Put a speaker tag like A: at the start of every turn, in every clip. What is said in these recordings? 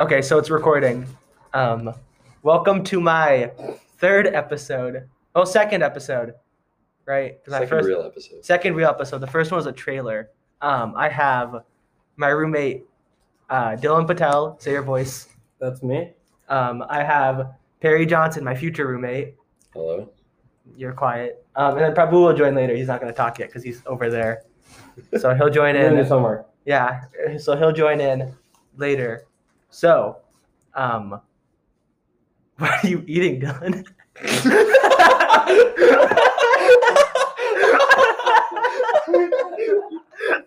A: Okay, so it's recording. Um, welcome to my third episode. Oh, second episode, right? 'Cause I
B: Second
A: first
B: real episode.
A: second real episode. The first one was a trailer. Um, I have my roommate uh, Dylan Patel. Say your voice.
C: That's me.
A: Um, I have Perry Johnson, my future roommate.
B: Hello.
A: You're quiet. Um, and then Prabhu will join later. He's not going to talk yet because he's over there. So he'll join
C: Doing
A: in.
C: this homework.
A: Yeah, so he'll join in later. So, um, what are you eating, Dylan?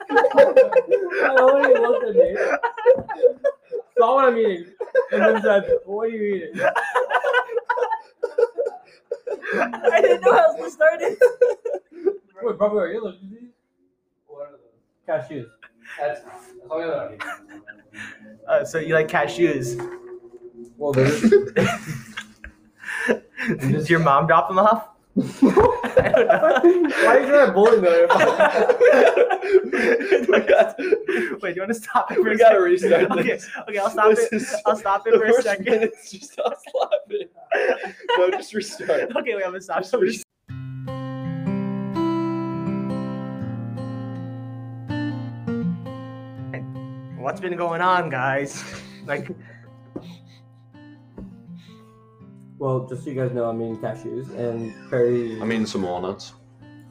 C: I literally looked at me, saw what I'm eating, and then said, "What are you eating?"
A: I didn't know how to start it.
C: Wait, bro, are you allergic to these? What are those? Cashews. That's, that's all I eat.
A: Uh, so you like cashews?
C: Well, there's
A: Did your mom drop them off? I don't
C: why is that bullying though?
A: know. Wait, do you want to stop it for
B: we
A: a
B: gotta
A: second?
B: restart
A: Okay,
B: this.
A: okay, I'll stop
B: This
A: it.
B: is-
A: I'll stop it
B: the
A: for a
B: first
A: second.
B: minute's just us laughing. No, just restart.
A: Okay, wait, I'm gonna stop.
B: Just restart.
A: What's been going on, guys? Like,
C: Well, just so you guys know, I'm eating cashews and Perry.
B: I'm eating some walnuts.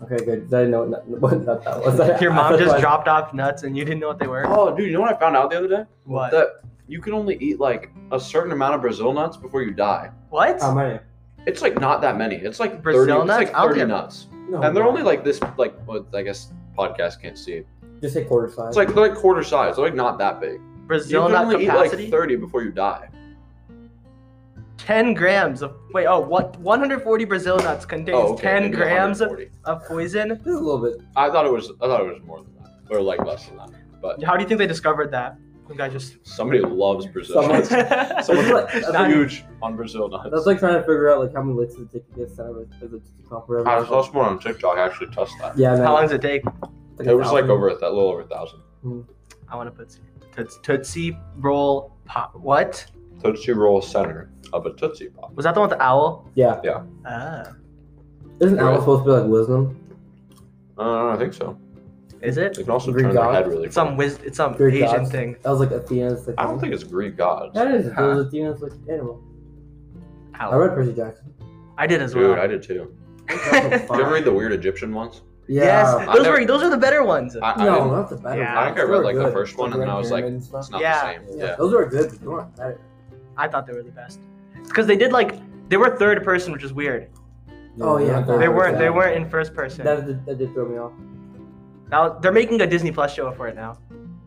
C: Okay, good. 'cause I didn't know what, nut- what nut that was. I-
A: your
C: I
A: mom
C: thought
A: just
C: it was-
A: dropped off nuts and you didn't know what they were.
B: Oh, dude, you know what I found out the other day?
A: What?
B: That you can only eat like a certain amount of Brazil nuts before you die.
A: what?
B: um,
C: How many?
B: It's like not that many. It's like
A: Brazil
B: 30,
A: nuts? Oh,
B: It's
A: I
B: like
A: don't
B: 30
A: care.
B: nuts.
C: No,
B: and they're
C: no.
B: only like this, like, well, I guess podcast can't see it.
C: just say quarter size.
B: It's like they're like quarter size. They're like not that big.
A: Brazil
B: you can
A: nut
B: only
A: capacity?
B: eat like 30 before you die.
A: 10 grams of. Wait, oh, what? 140 Brazil nuts contains
B: Oh, okay.
A: 10
B: maybe
A: grams
B: 140.
A: of poison.
C: just a little bit.
B: I thought it was. I thought it was more than that, or like less than that. But
A: How do you think they discovered that? The guy just.
B: somebody loves Brazil.
C: Someone-
B: nuts. Someone's
C: That's
B: like,
C: like-
B: huge on Brazil nuts.
C: That's like trying to figure out like how many licks it takes to get set up as a TikTok or
B: I saw
C: whatever.
B: someone on TikTok actually touch that.
C: Yeah, man.
A: How long does it take?
C: like
B: it was like
C: thousand.
B: over a th- little over a thousand.
A: I want a Tootsie. Toots, tootsie Roll Pop. What?
B: Tootsie roll center of a Tootsie pop.
A: Was that the one with the owl?
C: Yeah,
A: Ah.
C: isn't
B: Right.
C: Alice supposed to be like wisdom?
B: Uh, I think so.
A: Is it?
B: They can also
C: Greek
B: turn their
C: gods?
B: head really.
A: It's some
B: quick.
A: wiz- It's some
C: Greek
A: Asian
C: gods.
A: thing.
C: That was like Athena's. Like,
B: I don't think it's Greek gods.
C: that is. It
A: Huh.
C: was Athena's like animal. I
B: Oh.
A: Owl.
C: read Percy Jackson.
A: I did as
B: Dude,
A: well.
B: I did too.
C: That's
B: Did you ever
C: fun.
B: read the weird Egyptian ones?
A: Yes,
C: Yeah.
B: I
A: those
B: never-
A: were those are the better ones.
B: I, I
C: No,
B: didn't-
C: not the better.
A: Yeah.
B: I
C: ones.
B: think I
C: Those
B: read,
C: were
B: like, the
C: good.
B: first one,
C: Like
B: and then
C: Red
B: I was like,
C: Pyramid and stuff.
B: it's not
A: Yeah.
B: the same.
C: yeah.
B: Yeah.
C: those were good, but they weren't better.
A: I thought they were the best because they did like they were third person, which is weird.
C: Oh, yeah,
A: They
C: Yeah,
A: weren't they
C: exactly.
A: weren't in first person.
C: That did, that did throw me off.
A: Now they're making a Disney Plus show for it now.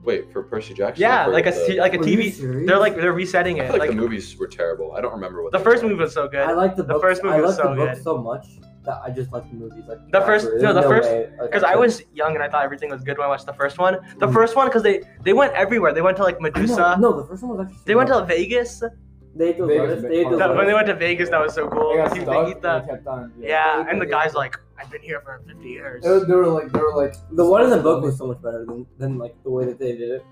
B: Wait for Percy Jackson. or
A: Yeah,
B: for
A: like a
B: the-
A: se- like a
C: Were you
A: TV.
C: serious?
A: They're like they're resetting
B: I feel
A: it.
B: like, the
A: Like
B: movies were terrible. I don't remember what
A: the
B: they
A: first
B: were.
A: movie was so
C: I
A: good
C: like the,
A: The
C: books-
A: first movie
C: I
A: was
C: like
A: so
C: the book
A: good.
C: so much that I just like the movies. Like
A: The first-
C: forever.
A: no,
C: There's
A: the first-
C: way, like,
A: because I
C: could-
A: was young and I thought everything was good when I watched the first one. The
C: Mm.
A: first one because they they went everywhere. They went to like
C: No,
A: Medusa.
C: No, the first one was actually.
A: They went to Vegas.
C: They ate those
D: Vegas
C: lettuce.
D: been
C: They ate
D: fun.
C: those
A: That- when they
C: lettuce.
A: went to Vegas, that was so cool.
D: They got
A: They-
D: stuck
A: they eat
D: and
A: the
D: they kept on,
A: yeah, and the
C: Vegas.
A: guy's like, I've been here for 50 years.
D: It was- they were like, they were like,
C: The one in the book was so much better than, than like the way that they did it.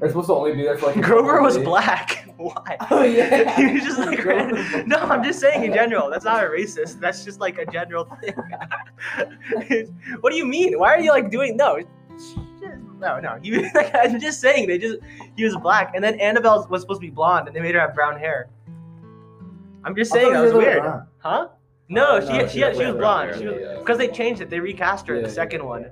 D: They're supposed to only be there for like. a
A: Grover
D: couple
A: was
D: days.
A: black. Why?
D: Oh yeah.
A: he was just like
D: Grover was black.
A: no i'm just saying in general that's not a racist that's just like a general thing what do you mean why are you like doing no no no he was like, i'm just saying they just he was black and then annabelle was supposed to be blonde and they made her have brown hair i'm just saying that was weird huh no,
D: Uh,
A: she,
D: no,
A: she,
D: she
A: she,
D: had
A: was
D: brown
A: blonde
D: hair,
A: She
D: yeah,
A: was-
B: yeah.
A: because they changed it they recast her in
D: Yeah,
A: the
D: yeah,
A: second
D: yeah.
A: one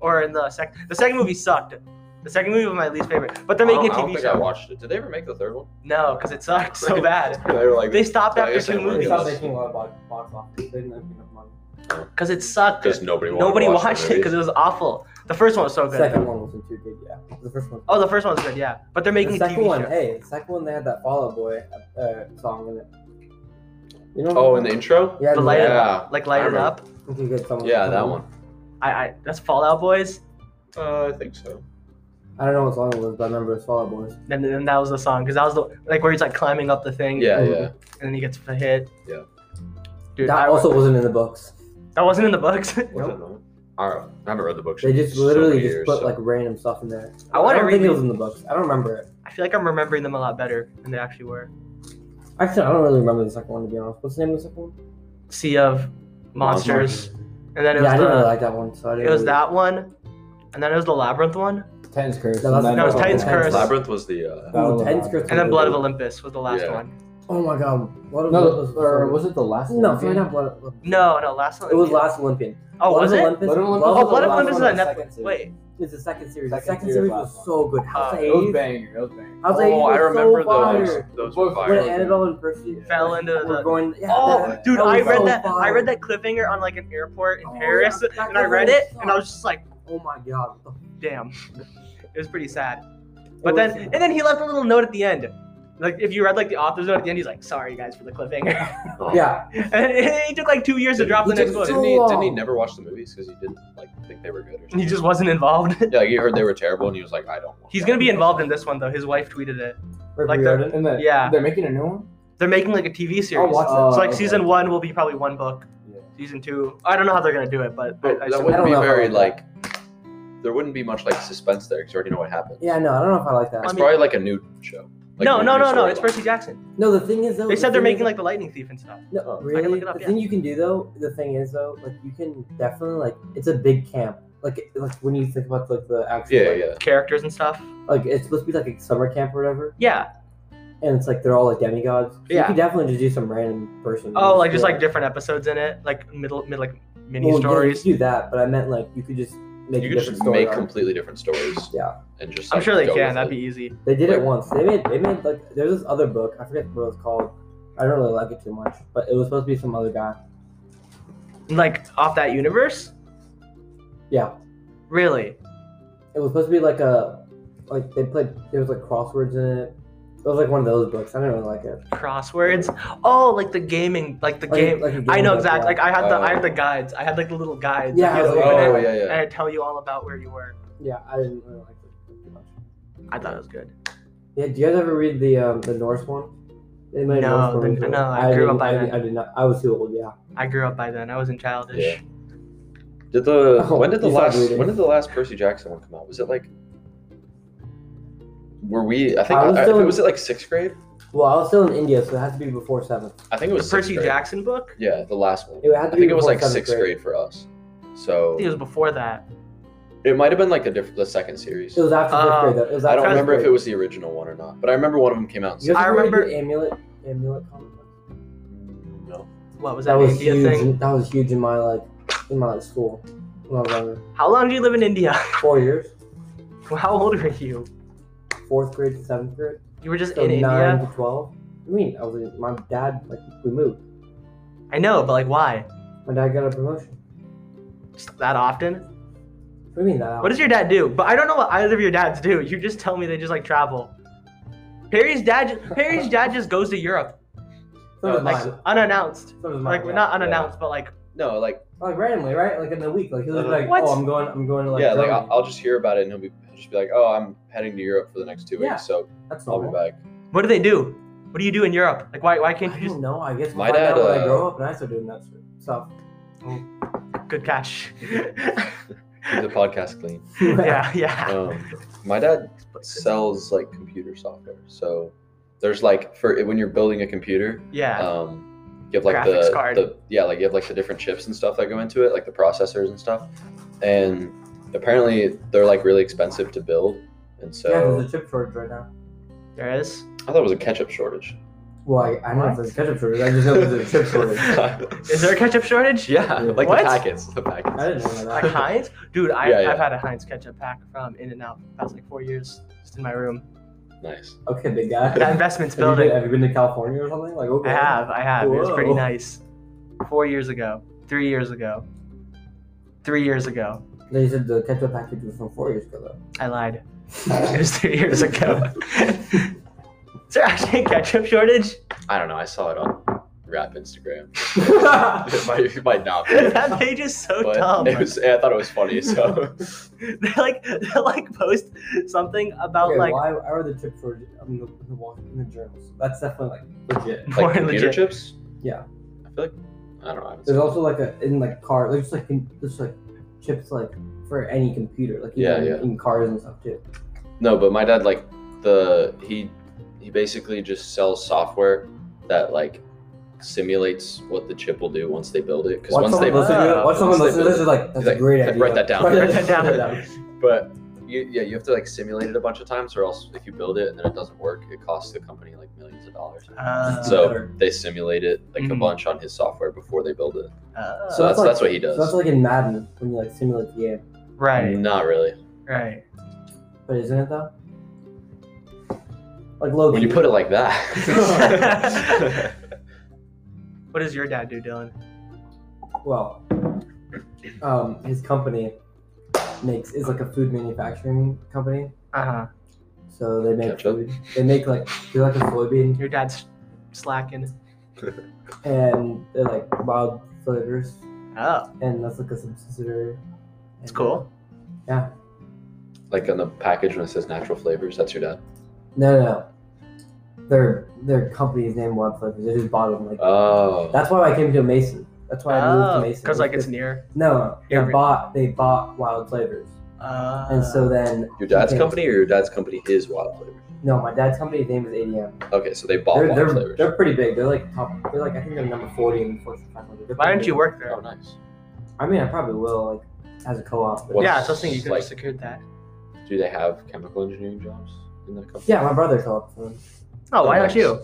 A: or in the sec the second movie sucked the second movie was my least favorite but they're making
B: I
A: a
B: don't, I don't
A: tv
B: think I
A: show
B: watched it. Did they ever make the third one?
A: no because it sucked so bad
B: they were like,
A: They stopped
B: Yeah, I
A: after
B: guess they
A: two
B: were.
A: movies
C: They stopped making a lot of box, box office. They didn't have enough money.
A: because it sucked.
B: because nobody wanted
A: Nobody
B: to watch the
A: watched it because
B: movies.
A: it was awful. The first one was so
C: The
A: good.
C: second one wasn't too good, yeah. The first one.
A: Oh, the first one was good, yeah. But they're making
C: the
A: a
C: second
A: TV
C: one, eh.
A: show.
C: hey, the second one they had that Fall Out Boy uh, song in it. You know?
B: Oh, in the intro.
C: yeah,
A: The
C: no,
A: light
C: yeah.
B: Yeah.
A: Like light
B: I
A: it
B: remember.
A: up.
C: Okay, good. Someone,
B: Yeah,
C: someone.
B: that one.
A: I, I that's Fallout Boys.
B: Uh, I think so.
C: I don't know what song it was, but I remember it's Fall Out Boys.
A: And then that was the song because that was the like where he's like climbing up the thing.
B: Yeah,
C: Mhm.
B: yeah.
A: And then he gets the hit.
B: Yeah.
A: Dude,
C: that
A: I,
C: also wasn't in the books.
A: that wasn't in the books.
B: Was it not? I don't know. I haven't read the book.
C: They just
B: so
C: literally
B: many
C: just
B: years,
C: put
B: so-
C: like random stuff in there.
A: I want
C: I
A: to
C: don't
A: read.
C: think it was
A: These,
C: in the books. I don't remember it.
A: I I feel like I'm remembering them a lot better than they actually were.
C: Actually, I don't really remember the second one to be honest. What's the name of the second one?
A: Sea of Monsters, and then it
C: yeah,
A: was
C: I didn't really
A: the,
C: like that one. So I didn't
A: it was
C: really-
A: that one, and then it was the labyrinth one,
D: Titan's
C: No,
D: Curse.
C: that's-
D: and then-
A: that was
D: oh,
A: Titan's
D: Titan's
A: Curse.
B: Labyrinth was the. Uh,
D: Battle
C: Ooh,
D: of
C: Titan's
D: Oz.
C: Curse.
A: and then
B: Yeah.
A: Blood of Olympus was the last
B: Yeah.
A: one.
C: Oh my god. Blood of
D: No,
C: Olympus
D: or
C: the-
D: was it the last?
C: No,
D: Olympian?
C: sorry, not Blood of Olympus.
A: No, no, last one.
C: It was Last Olympian.
A: Oh,
C: Blood
A: was
C: of
A: it?
C: Olympus?
D: Blood of Olympus
C: Blood
A: Oh,
D: was
C: of
D: the
A: Blood of
D: last
A: Olympus is
D: one
A: on
D: of the
A: Netflix.
D: second series.
A: Wait,
C: It's the second series.
D: Second
C: the second
D: series
C: series
D: last
C: was so good. House
A: Uh,
C: of
D: It was
C: Eighties.
D: banger. It was banger.
C: House of Eighties
B: oh, I
C: was
B: remember
C: so
B: those.
C: fire.
B: Those
D: Both
B: were fire.
C: When Annabelle and Percy
D: Yeah.
A: fell into
C: were
A: the.
C: going. Yeah,
A: Oh,
C: that-
A: dude,
C: that
A: I
C: was so
A: read that. I
C: fire.
A: read that cliffhanger on like an airport in
C: Oh, yeah,
A: Paris,
C: that
A: and I read it,
C: cliffhanger
A: and I was just like,
C: Oh my god. what the-
A: damn, it was pretty sad.
C: It
A: But then,
C: was-
A: and then he left a little note at the end. Like if you read like the author's note at the end, he's like, "Sorry guys for the cliffhanger,"
B: Oh.
C: Yeah.
A: and it, it took like two years to drop
B: He
A: the next
B: didn't-
A: book.
B: Didn't he, didn't he
C: long.
B: never watch the movies because he didn't like think they were good? Or
A: He
B: something?
A: just wasn't involved.
B: Yeah, you heard they were terrible, and he was like, I don't. Want
A: he's
B: that.
A: gonna be involved in this one though. His wife tweeted it.
C: Rick
A: Like the-
C: Riordan.
D: And then
A: Yeah.
D: they're making a new one.
A: They're making like a TV series.
C: I'll watch
A: so
C: it.
D: Oh,
A: like
D: okay.
A: season one will be probably one book.
D: Yeah.
A: Season two, I don't know how they're gonna do it, but I,
C: Oh,
B: But
A: I
B: that
A: assume-
B: wouldn't
C: don't
B: be
C: know how
B: very
C: I
B: like. There wouldn't be much like suspense there because you already know what happened.
C: Yeah, no, I don't know if I like that.
B: It's
A: mean-
B: probably like a new show. Like
A: no,
B: a
A: no,
B: new
A: no, no. It's
B: storyline.
A: Percy Jackson.
C: No, the thing is though.
A: They
C: the
A: said they're
C: thing is
A: making
C: that-
A: like the Lightning Thief and stuff.
C: No,
A: I can
C: really.
A: look it up,
C: the
A: yeah.
C: thing you can do though, the thing is though, like you can definitely like it's a big camp. Like it- like when you think about like the actual
B: Yeah,
C: like,
B: yeah.
A: Characters and stuff.
C: like it's supposed to be like a summer camp or whatever,
A: Yeah.
C: and it's like they're all like demigods. So
A: Yeah.
C: You could definitely just do some random person.
A: Oh, like just
C: Yeah.
A: like different episodes in it, like middle, mid, like mini
C: Well, yeah,
A: stories.
C: you could do that, but I meant like you could just make
B: You
C: a
B: could
C: different
B: just
C: story.
B: make
C: arc.
B: completely different stories.
C: Yeah.
B: And just.
A: I'm
B: like,
A: sure they
B: go
A: can.
B: with
A: That'd
B: it.
A: be easy.
C: They did it
B: Like-
C: once. They made they made like there's this other book. I forget what it was called. I don't really like it too much, but it was supposed to be some other guy.
A: Like off that universe.
C: Yeah,
A: Really?
C: it was supposed to be like a like they played. There was like crosswords in it. It was like one of those books. I didn't really like it.
A: Crosswords? Oh, like the gaming, like the
C: Like a-
A: game.
C: like a
A: I know
C: book,
A: exactly. Like
C: yeah.
A: I had the I
B: Oh.
A: had the guides. I had like the little guides.
C: Yeah,
A: You'd
C: I was like,
A: open
B: Oh
A: it,
B: yeah, yeah.
A: And it'd tell you all about where you were.
C: Yeah, I didn't really like it too much.
A: I thought it was good.
C: Yeah, do you guys ever read the um, the Norse one? They made a
A: No,
C: Norse one
A: the-
C: too.
A: no, I grew
C: didn't-
A: up by
C: I,
A: then.
C: didn't- I did not. I was too old. Yeah.
A: I grew up by then. I wasn't childish.
B: Yeah. Did the
C: Oh,
B: when did the
C: you stopped
B: last
C: reading.
B: when did the last Percy Jackson one come out? Was it like were we? I think
C: I
B: I
C: was still-
B: was it like sixth grade?
C: Well, I was still in India, so it had to be before seventh.
B: I think it
A: The
B: was sixth
A: Percy
B: grade.
A: Jackson book?
B: Yeah, the last one.
C: It had to
B: I
C: be
B: think it was
C: before
B: like
C: seventh
B: sixth
C: grade.
B: grade for us.
A: I
B: So
A: think it was before that.
B: it might have been like the diff- the second series.
C: It was after fifth
A: Uh,
C: grade. Though. It was
B: I
C: after
B: don't
C: fifth
B: remember if
C: grade.
B: it was the original one or not, but I remember one of them came out. In
C: You
B: sixth
A: I
C: guys ever read the
A: remember-
C: amulet. Amulet comic book?
B: no.
A: What was
C: That
A: that,
C: was
A: India
C: huge.
A: thing?
C: in- That was huge in my like in my like, school. When I was younger.
A: How long did you live in India?
C: Four years,
A: How old were you?
C: fourth grade to seventh grade,
A: You were just
C: so
A: in
C: nine
A: India?
C: to twelve. I mean, I was in, my dad like we moved.
A: I know, but like why?
C: My dad got a promotion.
A: Just that often?
C: What do you mean that?
A: What does your dad do? But I don't know what either of your dads do. You just tell me they just like travel. Perry's dad ju- Perry's dad just goes to Europe.
C: So does
B: No,
A: Like
C: mine.
A: unannounced.
C: So does mine,
A: Like
C: yeah.
A: not unannounced, but like
B: No, like
C: like randomly, right? Like in a week, like he'll be
B: Uh,
C: like,
A: What?
C: "Oh, I'm going, I'm going to like." um,
B: yeah, like I'll,
C: Germany."
B: I'll just hear about it and he'll be he'll just be like, oh, I'm heading to Europe for the next two
C: Yeah.
B: weeks, so
C: That's
B: I'll be
C: normal.
B: back.
A: what do they do? What do you do in Europe? Like why why can't
C: I
A: you just
C: don't know. I guess we'll
B: My
C: find
B: dad,
C: out when I
B: uh,
C: grow up and I start doing that sort of stuff.
A: good catch?
B: Keep the podcast clean.
A: yeah,
C: Uh,
A: yeah.
B: Um, my dad sells like computer software. So there's like for when you're building a computer,
A: Yeah.
C: uh,
B: um, you have like
A: Graphics
B: the,
A: card.
B: the yeah, like you have like the different chips and stuff that go into it, like the processors and stuff. And apparently they're like really expensive to build. And
C: Yeah, there's
B: so
C: a chip shortage right now.
A: There is.
B: I thought it was a ketchup shortage.
C: Well, I, I don't know if there's a ketchup shortage. I just know there's a chip shortage.
A: Is there a ketchup shortage?
B: yeah, like
A: What?
B: the packets, the packets.
C: I didn't know
A: Like
C: that.
A: Heinz? Dude, I,
B: Yeah, yeah.
A: I've had a Heinz ketchup pack from In and Out for the past like four years, just in my room.
B: Nice.
C: Okay, big guy.
A: That
C: Have
A: investment's
C: you, been,
A: building.
C: have you been to California or something? Like, okay.
A: I have, I have. It was pretty
C: Whoa.
A: nice. Four years ago, three years ago, three years ago.
C: They said the ketchup package was from four years ago, though.
A: I lied. It was three years ago. Is there actually a ketchup shortage?
B: I don't know. I saw it on rap Instagram.
C: That's
B: it, might, it might not be.
A: that page is so dumb.
B: But it was, I thought it was funny, so
A: they like they like post something about
C: okay,
A: like
C: why I read the chip shortage in the, in the, walk- in the journals. That's definitely like legit.
B: like
A: more
B: computer
A: legit.
B: chips.
C: Yeah.
B: I feel like I don't know. I haven't
C: There's
B: seen
C: also like a in like car. There's like in, there's like chips like for any computer, like
B: Yeah,
C: even
B: yeah.
C: in cars and stuff too.
B: No, but my dad like the he he basically just sells software that like simulates what the chip will do once they build it because
C: Once
B: once they Ah,
C: someone listens to
A: uh,
C: it- once someone
B: once they
C: listens to this,
B: build
C: is like, that's
B: He's
C: a great
B: like,
C: idea.
B: write that down.
A: Write that down.
B: but you, yeah you have to like simulate it a bunch of times or else if you build it and then it doesn't work it costs the company like millions of dollars
A: Uh,
B: so
C: Better.
B: they simulate it like a
A: Mhm.
B: bunch on his software before they build it
A: uh,
B: so,
C: So
B: that's
C: it's like-
B: that's what he
C: So
B: does
C: that's like in Madden when you like simulate the game,
A: right,
B: not really
A: right.
C: but isn't it though? Like low.
B: when you put it like that
A: What does your dad do, Dylan?
C: well, um, his company makes is like a food manufacturing company,
A: Uh huh.
C: so they make
B: Ketchup.
C: food. They make like they're like a soybean
A: Your dad's slacking.
C: and they're like wild flavors,
A: Oh,
C: and that's like a subsidiary.
A: it's cool.
B: like on the package when it says natural flavors that's your dad
C: No, no, no. Their their company's name Wild Flavors. They just bought them. Like
B: oh
C: that's why I came to Mason. That's why I moved to Mason.
A: because Oh, like it's
C: just-
A: near.
C: no, they
A: Yeah, right.
C: bought they bought Wild Flavors,
A: Uh,
C: and so then
B: your dad's
C: Okay.
B: company or your dad's company is wild flavors
C: no, my dad's company's name is ADM.
B: okay so they bought
C: They're
B: wild
C: they're,
B: flavors
C: they're pretty big. They're like top. They're like I think they're number forty in the Fortune 500. They're
A: why
C: pretty
A: didn't you
C: big.
A: work
B: oh
A: there?
B: nice
C: I mean, I probably will like as a co-op. but-
B: What-
A: yeah, so I was thinking you could have
B: like-
A: secured that.
B: do they have chemical engineering jobs in that company
C: Yeah, my brother co-op. So.
A: Oh, why
B: nice.
A: not you?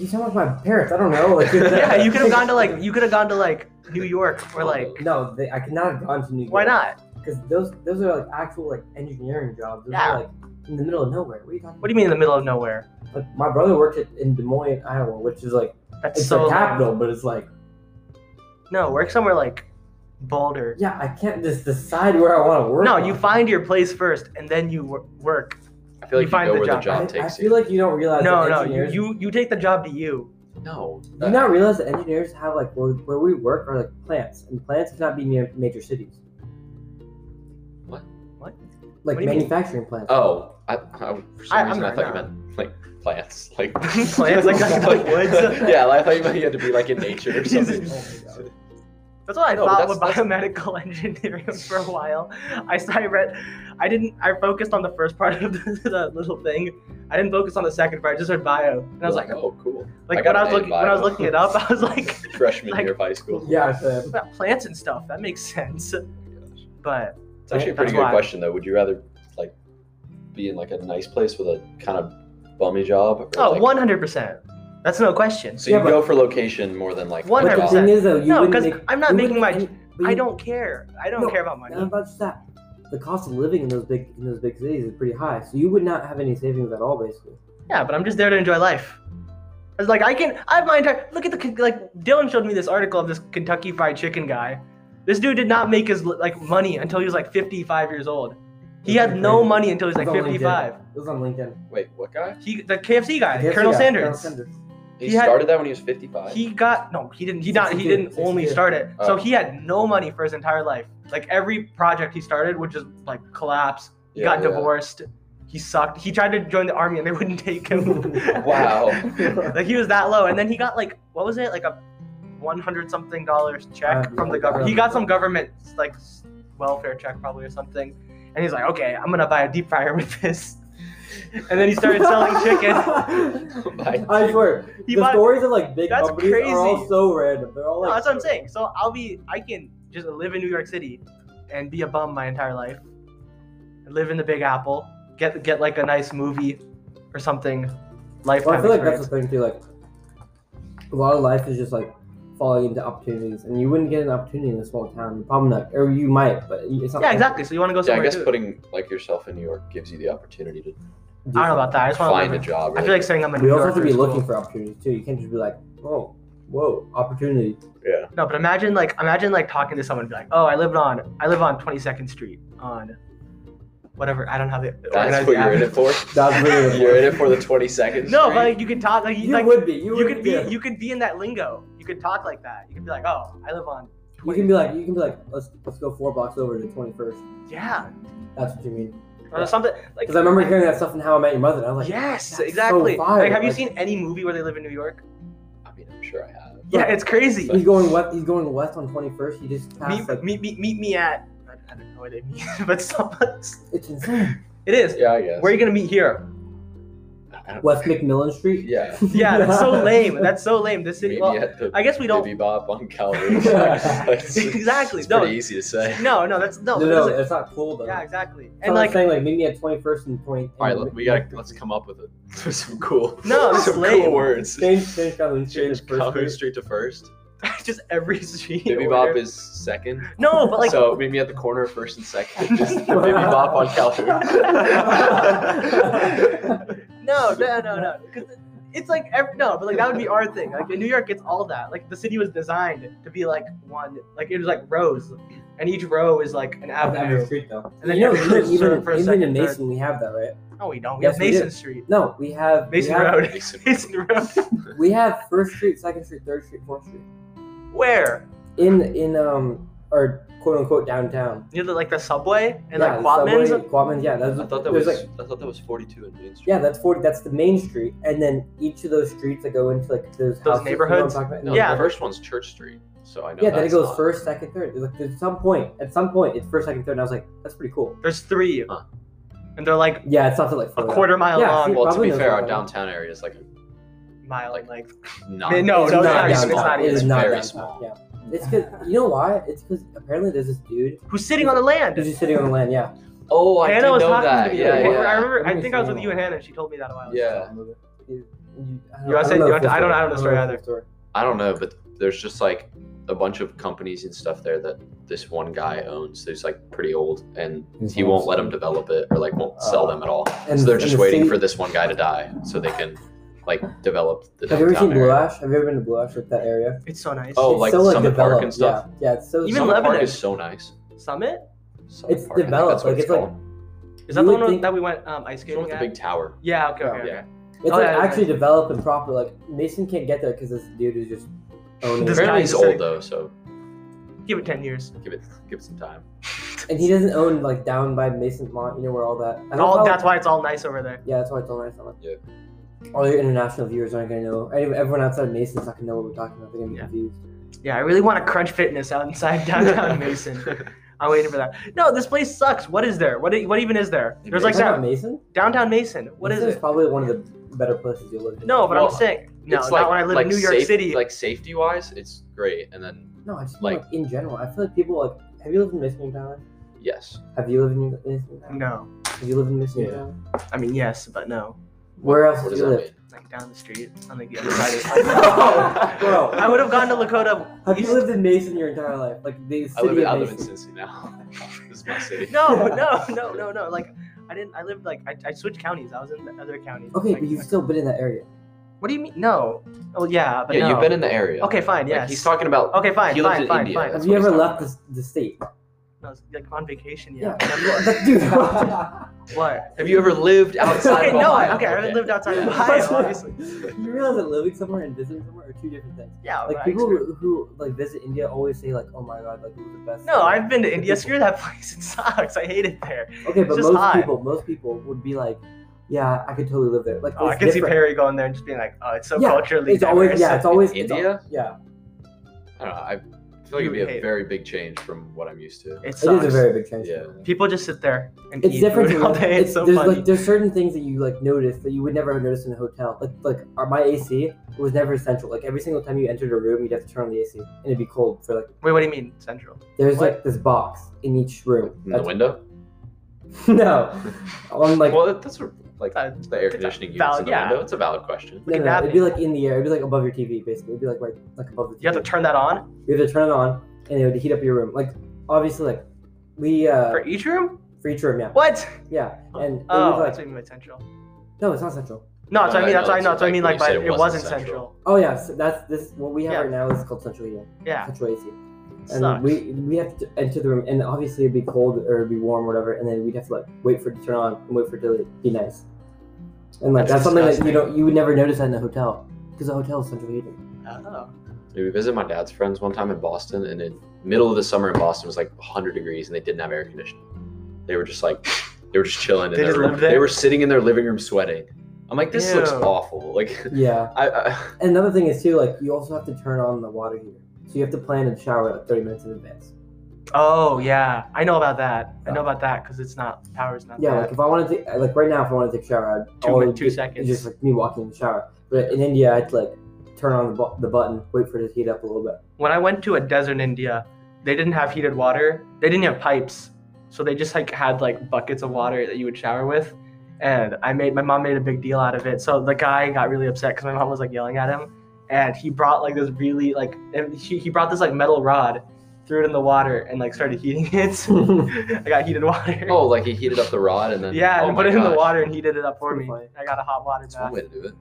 C: You sound like my parents. I don't know. Like,
A: yeah, you could have gone to like you could have gone to like New York or like
C: No, they, I could not have gone to New York.
A: why not?
C: because those those are like actual like engineering jobs. Those
A: Yeah.
C: are, like in the middle of nowhere. What are you talking?
A: What do you mean in the middle of nowhere?
C: about? Like my brother worked at, in Des Moines, Iowa, which is like
A: That's
C: it's
A: so
C: the capital, but it's like
A: No, work somewhere like Boulder.
C: yeah, I can't just decide where I want to work.
A: No, you
C: on.
A: find your place first and then you wor- work.
B: i feel
A: You
B: like you,
A: find
B: know
A: the
B: where
A: job.
B: the job
C: I, I
B: takes
C: feel like you don't realize.
A: No,
C: that
A: no, you,
C: engineers,
A: you you take the job to you.
B: you no
C: do you not realize that engineers have like where, where we work are like plants, and plants cannot be near major cities.
B: What?
A: What?
C: Like
A: What do you mean?
C: manufacturing plants.
B: Oh, I, I, for some
A: I- I'm
B: reason, I
A: not-
B: thought you
A: no.
B: meant like plants, like
A: Plants, like, like the woods?
B: yeah, I thought you meant you had to be like in nature or
A: Jesus.
B: something.
C: Oh my
A: That's what I
B: No, but
A: thought with
B: that's-
A: biomedical engineering for a while. I s- I read, I didn't. I focused on the first part of the, the little thing. I didn't focus on the second part. I just heard bio, and I was like,
B: oh, cool. I
A: like
B: got
A: when I
B: an
A: was
B: A in
A: looking when I was
B: bio.
A: looking it up, I was like,
B: Freshman
A: Like-
B: year of high
A: Oh.
B: school. Oh
C: yeah, so,
A: about plants and stuff. That makes sense. But
B: It's actually a
A: That's
B: pretty good
A: why.
B: question though. Would you rather like be in like a nice place with a kind of bummy job? Or,
A: oh,
B: like-
A: 100 percent. That's no question.
B: So
C: Yeah,
B: you
C: but-
B: go for location more than like
A: One
C: but the
B: job.
A: 100%.
C: thing is though, you
A: No,
C: wouldn't
A: because
C: make-
A: I'm not
C: you
A: making
C: wouldn't-
A: my.
C: and- but
A: I
C: you-
A: don't care. I don't
C: No,
A: care about
C: Not
A: money.
C: about just that. The cost of living in those big in those big cities is pretty high, so you would not have any savings at all, basically.
A: Yeah, but I'm just there to enjoy life. I was like, I can, I have my entire, look at the, K- like, Dylan showed me this article of this Kentucky Fried Chicken guy. This dude did not make his, like, money until he was, like, 55 years old. He had no money until he was,
C: It
A: like,
C: was on
A: 55.
C: LinkedIn. It was on LinkedIn.
B: Wait, what guy?
A: He, the KFC guy,
C: Yes,
A: Colonel
C: yeah,
A: Sanders.
C: Sanders.
B: He,
A: He had-
B: started that when he was fifty-five.
A: He got, no, he didn't, he not, he
C: 62,
A: didn't only
C: 62.
A: start it. So
B: Oh.
A: he had no money for his entire life. Like, every project he started would just, like, collapse. He
B: Yeah,
A: got
B: yeah.
A: divorced. He sucked. He tried to join the army and they wouldn't take him.
B: Wow.
A: like he was that low and then he got like what was it like a 100 something dollars check
C: Uh,
A: from the
C: yeah,
A: government
C: yeah.
A: he got some government like s- welfare check probably or something and he's like okay i'm gonna buy a deep fryer with this and then he started selling chicken
B: Bye.
C: I swear,
A: He
C: the
A: bought-
C: stories of like big
A: That's
C: companies are all
A: crazy.
C: so random. They're all
A: No,
C: like.
A: that's what i'm saying so i'll be i can just live in new york city and be a bum my entire life live in the big apple get get like a nice movie or something
C: Well,
A: lifetime
C: I feel like that's
A: experience.
C: the thing too. Like, a lot of life is just like falling into opportunities, and you wouldn't get an opportunity in a small town. Probably not, or you might, but it's not.
A: yeah exactly so you want to go
B: Yeah, I
A: somewhere
B: guess
A: too.
B: putting like yourself in New York gives you the opportunity to
A: i don't know about that i just want
B: find
A: to
B: a job.
A: I feel like saying I'm a New
C: We also
A: Yorker.
C: have to be
A: is cool.
C: looking for opportunities too. You can't just be like, oh, whoa, opportunity.
B: yeah.
A: No, but imagine like imagine like talking to someone and be like, oh, I lived on I live on 22nd Street on whatever. I don't have it.
B: That's what you're in it for.
C: That's really
B: You're in it for the 20 seconds.
A: No, but like you could talk like you,
C: You
A: like,
C: would be. You,
A: you,
C: would
A: could be you could be in that lingo. You could talk like that. You could be like, oh, I live on.
C: You can be like. You can be like. Let's let's go four blocks over to twenty first.
A: Yeah,
C: That's what you mean.
A: or something like.
C: Because I remember hearing that stuff in How I Met Your Mother. And I was like,
A: yes,
C: that's so
A: exactly.
C: fire,
A: like, have you
C: like-
A: seen any movie where they live in New York?
B: I mean, I'm sure I have.
A: Yeah, it's crazy.
C: He's going west. He's going west on twenty first. He just passed.
A: Meet,
C: Like,
A: meet, meet, meet me at. I don't know where they meet, but some,
C: it's insane.
A: it is.
B: Yeah, I guess.
A: Where are you gonna meet here?
B: I don't-
C: West McMillan Street.
B: yeah.
A: Yeah, that's so lame. That's so lame. The city.
B: Maybe
A: Well,
B: at the
A: I guess we don't.
B: Baby Bob on Calvary. It's-
A: Exactly,
B: It's
A: no.
B: pretty easy to say.
A: No, no, that's no. that
C: No, no,
A: doesn't-
C: it's not cool though.
A: yeah, exactly.
C: So
A: And
C: I'm
A: like,
C: saying like maybe at 21st and 20.
B: All right, look, we got to let's come up with it. some cool,
A: No, it's
B: some
A: lame.
B: cool words.
C: change change Calhoun Street
B: Change
C: to first
B: Calhoun
C: grade.
B: Street to first.
A: just every street.
B: Baby
A: or
B: Bob
A: whatever.
B: is second.
A: No, but like,
B: so meet me at the corner of first and second. Just the Baby Bob on Calhoun.
A: no, no, no, no. 'Cause It's like ev- no, but like that would be our thing. Like in New York, it's all that. Like the city was designed to be like one. Like it was like rows, and each row is like an
C: Have every
A: avenue.
C: street though.
A: And then
C: you know,
A: every
C: even,
A: street
C: even,
A: for a
C: even in
A: second, third.
C: Mason we have that, right?
A: No, we don't. We
C: Yes,
A: have
C: we do.
A: Mason Street,
C: No, we have we
A: Mason
C: have-
A: Road,
B: Mason.
A: Mason Road.
C: We have First Street, Second Street, Third Street, Fourth Street.
A: Where
C: In in um our quote unquote downtown.
A: you know, like the subway and
C: yeah,
A: like Quadman's.
C: Subway, Quadman's, yeah. That's,
B: I thought that
C: there's
B: was
C: like
B: I thought that was 42 in Main Street.
C: yeah, that's forty. That's the main street, and then each of those streets that go into like those, houses, you know what I'm
A: neighborhoods?
C: talking about?
B: No,
A: Yeah.
B: the first one's Church Street. So I know.
C: yeah. Then it
B: that's
C: goes
B: not-
C: first, second, third. Like at some point, at some point, it's first, second, third. And I was like, that's pretty cool.
A: There's three,
B: Huh.
A: and they're like
C: Yeah, it's not till like
A: a
C: further out.
A: quarter mile
C: Yeah,
A: long.
C: see-
B: Well, to
C: Probably
B: be
C: knows
B: fair, our
C: about that.
B: downtown area is like
A: mile
B: like-
A: like
B: not.
A: No, no,
C: It's
A: it's
C: not
A: not.
B: very
A: It's
C: downtown.
A: not.
C: It is
A: It's
C: not
B: very
C: downtown,
B: small.
C: Yeah. It's because you know why? It's because apparently there's this dude
A: who's sitting on the land.
C: who's just sitting on the land. Yeah.
B: Oh, I
A: Hannah
B: did
A: was
B: know
A: talking
B: that.
A: to me.
B: Yeah,
A: I
B: yeah.
A: remember- I remember.
C: Let
A: I
C: me
A: think I was
C: see.
A: with you and Hannah. She told me that a while ago.
B: Yeah.
C: You, I
A: You want to say- you
C: know the
A: want to-
C: full
A: I don't- I
C: story.
A: don't know the story either.
C: full story.
B: I don't know, but there's just like a bunch of companies and stuff there that this one guy owns. He's like pretty old, and
C: He's
B: he won't
C: old.
B: let them develop it or like won't
A: Oh.
B: sell them at all.
C: And-
B: so they're
C: and
B: just
C: the
B: waiting
C: city-
B: for this one guy to die so they can like develop the
C: Have you ever
B: downtown
C: seen Blue
B: area.
C: Ash? Have you ever been to Blue Ash, like that area?
A: It's so nice.
B: Oh,
C: it's
B: like
C: so,
B: Summit Park and
C: developed,
B: stuff?
C: Yeah, yeah, it's so.
A: Even
B: Summit Park
A: Lebanon.
B: is so nice.
A: Summit?
B: Summit
C: It's
B: Park, I think
C: developed,
B: that's what
C: like, it's, like,
B: called.
A: Is that
C: You
A: the
C: would
A: one
C: think-
A: that we went um, ice
B: It's the
A: skating
B: one with
A: at?
B: the big tower.
A: yeah. Okay. Okay.
B: Yeah.
A: okay.
C: it's
A: Oh,
C: like
A: yeah, yeah,
C: actually
A: yeah.
C: developed and proper. Like Mason can't get there because this dude is just owning
A: This
C: it.
A: guy
B: Apparently he's
A: just said-
B: old though, so
A: Give it ten years.
B: give it give it some time.
C: and he doesn't own like down by Mason Mont. You know where all that. I don't
A: All
C: know-
A: that's why it's all nice over there.
C: Yeah, that's why it's all nice. on
B: Yeah.
C: it. All your international viewers aren't gonna know. any- Everyone outside of Mason's not gonna know what we're talking about. They're gonna be
A: Yeah.
C: confused.
A: Yeah, I really want to crunch fitness out inside downtown Mason. I'm waiting for that. No, this place sucks. What is there? What? i- What even is there? There's like
C: Talking about
A: down-
C: Mason.
A: downtown Mason. What is
C: Mason's
A: it?
C: Probably one of the better places you'll live. in.
A: No, but
B: Well,
A: I'm saying no.
B: it's
A: Not
B: like,
A: when I live
B: like
A: in New York
B: safe-
A: City.
B: Like safety wise, it's great. And then
C: No, I just mean,
B: Like-
C: like, in general. I feel like people like. Have you lived in Michigan, Tyler?
B: yes.
C: Have you lived in Michigan? Tyler?
A: no,
C: Have you lived in Michigan?
E: Yeah.
C: Tyler?
A: I mean yes, but no.
C: Where
B: What
C: else have
B: does
C: you
B: that
C: lived?
B: mean?
A: Like down the street on like the other side. Of
C: Bro.
A: I would have gone to Lakota.
C: Have you
A: East-
C: lived in Mason your entire life? Like the city
B: I live, in, I
C: of
B: live in
C: Mason.
B: Cincy now. this is my city.
A: No, no, no, no, no. Like I didn't. I lived like I, I switched counties. I was in the other county.
C: Okay,
A: Like,
C: but you've still been in that area.
A: What do you mean? No. Oh yeah, but
B: yeah,
A: no.
B: you've been in the area.
A: Okay, fine.
B: Like,
A: Yes.
B: he's talking about.
A: Okay, fine,
B: He lives
A: fine,
B: in
A: fine,
B: India.
A: fine.
B: That's
C: have you
B: what he's
C: ever
B: talking
C: left
B: about.
C: the, the state?
A: I was, like on vacation.
C: Yeah.
A: Yeah. yeah.
C: Dude.
A: what?
B: Have you ever lived
A: okay,
B: outside? of
A: no.
B: Ohio?
A: I, okay, I haven't lived outside of
B: Yeah.
A: Ohio, obviously.
C: you realize that living somewhere and visiting somewhere are two different things.
A: Yeah.
C: Like
A: but I
C: people
A: experienced-
C: who, who like visit India always say like, "Oh my god, like it was the best."
A: No,
C: thing."
A: I've been to India. Screw that place. It sucks. I hate it there.
C: Okay, but
A: just
C: most
A: hot.
C: people, most people would be like, "Yeah, I could totally live there." Like,
A: Oh, I
C: it's
A: can see
C: different.
A: Perry going there and just being like, "Oh, it's so
C: Yeah,
A: culturally
C: It's always
A: diverse."
C: yeah, it's always it's al-
B: India.
C: yeah,
B: I don't know. I feel like
A: You
B: it'd be
A: hate
B: a
A: it.
B: very big change from what I'm used to.
A: It
C: it
A: sucks.
C: is a very big change.
B: Yeah.
A: People just sit there and
C: It's
A: eat
C: different.
A: food
C: to
A: all
C: live-
A: day. It's, so
C: there's
A: funny.
C: like there's certain things that you like notice that you would never have noticed in a hotel. Like like our, my AC was never essential. Like every single time you entered a room, you'd have to turn on the AC, and it'd be cold for like.
A: Wait, what do you mean central?
C: There's
A: What?
C: like this box in each room.
B: In the window.
C: no, on like
B: well, that- that's what, like
A: Uh,
B: the air conditioning units
A: valid-
B: in the
A: yeah.
B: window. It's a valid question.
A: Look
C: no,
A: at
C: no,
A: that.
C: it'd be like in the air. It'd be like above your TV, basically. It'd be like right like above the TV.
A: You have to turn that on
C: You have to turn it on, and it would heat up your room. Like obviously, like we uh
A: for each room.
C: for each room, yeah,
A: What?
C: yeah, and it
A: Oh,
C: would,
A: that's what
C: like
A: you mean by central.
C: no, it's not central.
A: No, that's what I mean. That's what I, no, that's what I mean. Like,
B: when
A: by
B: you said
A: it wasn't central.
C: Oh yeah, so that's this what we have
A: Yeah.
C: right now is called central heating,
A: Yeah,
C: central AC.
A: it
C: and
A: sucks.
C: we we have to enter the room, and obviously it'd be cold or it'd be warm, whatever, and then we'd have to like wait for it to turn on and wait for it to like, be nice. And like
A: That's
C: that's, something that
A: disgusting.
C: you don't you would never notice that in a hotel because a hotel is central heating.
A: Oh.
B: Dude, we visited my dad's friends one time in Boston, and in middle of the summer in Boston it was like 100 degrees, and they didn't have air conditioning. They were just like, they were just chilling.
A: They
B: in
A: just
B: their room.
A: lived there?
B: They were sitting in their living room sweating. I'm like, this looks
A: Ew.
B: awful. Like,
C: Yeah.
B: I, I
C: And Another thing is too like you also have to turn on the water heater, so you have to plan and shower like thirty minutes in advance.
A: Oh yeah, I know about that. I know about that because it's not power's not.
C: Yeah,
A: that.
C: like if I wanted to, like right now, if I wanted to take a shower, I'd
A: Two
C: all
A: min-
C: it'd
A: two
C: be-
A: seconds.
C: It's just like me walking in the shower. But in India, I'd like turn on the, bu- the button, wait for it to heat up a little bit.
A: when I went to a desert in India, they didn't have heated water. They didn't have pipes, so they just like had like buckets of water that you would shower with. And I made my mom made a big deal out of it. So the guy got really upset because my mom was like yelling at him, and he brought like this really like and he, he brought this like metal rod, threw it in the water, and like started heating it. I got heated water.
B: Oh, like he heated up the rod and then
A: yeah,
B: oh
A: and
B: my
A: put it in the
B: gosh.
A: water and heated it up for
C: Pretty
A: me.
C: funny.
A: I got a hot water
B: That's one
A: bath.
B: way to do it.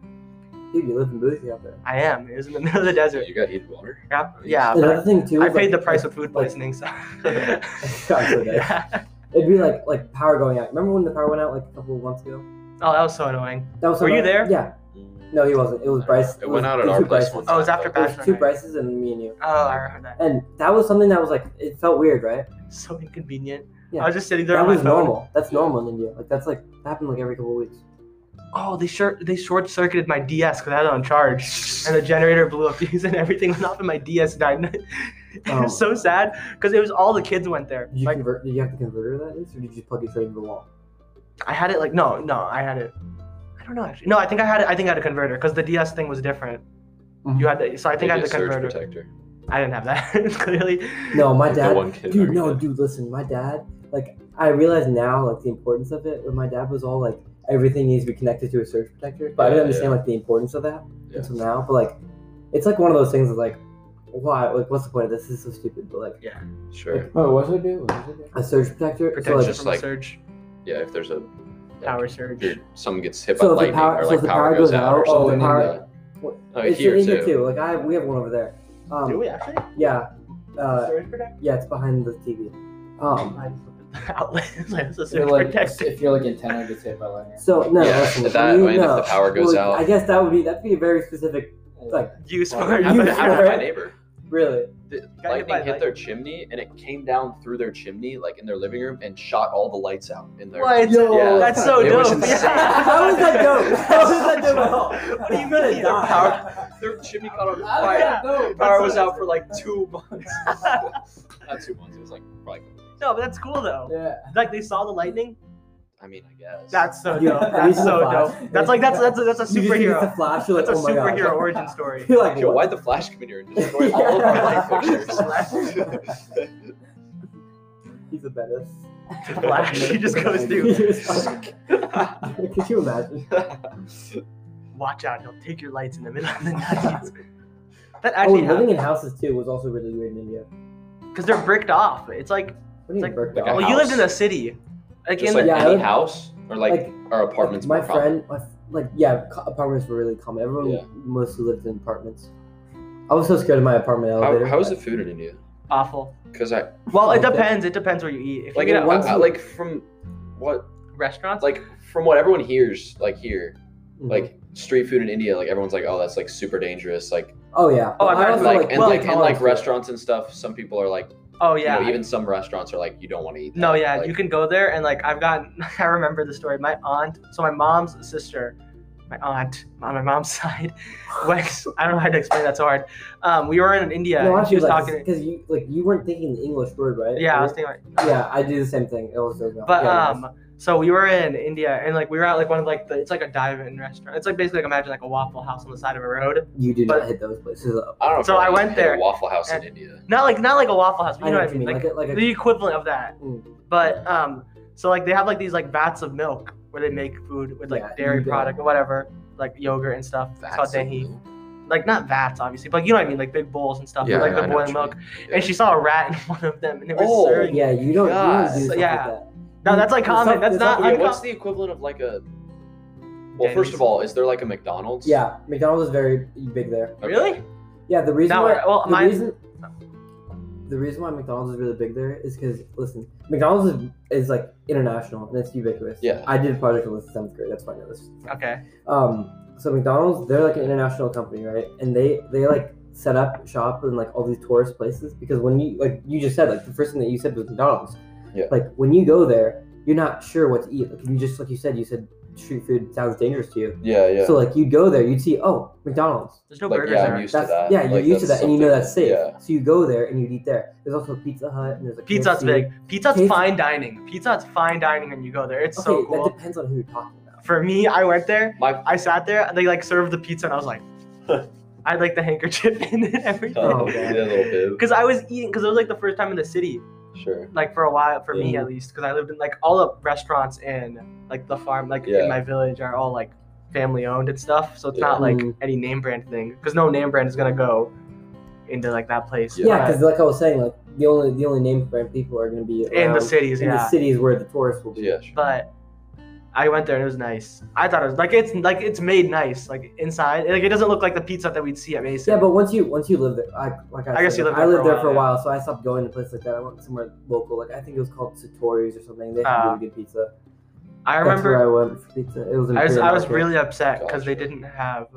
C: Dude, you live in Boothia out there.
A: I am. It was in the middle of the desert.
B: You got heated water.
A: Yeah, yeah but
C: Another thing too.
A: I
C: is,
A: paid
C: like,
A: the price of food
C: like-
A: poisoning, so.
C: God, so nice. It'd be like like power going out. Remember when the power went out like a couple of months ago?
A: Oh, that was so annoying.
C: That was
A: Were you
C: about-
A: there?
C: Yeah. No, he wasn't. It was Bryce.
B: It went
C: was
B: out at
C: the
B: our
C: two
B: place
C: Bryces.
B: one time.
A: Oh, it was after
B: though.
C: It was
A: Bachelor
C: two
A: night.
C: Bryces and me and you.
A: Oh, I heard that.
C: And that was something that was like it felt weird, right?
A: So inconvenient.
C: Yeah.
A: I was just sitting there
C: That
A: on my
C: was
A: phone.
C: normal. That's normal in India. Like that's like happened like every couple of weeks.
A: Oh, they short they short circuited my DS because I had it on charge, and the generator blew up fuse and everything went off, and my DS died. it
C: Oh.
A: was so sad because it was all the kids went there.
C: Did you
A: Like
C: convert? Did you have the converter that is, or did you just plug it straight into the wall?
A: I had it like no no I had it. I don't know actually. No, I think I had it. I think I had a converter because the DS thing was different.
C: Mm-hmm.
A: You had the so I
B: They
A: think I had
B: did
A: the
B: surge
A: converter.
B: protector.
A: I didn't have that clearly.
C: No, my
B: Like the
C: dad.
B: one kid
C: dude,
B: who
C: no,
B: did.
C: dude. Listen, my dad. Like I realize now, like the importance of it. But my dad was all like, everything needs to be connected to a surge protector. But I
B: Yeah,
C: didn't
B: yeah.
C: understand like the importance of that
B: Yeah.
C: until now. But like, it's like one of those things that's like, why? Like, what's the point of this? This is so stupid. But like,
B: Sure.
E: Oh, what's it do? What's it do?
C: a surge protector.
A: Protection
C: So like,
B: just
A: from
B: like-
A: surge,
B: Yeah, if there's a
A: power surge.
B: Dude, someone gets hit
C: So
B: by
C: if
B: lightning
C: the power-
B: or
C: so
B: like
C: if the
B: power,
C: power
B: goes
C: goes
B: out or
C: out, oh,
B: something.
C: the power-
B: yeah.
C: what-
B: Oh,
C: it's
B: here
C: in India
B: too.
C: too. Like I, we have one over there.
A: Do
C: Um,
A: we actually?
C: yeah, uh,
A: surge protector.
C: yeah. It's behind the TV. Um,
A: Outlet. It's a
E: If you're
A: surge
E: like,
A: protector.
E: if you're like antenna gets hit by lightning.
C: So no,
B: Yeah,
C: listen,
B: if that-
C: you
B: I mean, if
C: know-
B: the power goes
C: well,
B: out-
C: I guess that would be that'd be a very specific, Like-
A: Use
E: Well,
A: for
B: It happened,
C: You
B: it happened to
C: sure?
B: my neighbor.
C: really.
B: The
A: hit by
B: lightning hit their
A: lightning.
B: chimney and it came down through their chimney, like in their living room, and shot all the lights out in their.
A: What?
C: Yo,
B: Yeah,
A: That's so
B: it was
A: dope.
B: insane.
C: How is that dope? How is that dope at all?
A: What do you mean?
C: You're gonna
A: The
C: die.
A: power, their chimney caught on
B: Ah,
A: fire. Yeah.
E: No,
A: Power was out for like two months.
B: Not two months. It was like probably.
A: no, but that's cool though.
E: Yeah.
A: Like they saw the lightning.
B: I mean, I guess.
A: That's so
C: Yeah.
A: dope. That's so
C: Flash.
A: dope. That's like that's that's a, that's a
C: You just get the
A: superhero.
C: flash. You're like,
A: That's a
C: oh my
A: superhero
C: god.
A: origin story.
C: You're like,
B: Yo,
C: what?
B: why'd the Flash come in here and destroy all of our light fixtures?
C: He's a menace.
A: The flash. He just goes through.
C: Could you imagine?
A: Watch out! He'll take your lights in the middle of the night. That
C: Oh,
A: actually
C: and living in houses too was also really weird in India.
A: because they're bricked off. It's like
C: What do you
A: Like-
C: mean brick
B: like a
C: wall?
A: well, you lived in the city. Like
B: Just
A: in
B: like
A: the,
C: Yeah, I
B: any
C: would-
B: house or like,
C: Like,
B: our apartments.
C: My
B: more common.
C: friend, my, f- like, yeah, co- apartments were really common. Everyone
B: Yeah.
C: mostly lived in apartments. I was so scared of my apartment elevator.
B: How, how is the food in India?
A: awful.
B: Because I
A: Well, it
C: Okay.
A: depends. It depends where you eat. If
B: like
A: you
B: I,
A: get
C: once
B: I-
C: you-
B: like from what
A: restaurants,
B: like from what everyone hears like here
C: Mhm.
B: like street food in India like everyone's like oh that's like super dangerous like
C: oh yeah.
A: Oh, I've heard
C: also
A: like-
B: like and
A: well,
B: like and like
C: tolerance to it.
B: restaurants and stuff some people are like
A: oh yeah,
B: you know even some restaurants are like you don't want to eat that.
A: No, yeah,
B: Like,
A: you can go there and like I've gotten. I remember the story. My aunt, so my mom's sister, my aunt on my mom's side, went. I don't know how to explain that so hard. Um, we were in India.
C: no,
A: and she
C: actually,
A: was
C: like,
A: talking.
C: because you like you weren't thinking the English word, right?
A: Yeah, I was thinking. Like,
C: yeah, I do the same thing. It was so dumb.
A: but
C: Yeah,
A: um, so we were in India and like we were at like one of like the it's like a dive-in restaurant. It's like basically like imagine like a Waffle House on the side of a road.
C: you do
A: but-
C: not hit those places up.
B: I don't know if
A: so
B: I've
A: I
B: ever
A: went
B: had
A: there
B: a Waffle House
A: and-
B: in India
A: Not like not like a Waffle House, but
C: I
A: you
C: know
A: know,
C: what you mean,
A: Like
C: like a- like a
A: the equivalent of that.
C: Mm.
A: But um, so like they have like these like vats of milk where they make food with like
C: Yeah,
A: dairy
C: you do.
A: product or whatever, like yogurt and stuff. It's called
B: That's a
A: dahi.
B: little-
A: Like not vats, obviously, but you know what I mean, like big bowls and stuff. with, like the
B: I know
A: boiling
B: what you
A: milk.
B: mean.
A: And she saw a rat in one of them, and it was
B: Oh,
A: serving.
C: Yeah, you don't.
B: God.
C: You don't do stuff
A: Yeah.
C: Like that.
A: No, that's like
C: There's
A: common.
C: some-
A: That's
C: there's
A: not
C: some-
B: Yeah,
A: uncommon.
B: what's the equivalent of like a well first
A: Denny's.
B: of all is there like a McDonald's
C: Yeah, McDonald's is very big there.
B: Okay.
A: Really?
C: Yeah, the reason
A: No,
C: why.
A: well,
C: the
A: mine-
C: reason. The reason why McDonald's is really big there is because listen, McDonald's is, is like international and it's ubiquitous.
B: Yeah.
C: I did a project with seventh grade. That's why I know this.
A: Okay.
C: um so mcdonald's they're like an international company right and they they like set up shop in like all these tourist places because when you like you just said like the first thing that you said was mcdonald's
B: Yeah.
C: like when you go there you're not sure what to eat like you just like you said you said street food sounds dangerous to you.
B: Yeah, yeah.
C: So like you'd go there, you'd see, oh, McDonald's.
A: There's no
B: Like,
A: burgers
B: yeah,
A: there.
B: I'm used to
C: that's,
B: that.
C: Yeah, you're
B: Like,
C: used to
B: that's
C: that, and you know that's
B: something-
C: safe.
B: yeah.
C: So you go there and you eat there. There's also Pizza Hut, and there's like
A: Pizza Hut's
C: KFC.
A: big. Pizza Hut's
C: KFC.
A: fine dining. Pizza Hut's fine dining when you go there. It's
C: Okay,
A: so cool.
C: that depends on who you're talking about.
A: For me, I went there.
B: My
A: I sat there, and they like served the pizza, and I was like, I had like the handkerchief in it, everything.
B: oh,
C: Oh,
B: yeah,
C: man.
B: a little bit.
A: Because I was eating, because it was like the first time in the city,
B: Sure.
A: like for a while, for me at least, because I lived in like all the restaurants in like the farm, like
B: Yeah.
A: in my village, are all like family owned and stuff. So it's
B: Yeah.
A: not like
C: Mm.
A: any name brand thing, because no name brand is gonna go into like that place.
B: Yeah.
C: Yeah,
A: But
C: because like I was saying, like the only the only name brand people are going to be
A: in the
C: around
A: cities,
C: in the
A: yeah.
C: cities where the tourists will be.
B: Yeah, sure.
A: but I went there and it was nice. I thought it was like it's like it's made nice, like inside. Like it doesn't look like the pizza that we'd see at Mason.
C: Yeah, but once you once you live there, I, like I,
A: I guess
C: said,
A: you lived
C: I
A: there for a
C: lived there for a
A: while,
C: while, so I stopped going to places like that. I went somewhere local, like I think it was called Satori's or something. They had
A: Ah.
C: really good pizza.
A: I remember
C: That's where I went for pizza. It was. in
A: I was,
C: Imperial
A: I was
C: Market.
A: really upset because they
B: Gotcha.
A: didn't have.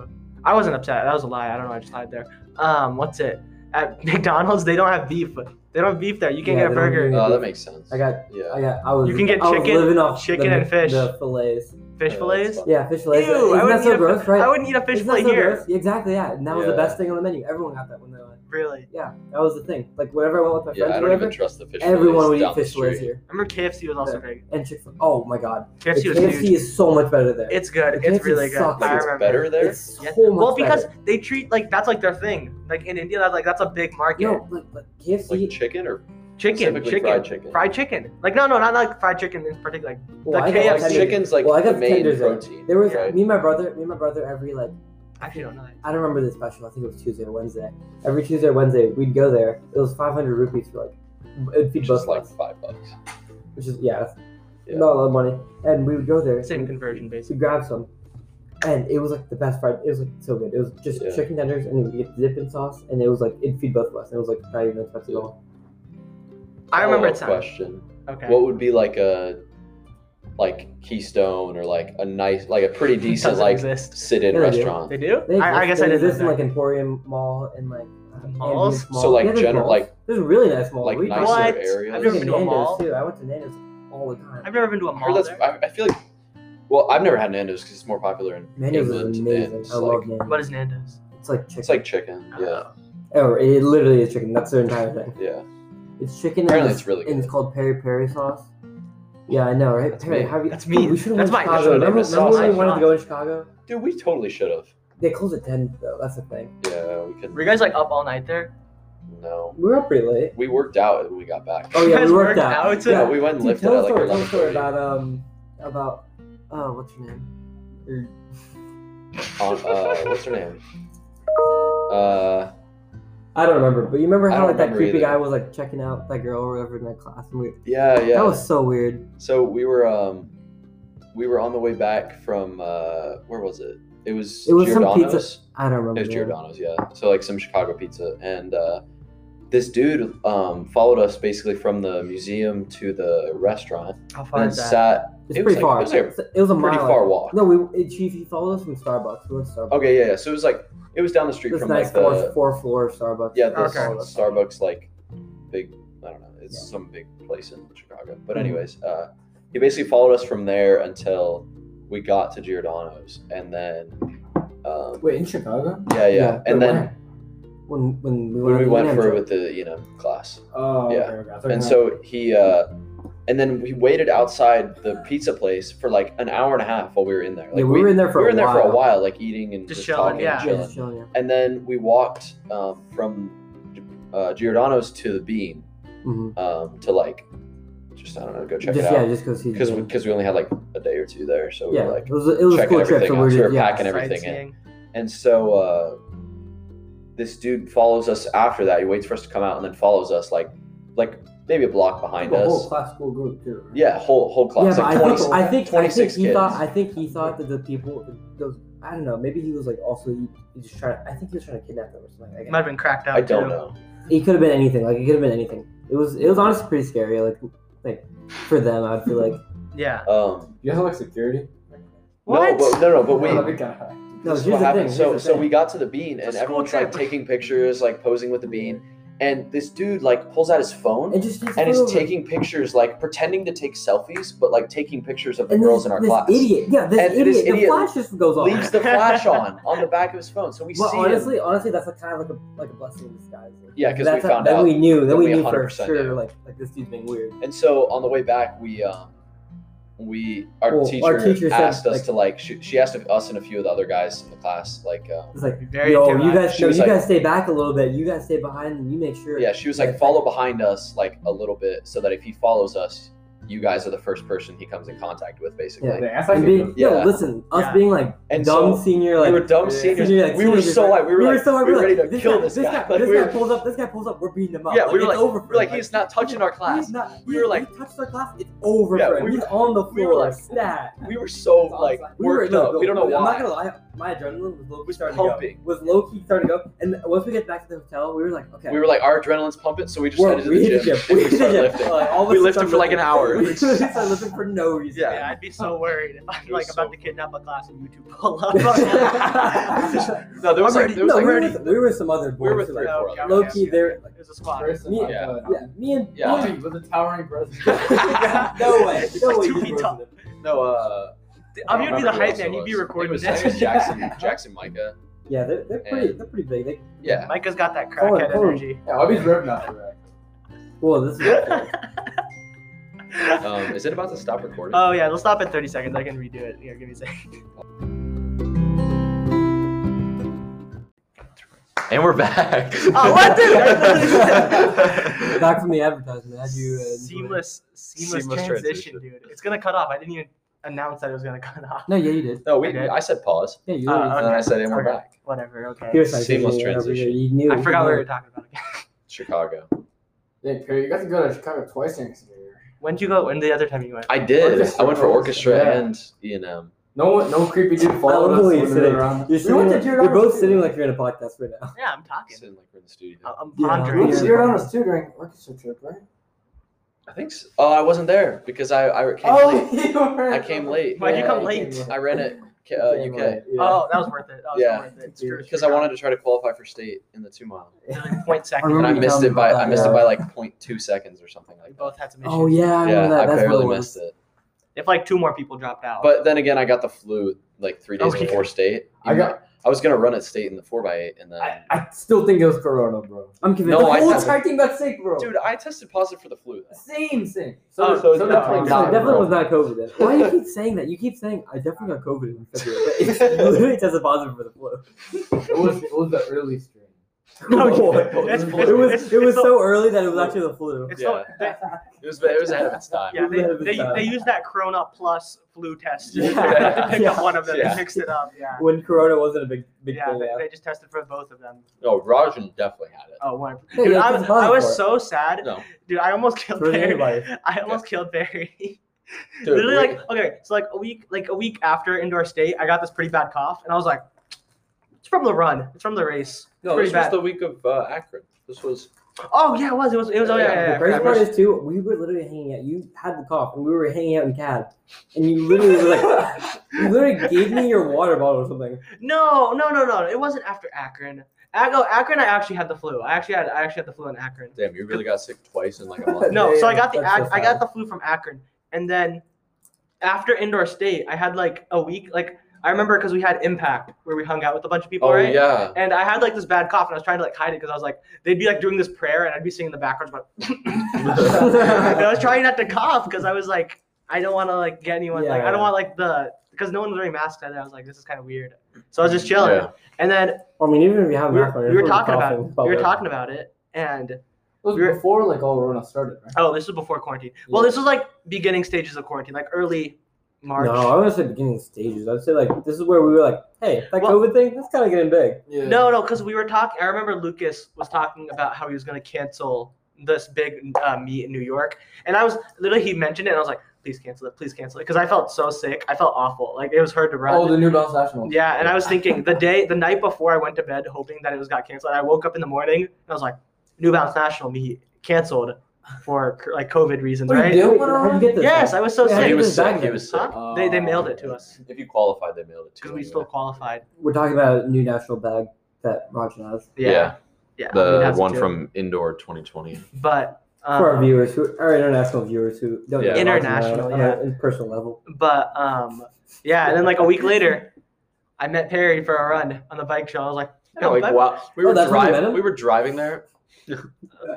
A: I wasn't upset. That was a lie. I don't know. I just lied there. Um, what's it at McDonald's? They don't have beef. They don't have beef there. You can
C: Yeah,
A: get a
C: they don't
A: burger,
C: do
B: Oh, that makes sense.
C: I got.
B: yeah.
C: I got. I was.
A: You can get
C: I was
A: chicken-
C: living off
A: chicken
C: the,
A: and fish.
C: The fillets.
A: fish
B: Yeah,
A: fillets.
B: that's fine.
C: Yeah, fish
A: Ew,
C: fillets.
A: I
C: Isn't
A: wouldn't
C: that
A: eat
C: so
A: a-
C: gross, right?
A: I wouldn't eat a fish
C: Isn't that
A: fillet
C: so
A: here.
C: gross? Exactly. Yeah, and that was
B: Yeah.
C: the best thing on the menu. Everyone got that when they went.
A: Really.
C: Yeah, that was the thing. Like whenever I went with my
B: Yeah, I
C: friends, or
B: don't
C: whatever,
B: even trust the fish.
C: everyone
B: fillets
C: would eat
B: down the
C: fish fillets
B: street.
C: here.
A: I remember KFC was also
C: Yeah.
A: great.
C: And Chick Fil. Oh my God,
A: KFC
C: the
A: was
C: KFC
A: huge.
C: is so much better there.
A: It's good.
C: The
A: It's
C: KFC
A: really good.
C: sucks.
A: I
B: Like, it's
A: remember.
B: better there.
C: It's
A: Yeah.
C: so much
A: Well, because
C: better.
A: they treat like that's like their thing. Like in India, that's like that's a big market.
C: no, like, like KFC.
B: like chicken or
A: chicken,
B: specifically
A: chicken,
B: fried chicken.
A: fried chicken. Like no, no, not like fried chicken in particular. Like
C: well, I
A: the
C: got
B: Like,
A: KFC.
C: tenders.
B: chicken's like
C: Well, I got
B: the
C: the
B: main
C: tenders in.
B: protein.
C: There was
B: right?
C: me and my brother. Me and my brother every like
A: I actually don't know. that.
C: I don't remember the special. I think it was Tuesday or Wednesday. Every Tuesday or Wednesday, we'd go there. It was 500 rupees for like it'd feed
B: which
C: both
B: is
C: of
B: like
C: us,
B: five bucks.
C: which is yeah, that's
B: Yeah.
C: not a lot of money. And we would go there.
A: Same conversion,
C: to
A: basically.
C: grab some, and it was like the best fried. It was like so good. It was just
B: Yeah.
C: chicken tenders and we get dipping sauce, and it was like it'd feed both of us. And it was like not even expensive at all.
A: I
C: Oh,
A: remember
B: Follow-up
A: it sounded.
B: question.
A: Okay.
B: What would be like a like Keystone or like a nice like a pretty decent
A: Doesn't
B: like
A: exist.
B: sit in
C: Yeah, they do.
B: restaurant?
A: They do?
C: They
A: I, I guess
C: exist.
A: I
C: They
A: didn't
C: exist in
A: know
C: like
A: that.
C: Emporium Mall and like uh,
A: Malls?
C: Ambience Mall.
B: So, like,
C: Yeah, there's
B: general-
C: malls.
B: like-
C: there's a really nice mall.
B: Like
C: We-
B: nicer
A: What? I've
B: areas.
C: I
A: never
C: went
A: been
C: to
A: to a
C: Nando's
A: mall.
C: too. I went to Nando's all the time.
A: I've never been to a
B: I, heard
A: mall.
B: that's,
A: There.
B: I, I feel like well I've never had Nando's because it's more popular in
C: Nando's
B: England
C: is
B: and
C: amazing.
B: it's
C: I
B: like,
C: love Nando's.
A: What is Nando's?
C: It's like chicken.
B: it's like chicken. Yeah,
C: oh, it literally is chicken. That's their entire thing.
B: yeah.
C: It's chicken.
B: Apparently
C: and
B: it's really
C: And
B: good.
C: it's called peri peri sauce. Yeah, I know, right?
B: That's
C: peri,
B: me.
C: have you?
A: That's me.
C: We should
A: That's
C: have went to
A: my
C: Chicago.
B: initial name
C: Remember,
B: is
C: remember when
A: Sausage
C: we wanted
A: Mouth.
C: to go to Chicago?
B: Dude, we totally should have.
C: They close at ten though. That's the thing.
B: Yeah, we could.
A: Were you guys like up all night there?
B: No,
C: We were up pretty late.
B: we worked out when we got back.
C: Oh
A: You
C: yeah,
A: guys
C: we worked
A: worked
C: out.
A: out?
B: Yeah,
C: Yeah.
B: we went and
C: Dude,
B: lifted
C: tell
B: at
C: a
B: like
C: story. Tell a
B: eleven
C: story
B: thirty.
C: about um about oh what's her name? Your-
B: on uh, what's her name? Uh,
C: I don't remember, but you remember
B: I
C: how
B: don't
C: like that
B: remember
C: creepy
B: either.
C: guy was like checking out that girl or whatever in that class? And we,
B: yeah, yeah.
C: That was so weird.
B: So we were um, we were on the way back from uh, where was it? It was
C: It was some
B: Giordano's.
C: I don't remember.
B: It was
C: the name.
B: Giordano's, yeah. So like some Chicago pizza, and uh, this dude um followed us basically from the museum to the restaurant,
A: How far
B: and
A: is that?
B: sat
C: It's
B: It was like-
C: pretty far.
B: it was like
C: It's- it was a
B: pretty
C: mile.
B: far walk.
C: No, we it, she, he followed us from Starbucks. We went to Starbucks.
B: Okay, yeah, yeah. So it was like it was down the street
C: This
B: from
C: nice
B: like the
C: four, four floor Starbucks.
B: yeah the
A: Okay.
B: Starbucks like big I don't know it's
C: Yeah.
B: some big place in Chicago. But
C: Mhm.
B: anyways, uh, he basically followed us from there until we got to Giordano's, and then um,
E: Wait, in Chicago?
B: yeah, yeah, and
C: but
B: then
C: when when we
B: when
C: went,
B: we
C: on the
B: went
C: Nam
B: for
C: trip-
B: with the you know class.
E: Oh, okay,
B: Yeah.
E: okay. I thought you
B: and
E: meant-
B: so he uh and then we waited outside the pizza place for like an hour and a half while we were in there like
C: Yeah, we were in there for
B: we were in
C: a
B: there for a
C: while.
B: while like eating and
A: Just
B: just,
A: chilling,
B: talking
A: yeah.
B: and
C: yeah, just
B: chilling.
C: chilling.
B: and then we walked um, from uh, giordano's to the bean
C: Yeah. hmm
B: um, to like just i don't know go check
C: Just
B: it
C: yeah,
B: out
C: just go see. the
B: because we,
C: gym.
B: 'cause we only had like a day or two there so we
C: yeah,
B: were like
C: it was it was a
B: checking
C: school trip,
B: everything
C: so
B: out.
C: we're
B: So
C: just
B: we're
C: yeah.
B: packing everything in.
A: Sightseeing.
B: and so uh, this dude follows us after that he waits for us to come out and then follows us like like maybe a block behind
E: The
B: us
E: whole class will go too. right?
B: Yeah, whole whole
C: Yeah,
B: class.
C: but
B: like
C: I
B: 20,
C: think I think I
B: 26
C: think he
B: kids.
C: thought I think he thought that the people those I don't know maybe he was like also he, he just trying I think he was trying to kidnap them or something. Like,
A: Might have been cracked out.
B: I don't
A: too.
B: know.
C: It could have been anything. Like it could have been anything. It was it was honestly pretty scary. Like like for them, I feel like
A: Yeah.
B: Um,
E: You guys have like security?
A: What?
B: No, but, no, no. But
E: Oh, that'd
B: wait.
E: be kinda high.
C: no.
B: this is
C: Here's
B: what
C: the thing.
B: happened.
C: here's
B: So
C: the
B: so
C: thing.
B: we got to the bean
A: It's a
B: and
A: school
B: everyone's like
A: trip.
B: taking pictures, like posing with the bean, and this dude like pulls out his phone
C: And just takes
B: and
C: it
B: is
C: over.
B: taking pictures, like pretending to take selfies, but like taking pictures of the
C: And this-
B: girls in our
C: this
B: class.
C: Idiot. Yeah, this
B: And this
C: idiot. The
B: idiot
C: flash just goes on.
B: Leaves the flash on on the back of his phone, so we
C: Well,
B: see him.
C: honestly, honestly, that's like, kind of like a like a blessing in disguise. Like,
B: Yeah, 'cause we
C: that's how-
B: found
C: then
B: out
C: we knew.
B: that
C: Then we,
B: we
C: knew for
B: 100%
C: sure.
B: knew.
C: Like like this dude's being weird.
B: And so on the way back, we um, we our
C: Well,
B: teacher,
C: our teacher said,
B: asked us
C: like-
B: to like she, she asked if us and a few of the other guys in the class like um,
C: It's like,
A: Very
C: yo, you
A: interact-
C: guys,
B: She
C: no,
B: was
C: you
B: like-
C: guys stay back a little bit. You guys stay behind, and you make sure.
B: yeah she was like follow behind us like a little bit so that if he follows us, you guys are the first person he comes in contact with basically.
C: Yeah.
E: That's
C: And
E: actually
C: being,
E: good.
C: yo,
B: Yeah.
C: listen, us
A: Yeah.
C: being like
B: And
C: dumb
B: so
C: senior,
B: we
C: like
B: were dumb
E: yeah.
B: seniors.
C: senior, like
B: we were
C: teenagers,
B: so
C: like,
B: light. We were, like,
C: so
B: we were
C: like,
B: ready to kill
C: guy,
B: this guy.
C: guy,
B: Like,
C: this
B: we
C: guy
B: were,
C: pulls up. This guy pulls up. We're beating him up.
B: yeah,
C: like,
B: we were
C: it's
B: like,
C: over
B: we
C: for
B: were like
C: him.
B: he's not touching our class.
C: He's not,
B: We
C: he-
B: were like-
C: he touched our class. It's over
B: Yeah,
C: for him.
B: we
C: he's
B: were-
C: on the
B: we were
C: floor.
B: like-
C: stat.
B: We were so
E: Sounds
B: like
E: like-
C: We were
B: worked
C: no,
B: up.
C: no,
B: we don't know
C: I'm
B: why.
C: not gonna lie, my adrenaline was low key
B: was
C: starting to
B: pumping.
C: go. Was low key starting to go, and once we get back to the hotel, we were like, okay,
B: We were like our adrenaline's pumping, so we just
C: we're-
B: headed to
C: we
B: the
C: hit
B: gym.
C: the
B: and
C: We
B: we
C: hit the
B: started
C: gym.
B: lifting.
C: Like, all of
B: We
C: us
B: lifted
C: started
B: for, like, an hour.
C: We started lifting for no reason.
B: Yeah.
A: Yeah, I'd be so worried if I'm
B: It
A: like
B: was
A: about
B: so-
A: to kidnap a class and you two pull up.
B: No, there was
A: I'm ready.
B: like there was
C: no,
B: like
C: we, were with, we were with some other boys.
B: We were with
C: who,
B: three or
C: like,
B: four
A: Okay,
B: other
C: low
A: guys.
C: key, they're
A: It was a squad. Oh,
E: Person,
C: Yeah.
B: Yeah.
C: yeah, me and
B: Yeah.
C: me
E: Dude,
C: and-
E: with a towering presence.
A: Yeah.
C: no way, no way,
A: Two
C: you
A: feet
C: were
A: tall.
C: with them.
B: No, uh,
A: I'm
B: I
A: gonna be the
B: don't remember who
A: hype
B: else
A: man.
B: it
A: You'd be
B: was.
A: recording
B: It was, I think it was
A: this.
B: Jackson, Jackson, Micah.
C: Yeah, they're, they're pretty
B: And-
C: they're pretty big. They,
B: Yeah,
A: Micah's got that
C: Call it,
A: crackhead
C: call it.
A: energy.
E: Yeah, I'll be driven after that.
C: well, this is
B: um, is it about to stop recording?
A: Oh yeah, let's stop at 30 seconds. I can redo it. Here, give me a second.
B: and we're back.
A: Oh, what, dude? I-
C: back from the advertisement. How'd you uh, enjoy it?
A: Seamless, seamless,
B: Seamless
A: transition,
B: transition.
A: dude. It's gonna cut off. I didn't even announce that it was gonna cut off.
C: No, yeah, you did.
B: no, we.
A: Okay.
B: I said pause,
C: Yeah, you.
A: Uh,
C: literally
A: okay.
B: and then I said, and we're
A: Okay.
B: back.
A: Whatever. Okay.
C: Here's like
B: Seamless
C: you know, over there,
B: transition.
C: You knew.
A: I forgot
C: you
A: what we
C: know.
A: were talking about again.
B: Chicago.
E: Yeah, Perry, you got to go to Chicago twice next year.
A: When'd you go? When the other time you went?
B: I did.
E: Orchestra.
B: I went for orchestra
E: Yeah.
B: and E and M.
E: No one, no creepy dude followed
C: I
E: us
C: love the way you
E: when we
C: said
E: were
C: it.
E: around.
C: You're,
E: We went to
C: sitting,
E: Giordano's
C: you're both
E: too.
C: sitting like you're in a podcast right now.
A: Yeah, I'm talking.
B: Sitting like we're in the
A: I-
B: studio.
A: I'm
E: We
C: Yeah,
A: pondering.
E: went to
C: Yeah.
E: Giordano's too during orchestra trip, right?
B: I think. so. Oh, I wasn't there because I I came
C: Oh,
B: late.
E: Oh, you were.
B: I came late.
A: Why'd you
B: Yeah,
A: come
B: I
A: late?
B: came I ran at K- uh,
C: Damn
B: UK
C: right, yeah.
A: Oh, that was worth it. That was
B: Yeah.
A: worth it. It's
C: Yeah.
A: true, it's
B: because I
A: true.
B: wanted to try to qualify for state in the two mile,
A: Really point second.
C: I
B: and I
C: remember you
B: missed
C: telling
B: it
C: me
B: by
C: about
B: I
C: that,
B: missed
C: yeah.
B: it by like 0.2 seconds or something
A: We
B: like that.
A: both had some issues.
C: Oh yeah, I
B: Yeah,
C: remember that.
B: I
C: That's
B: barely
C: what it was.
B: missed it.
A: If like two more people dropped out.
B: But then again, I got the flu like three days
A: Oh, yeah.
B: before state.
E: I
B: I
E: got-
B: got. I was gonna run at state in the four by eight, and then
E: I, I still think it was Corona, bro.
C: I'm convinced.
B: No,
E: the
B: I
E: whole
B: haven't.
E: entire team got sick, bro.
B: dude, I tested positive for the flu.
E: same thing.
A: Oh,
E: did-
B: so it's
E: did
B: not-
E: Tom.
B: it's
C: No, it
B: not
C: definitely
B: bro.
C: was not COVID then. Why do you keep saying that? You keep saying I definitely got COVID in February. But it's literally tested positive for the flu.
E: It was it was the early strain.
A: No,
B: No,
A: that's-
B: it
C: it was it
A: it's-
C: was so early that it was actually the flu.
A: It's so-
B: Yeah.
A: they,
B: was it was ahead of its time.
A: yeah,
C: Who's
A: they, they,
C: that?
A: they used that Corona plus flu test
C: Yeah.
A: to pick
C: Yeah.
A: up one of them
B: Yeah.
A: and mixed it up. Yeah.
C: When Corona wasn't a big big
A: Yeah,
C: thing.
A: they,
C: yeah.
A: they just tested for both of them.
B: No, Rajan definitely had it.
A: Oh, one.
C: Yeah,
A: Dude,
C: yeah,
A: I'm-
C: it's
A: I
C: positive for
A: was
C: it.
A: so sad.
B: No,
A: Dude, I almost killed
C: For
A: Barry.
C: anybody.
A: I almost killed Barry.
B: dude,
A: Literally,
B: we-
A: like okay, so like a week, like a week after indoor state, I got this pretty bad cough, and I was like, "It's from the run. It's from the race. It's
B: no,
A: pretty
B: this was
A: bad."
B: the week of uh, Akron. This was
A: Oh yeah, it was. It was. It was. Oh yeah,
B: Yeah,
A: yeah. yeah,
C: The crazy
A: yeah.
C: part is too, we were literally hanging out. You had the cough, and we were hanging out in CAD, and you literally were like, you literally gave me your water bottle or something.
A: No, no, no, no. It wasn't after Akron. Ac- oh, Akron, I actually had the flu. I actually had. I actually had the flu in Akron.
B: damn. You really got sick twice in like a month.
A: No,
C: Yeah,
A: so I
C: yeah,
A: got the
C: that's
A: Ac-
C: so
A: I
C: sad.
A: got the flu from Akron, and then after indoor state, I had like a week. Like I remember because we had impact where we hung out with a bunch of people,
B: Oh
A: right?
B: yeah.
A: And I had like this bad cough, and I was trying to like hide it because I was like, they'd be like doing this prayer, and I'd be singing in the background, but and I was trying not to cough because I was like, I don't want to like get anyone. Like I
C: Yeah.
A: don't want like the because no one was wearing masks. And I was like, this is kind of weird. So I was just chilling,
B: Yeah.
A: and then
C: I mean, even if you have
A: we
C: an
A: were,
C: afro,
A: we were
C: you're
A: talking about
C: coughing,
A: it. we were
C: but-
A: talking about it, and
E: It was
A: We were-
E: before like all Rona started, right?
A: oh, this was before quarantine. Well, this was like beginning stages of quarantine, like early March.
C: No, I would say beginning stages. I'd say like this is where we were like, hey, that
A: Well-
C: COVID thing, that's kind of getting big.
E: Yeah.
A: No, no, because we were talking. I remember Lucas was talking about how he was going to cancel this big uh, meet in New York, and I was literally he mentioned it, and I was like, please cancel it, please cancel it, because I felt so sick. I felt awful. Like it was hard to run.
E: Oh, the New Balance National.
A: yeah, and I was thinking the day, the night before I went to bed, hoping that it was got canceled. I woke up in the morning and I was like, New Balance National meet canceled for like COVID reasons,
E: Wait,
A: right?
E: did-
C: Wait, how'd Oh, you get this?
A: Yes, I was so
C: Yeah,
B: he
A: sick.
C: you-
B: was Uh, sick. He
C: Back-
B: was sick.
A: Huh? they they mailed it to us
B: If you qualified, they mailed it to
A: because
B: you.
A: we
B: anyway.
A: still qualified.
C: We're talking about a new national bag that Roger has.
B: Yeah.
A: Yeah, we'd
B: The
A: have to
B: one
A: do it.
B: from Indoor 2020.
A: But um,
C: for our viewers who our international viewers who don't
B: Yeah.
C: get involved in that
A: International,
C: on a- on a personal level.
A: But um, yeah, and then like a week later, I met Perry for a run on the bike show. I was like,
B: Yeah, like
A: bike-
B: wow, we
C: Oh,
B: were
C: that's when you met
B: driving.
C: him?
B: We were driving there.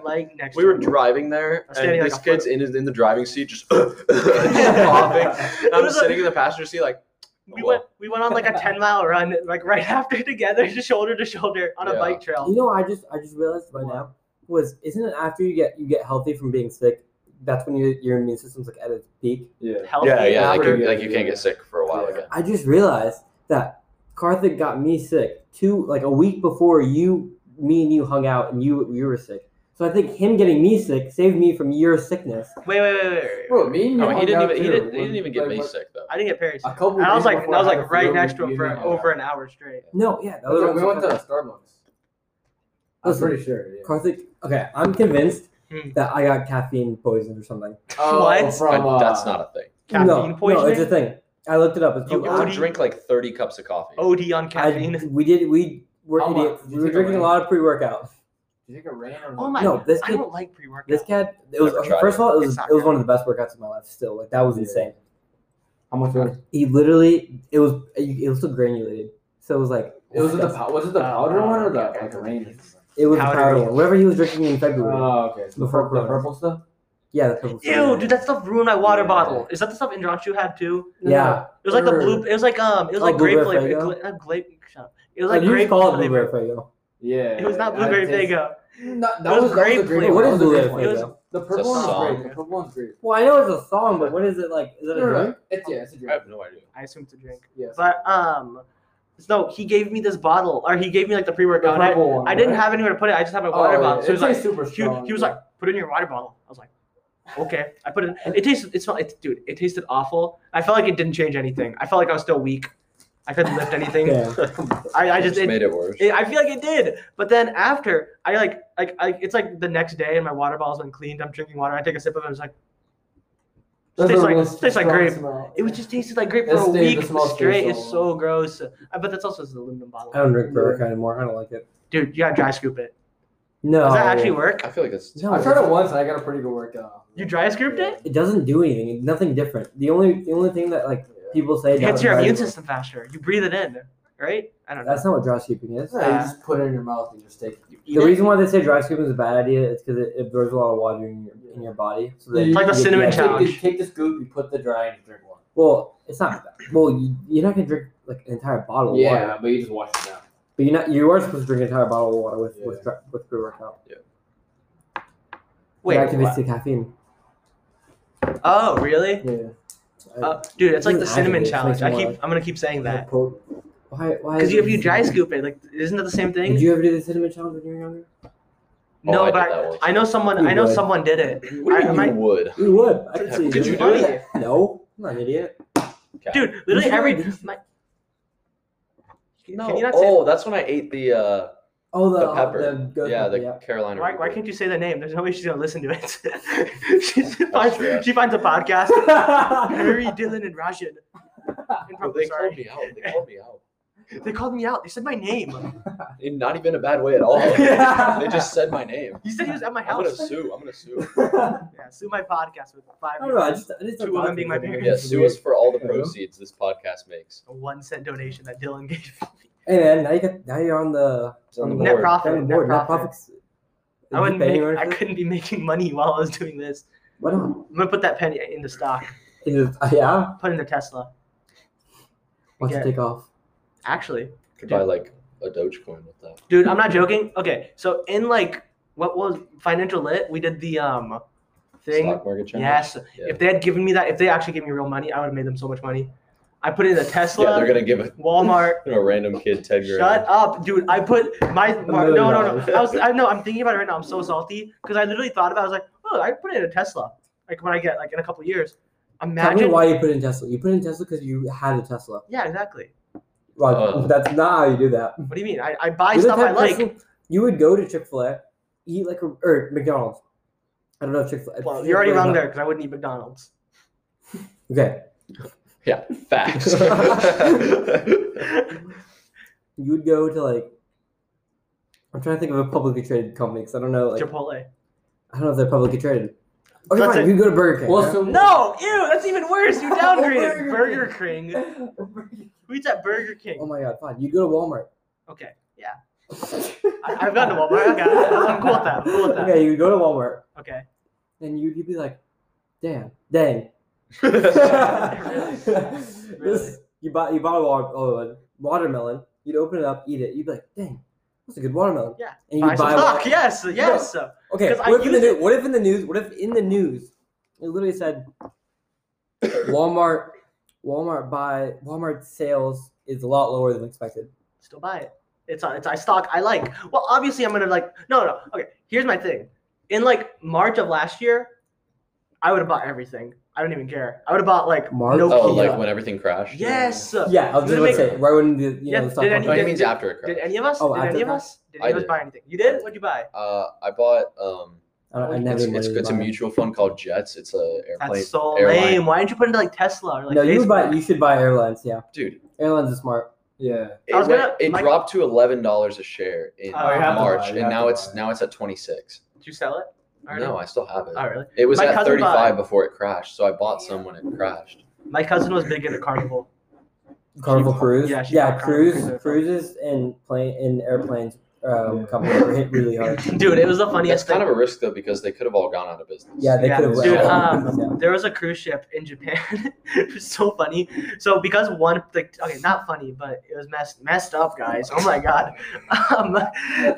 A: like next.
B: We were
A: time.
B: driving there,
A: I'm standing
B: and
A: like
B: this
A: a
B: kid's in his- in the driving seat, just, just coughing. And
A: It
B: I'm
A: was a-
B: sitting in the passenger seat, like
A: we went we went on like a 10 mile run like right after together just shoulder to shoulder on a
B: Yeah.
A: bike trail
C: You know, what I just I just realized right now was isn't it after you get you get healthy from being sick, that's when your your immune system's like at its peak.
E: Yeah.
A: healthy
B: yeah, yeah, like,
A: after.
B: you, like you can't get sick for a while
E: Yeah.
B: again.
C: I just realized that Karthik got me sick two like a week before you me and you hung out and you you were sick. So I think him getting me sick saved me from your sickness.
A: wait wait wait wait, wait, wait.
E: Bro, me and you
B: I mean, he
E: hung
B: didn't
E: out
B: even he
E: too.
B: didn't, he
E: When-
B: didn't even get
E: like,
B: me
E: what-
B: sick though.
A: i didn't get Perry's
E: A couple.
A: and i was
E: days
A: like and
E: before
A: i was
E: had
A: like
E: a fever,
A: right next to
E: you
A: him for
E: hung out.
A: over an hour straight
C: No, yeah, that
E: That's
C: was
E: right, We went to Starbucks. I'm
C: Listen,
E: pretty sure. yeah.
C: Karthik. Okay, I'm convinced
A: Hmm.
C: that I got caffeine poisoned or something.
E: Oh,
A: What?
E: From,
B: I-
E: uh,
B: that's not a thing.
A: caffeine
C: no, no,
A: poisoning
C: it's a thing. I looked it up. It's
A: You Oh,
C: called
B: You
A: OD?
B: have to drink like 30 cups of coffee.
A: od on
C: I-
A: caffeine
C: we did. We were
E: How much?
C: idiots.
E: Oh, Did you
C: We were
E: take a
C: drinking a
E: rain?
C: lot of pre-workout.
E: Did you get rain or
A: oh my
C: No, this
A: i
C: kid-
A: don't like pre-workout
C: This cat. It was
B: Never tried
C: first of all, it was
A: It's not
C: it was
A: good.
C: one of the best workouts of my life. Still, like that was
E: Yeah.
C: insane.
E: How much was it?
C: He literally, it was it was so granulated. So it was like it was
E: Was it the pow- was it the powder one or the like the rain?
C: it was the
A: Powder.
C: powder one, whatever he was drinking in February.
D: Uh,
E: Oh, okay. So the,
C: Before
E: pur- the purple stuff.
C: yeah, the purple.
A: Ew,
C: stuff.
A: dude, that stuff ruined my water
E: Yeah.
A: bottle. Is that the stuff Indranchu had too?
C: Yeah,
A: It was like the
C: Err.
A: blue. It was like um, it was
C: Oh,
A: like grape
C: blueberry
A: flavor.
C: Fago?
A: Gla- uh, grape. Shut up. It was
C: like
A: like
C: you
A: grape
C: just call it
A: flavor.
C: blueberry fago.
E: Yeah.
A: It was not
E: I
A: blueberry
E: taste-
A: fago.
E: No, that was,
A: was
E: that was
A: grape
E: the grape.
A: flavor.
C: What
E: one.
C: is
E: That was the
C: blueberry
E: grape one.
A: It
C: fago?
E: The purple
B: It's a
E: one is
B: song.
E: great. The purple one's great.
C: Well, I know it's a song, but what is it like? Is it a drink?
E: It's yeah, it's a
B: I
E: drink.
B: have no idea.
A: I assume it's a drink.
E: Yeah.
A: But um, no, he gave me this bottle, or he gave me like the pre-workout. and I, I didn't have anywhere to put it. I just had my water
C: Oh,
A: bottle. So he was like,
E: super
A: he, he was like, put it in your water bottle. I was like, okay. I put it. It tasted. It smelled. It, dude, it tasted awful. I felt like it didn't change anything. I felt like I was still weak. I couldn't lift anything.
C: Yeah.
A: I, I
B: It
A: just
B: just
A: it,
B: made it worse.
A: it- I feel like it did. But then after, I like like I, it's like the next day, and my water bottle's been cleaned. I'm drinking water. I take a sip of it. I'm just like,
E: That's a
A: tastes like-
E: real
A: tastes like
E: strong
A: grape.
E: smell.
A: it was just tasted like grape for
E: It's
A: a
E: the-
A: week
E: the small
A: straight.
E: taste
A: It's
E: all-
A: so gross. I bet that's also the aluminum bottle.
C: I don't drink Burke anymore. I don't like it.
A: Dude, you gotta dry scoop it.
C: No.
A: Does that actually work?
B: I feel like that's
C: No.
E: I tried it once and I got a pretty good workout.
A: You dry scooped it?
C: It doesn't do anything. Nothing different. The only the only thing that like
E: Yeah.
C: people say
A: It hits your
C: down-
A: immune system faster. You breathe it in, right? I don't know.
C: That's not what dry scooping is.
E: Yeah, you just put it in your mouth and just take it.
A: You eat
C: The
A: it?
C: reason why they say dry scooping is a bad idea is because it absorbs a lot of water in your, in your body. So that
E: It's like
A: the
C: you get
A: cinnamon
C: dehydrated.
E: Take,
A: challenge.
E: the- take the scoop, you put the dry, and you drink one.
C: Well, it's not that. Well, you, you're not gonna drink like an entire bottle of water,
E: but you just wash it down.
C: but you're not. You are supposed to drink an entire bottle of water with with dry, with pre workout.
A: Wait.
C: it activates
A: what?
C: the caffeine.
A: Oh, really?
C: Yeah.
A: Oh, dude, it's like the
C: Doesn't
A: cinnamon
C: activate, it
A: challenge.
C: makes
A: I
C: it
A: keep.
C: more-
A: I'm gonna keep saying that.
C: Why? Why?
A: Because
C: is
A: if
C: it-
A: you dry scoop it, like, isn't that the same
C: Did
A: thing?
C: you Oh, ever do the cinnamon challenge when you were younger?
A: No,
B: oh, I
A: but
B: did
A: I,
B: that once.
A: I know someone.
C: You
A: I know
C: would.
A: someone did it.
B: What do you
A: I-
B: mean
A: I-
B: you would?
C: You would. I could see
B: Did you
A: do
C: it? No, I'm not an idiot.
B: Okay.
A: Dude, literally
C: You
A: every.
C: would.
A: My,
B: no.
A: Can you not say,
B: oh, that's when I ate the uh,
C: Oh, the
B: the pepper.
C: The goat
B: yeah,
C: pepper,
B: the Carolina.
A: why, why
B: Reaper.
A: can't you say the name? There's no way she's gonna listen to it. she,
B: true, yeah.
A: finds, she finds a podcast.
C: yeah.
A: Harry, Dylan, and Rajan. And
B: Well,
A: probably,
B: they
A: sorry.
B: called me out. They called me out.
A: They called me out. They said my name.
B: In not even a bad way at all.
C: Yeah.
B: They just said my name.
A: He said he was at my
B: I'm gonna
A: house.
B: sue. I'm gonna sue.
A: Yeah, sue my podcast with five.
C: I don't know. I just, I just
A: Two
C: don't
A: women being my
C: think it's
B: Yeah,
A: parents.
C: weird.
B: sue us for all the
C: Yeah.
B: proceeds this podcast makes.
A: a one cent donation that Dylan gave.
C: Hey man, now you got now you're on the
B: It's on the
C: on
A: Net
B: board.
A: profit.
C: on the
A: Net
C: board. Net
A: profit.
C: profits.
A: I wouldn't.
C: Penny
A: Make,
C: or
A: I
C: anything?
A: couldn't be making money while I was doing this.
C: Why not?
A: I'm gonna put that penny in the stock.
C: It is, uh, yeah.
A: Put in the Tesla.
C: Wants
A: Yeah.
C: to take off.
A: Actually,
B: Could buy like a Dogecoin with that.
A: dude, I'm not joking. Okay, so in like what was financial lit, we did the um thing.
B: Stock market challenge.
A: Yes.
B: Yeah.
A: If they had given me that, if they actually gave me real money, I would have made them so much money. I put in a
B: Yeah,
A: Tesla,
B: they're gonna give a,
A: Walmart,
B: you know, a random kid ten grand.
A: Shut up, dude. I put my, my no,
C: million
A: no, no.
C: dollars.
A: I was, I know. I'm thinking about it right now. I'm so salty because I literally thought about. it. I was like, oh, I put in a Tesla. Like when I get like in a couple years,
C: Tell
A: imagine.
C: me why you put in Tesla. You put in Tesla because you had a Tesla.
A: Yeah, exactly.
C: Rod,
B: Uh.
C: that's not how you do that.
A: What do you mean? I, I buy
C: You're the
A: stuff I
C: type of
A: like.
C: person- you would go to Chick Fil A, eat like a or McDonald's. I don't know if Chick Fil A.
A: Well, you're already wrong there because I wouldn't eat McDonald's.
C: Okay,
B: Yeah, facts.
C: you would go to like I'm trying to think of a publicly traded company because I don't know. Like,
A: Chipotle.
C: I don't know if they're publicly traded. Okay,
A: That's
C: fine.
A: it.
C: We can go to Burger King.
E: Well,
C: huh?
E: so
A: No, ew, that's even worse. You downgraded
C: Burger
A: Burger King. Who's at Burger King?
C: oh my god, fine. You go to Walmart.
A: Okay, yeah. I, I've gone to Walmart. Okay, I'm cool with that. I'm cool with that.
C: Okay, you go to Walmart
A: Okay.
C: and you, you'd be like, damn, dang. This, you bought you bought a water, oh, a watermelon. You'd open it up, eat it. You'd be like, dang, that's a good watermelon.
A: Yeah.
C: And you
A: Buy some
C: buy
A: stock. Yes, yes.
C: Okay,
A: 'Cause I
C: what if, in the
A: use
C: new, what if in the news? What if in the news it literally said Walmart Walmart buy Walmart sales is a lot lower than expected.
A: Still buy it. It's on. It's I stock. I like. Well, obviously, I'm gonna like. No, no. Okay. Here's my thing. In like March of last year, I would have bought everything. I don't even care. I would have bought like
C: March?
A: no.
B: Oh,
A: key.
B: like
C: Yeah.
B: when everything crashed.
A: yes.
C: Yeah, I was
A: Does
C: just
A: it
C: about to
A: make-
C: say right when the you
A: Yeah,
C: know the stock
A: did
C: market-
B: No, he
A: Did-
B: means
A: did-
B: after it crashed.
A: Did any of us?
C: Oh,
A: did any
C: after
A: of
C: that?
A: us? Did
B: I
A: any of us
B: did.
A: buy anything? You did. What'd you buy?
B: Uh, I bought um.
C: I, don't, I never
B: It's,
C: even
B: it's,
C: really
B: it's a
C: buy it.
B: mutual fund called Jets. It's a
A: That's
B: airplane.
A: so
B: airline.
A: lame. Why didn't you put into like Tesla or like
C: no, you
A: Facebook?
C: buy you should buy airlines. Yeah,
B: Dude,
C: airlines are smart.
E: yeah.
B: it,
A: I was
B: went-
A: gonna-
B: it
A: my-
B: dropped to eleven dollars a share in
A: Oh, you
E: buy,
A: have to
B: March,
E: you
B: and
E: have
B: now
E: to
B: it's
E: buy.
B: now it's at twenty six.
A: Did you sell it? already?
B: No, I still have it.
A: Oh, really?
B: It was
A: My
B: at
A: cousin
B: thirty
A: bought
B: five
A: it.
B: before it crashed, so I bought some when it crashed.
A: My cousin was big into Carnival.
C: Carnival
A: bought-
C: Cruise.
A: yeah, she bought Carnival
C: cruise
A: Cruise.
C: cruises and plane and airplanes um,
E: Yeah.
C: companies were hit really hard.
A: Dude, it was the
B: That's
A: funniest
B: kind
A: thing.
B: of a risk though, because they could have all gone out of business.
C: Yeah, they
A: Yeah,
C: could have.
B: dude,
A: um, there was a cruise ship in Japan. it was so funny. So because one, like, okay, not funny, but it was messed messed up, guys. Oh my god, um,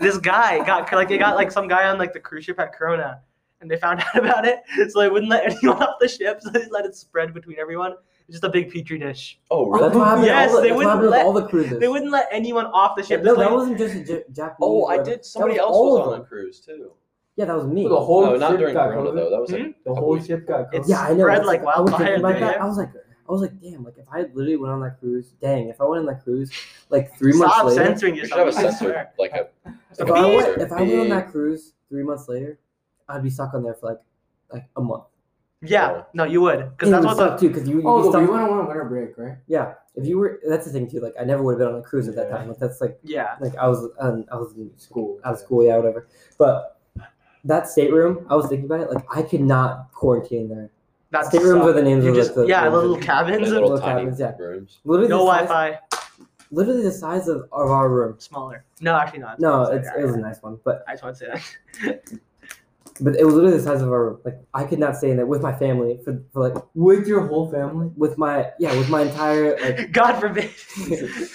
A: this guy got like they got like some guy on like the cruise ship at Corona, and they found out about it, so they wouldn't let anyone off the ship, so they let it spread between everyone. It's just a big petri dish.
B: Oh,
C: That's
B: really?
C: what happened. to
A: Yes,
C: all the,
A: they
C: that's what
A: wouldn't
C: happened with
A: let-
C: all the cruises.
A: They wouldn't let anyone off the
C: Yeah,
A: ship.
C: no,
A: This
C: that
A: lady-
C: wasn't just a J- Japanese.
B: Oh, I
C: whatever.
B: did. Somebody
C: that was
B: else
C: all
B: was
C: of
B: on a
C: them.
B: cruise too.
C: Yeah, that was me.
E: The whole
B: No, not
E: ship
B: during
E: got
B: Corona
E: COVID.
B: though. That was
A: Hmm?
B: like
E: The
B: couple
E: whole
B: weeks
E: ship got
A: It's-
E: COVID.
C: yeah, I know.
A: spread
C: that's-
A: like
C: I was thinking
A: wildfire,
C: about
A: dude.
C: that. I was like, I was like, damn. Like if I had literally went on that cruise, dang. If I went on that cruise, like three
A: Stop
C: months later,
A: censoring
B: We should have
A: yourself.
B: a
A: I
B: sensor,
A: swear.
B: like a.
C: if
A: Beep.
C: I
B: like a
C: went, if I went on
B: beep.
C: that cruise three months later, I'd be stuck on there for like like a month.
A: Yeah, no, you would, because
C: And it
A: that's
C: would
A: what the
C: suck too, because you you'd
E: Oh,
C: be
E: but we
C: stuck.
E: went on a winter break, right?
C: yeah, if you were, that's the thing too. Like I never would have been on a cruise at that
E: Yeah.
C: time. Like that's like
A: yeah.
C: like I was um, I was in
E: School.
C: out of school, yeah, whatever. But that stateroom, I was thinking about it. Like I could not quarantine there.
A: That
C: Staterooms
A: sucked.
C: are the names
A: You
C: of
A: just,
C: the-
A: yeah,
C: the-
A: little
B: Like
A: cabins.
B: little
C: Look
B: tiny
C: happens, yeah.
B: rooms.
C: Literally
A: no
C: the size-
A: Wi-Fi.
C: Literally the size of, of our room.
A: Smaller. No, actually not.
C: No,
A: Sorry,
C: it's,
A: I-
C: it was a nice one, but
A: I just want to say that.
C: but it was literally the size of our room. Like I could not stay in there with my family for, for like
E: With your whole family?
C: with my yeah with my entire like
A: God forbid.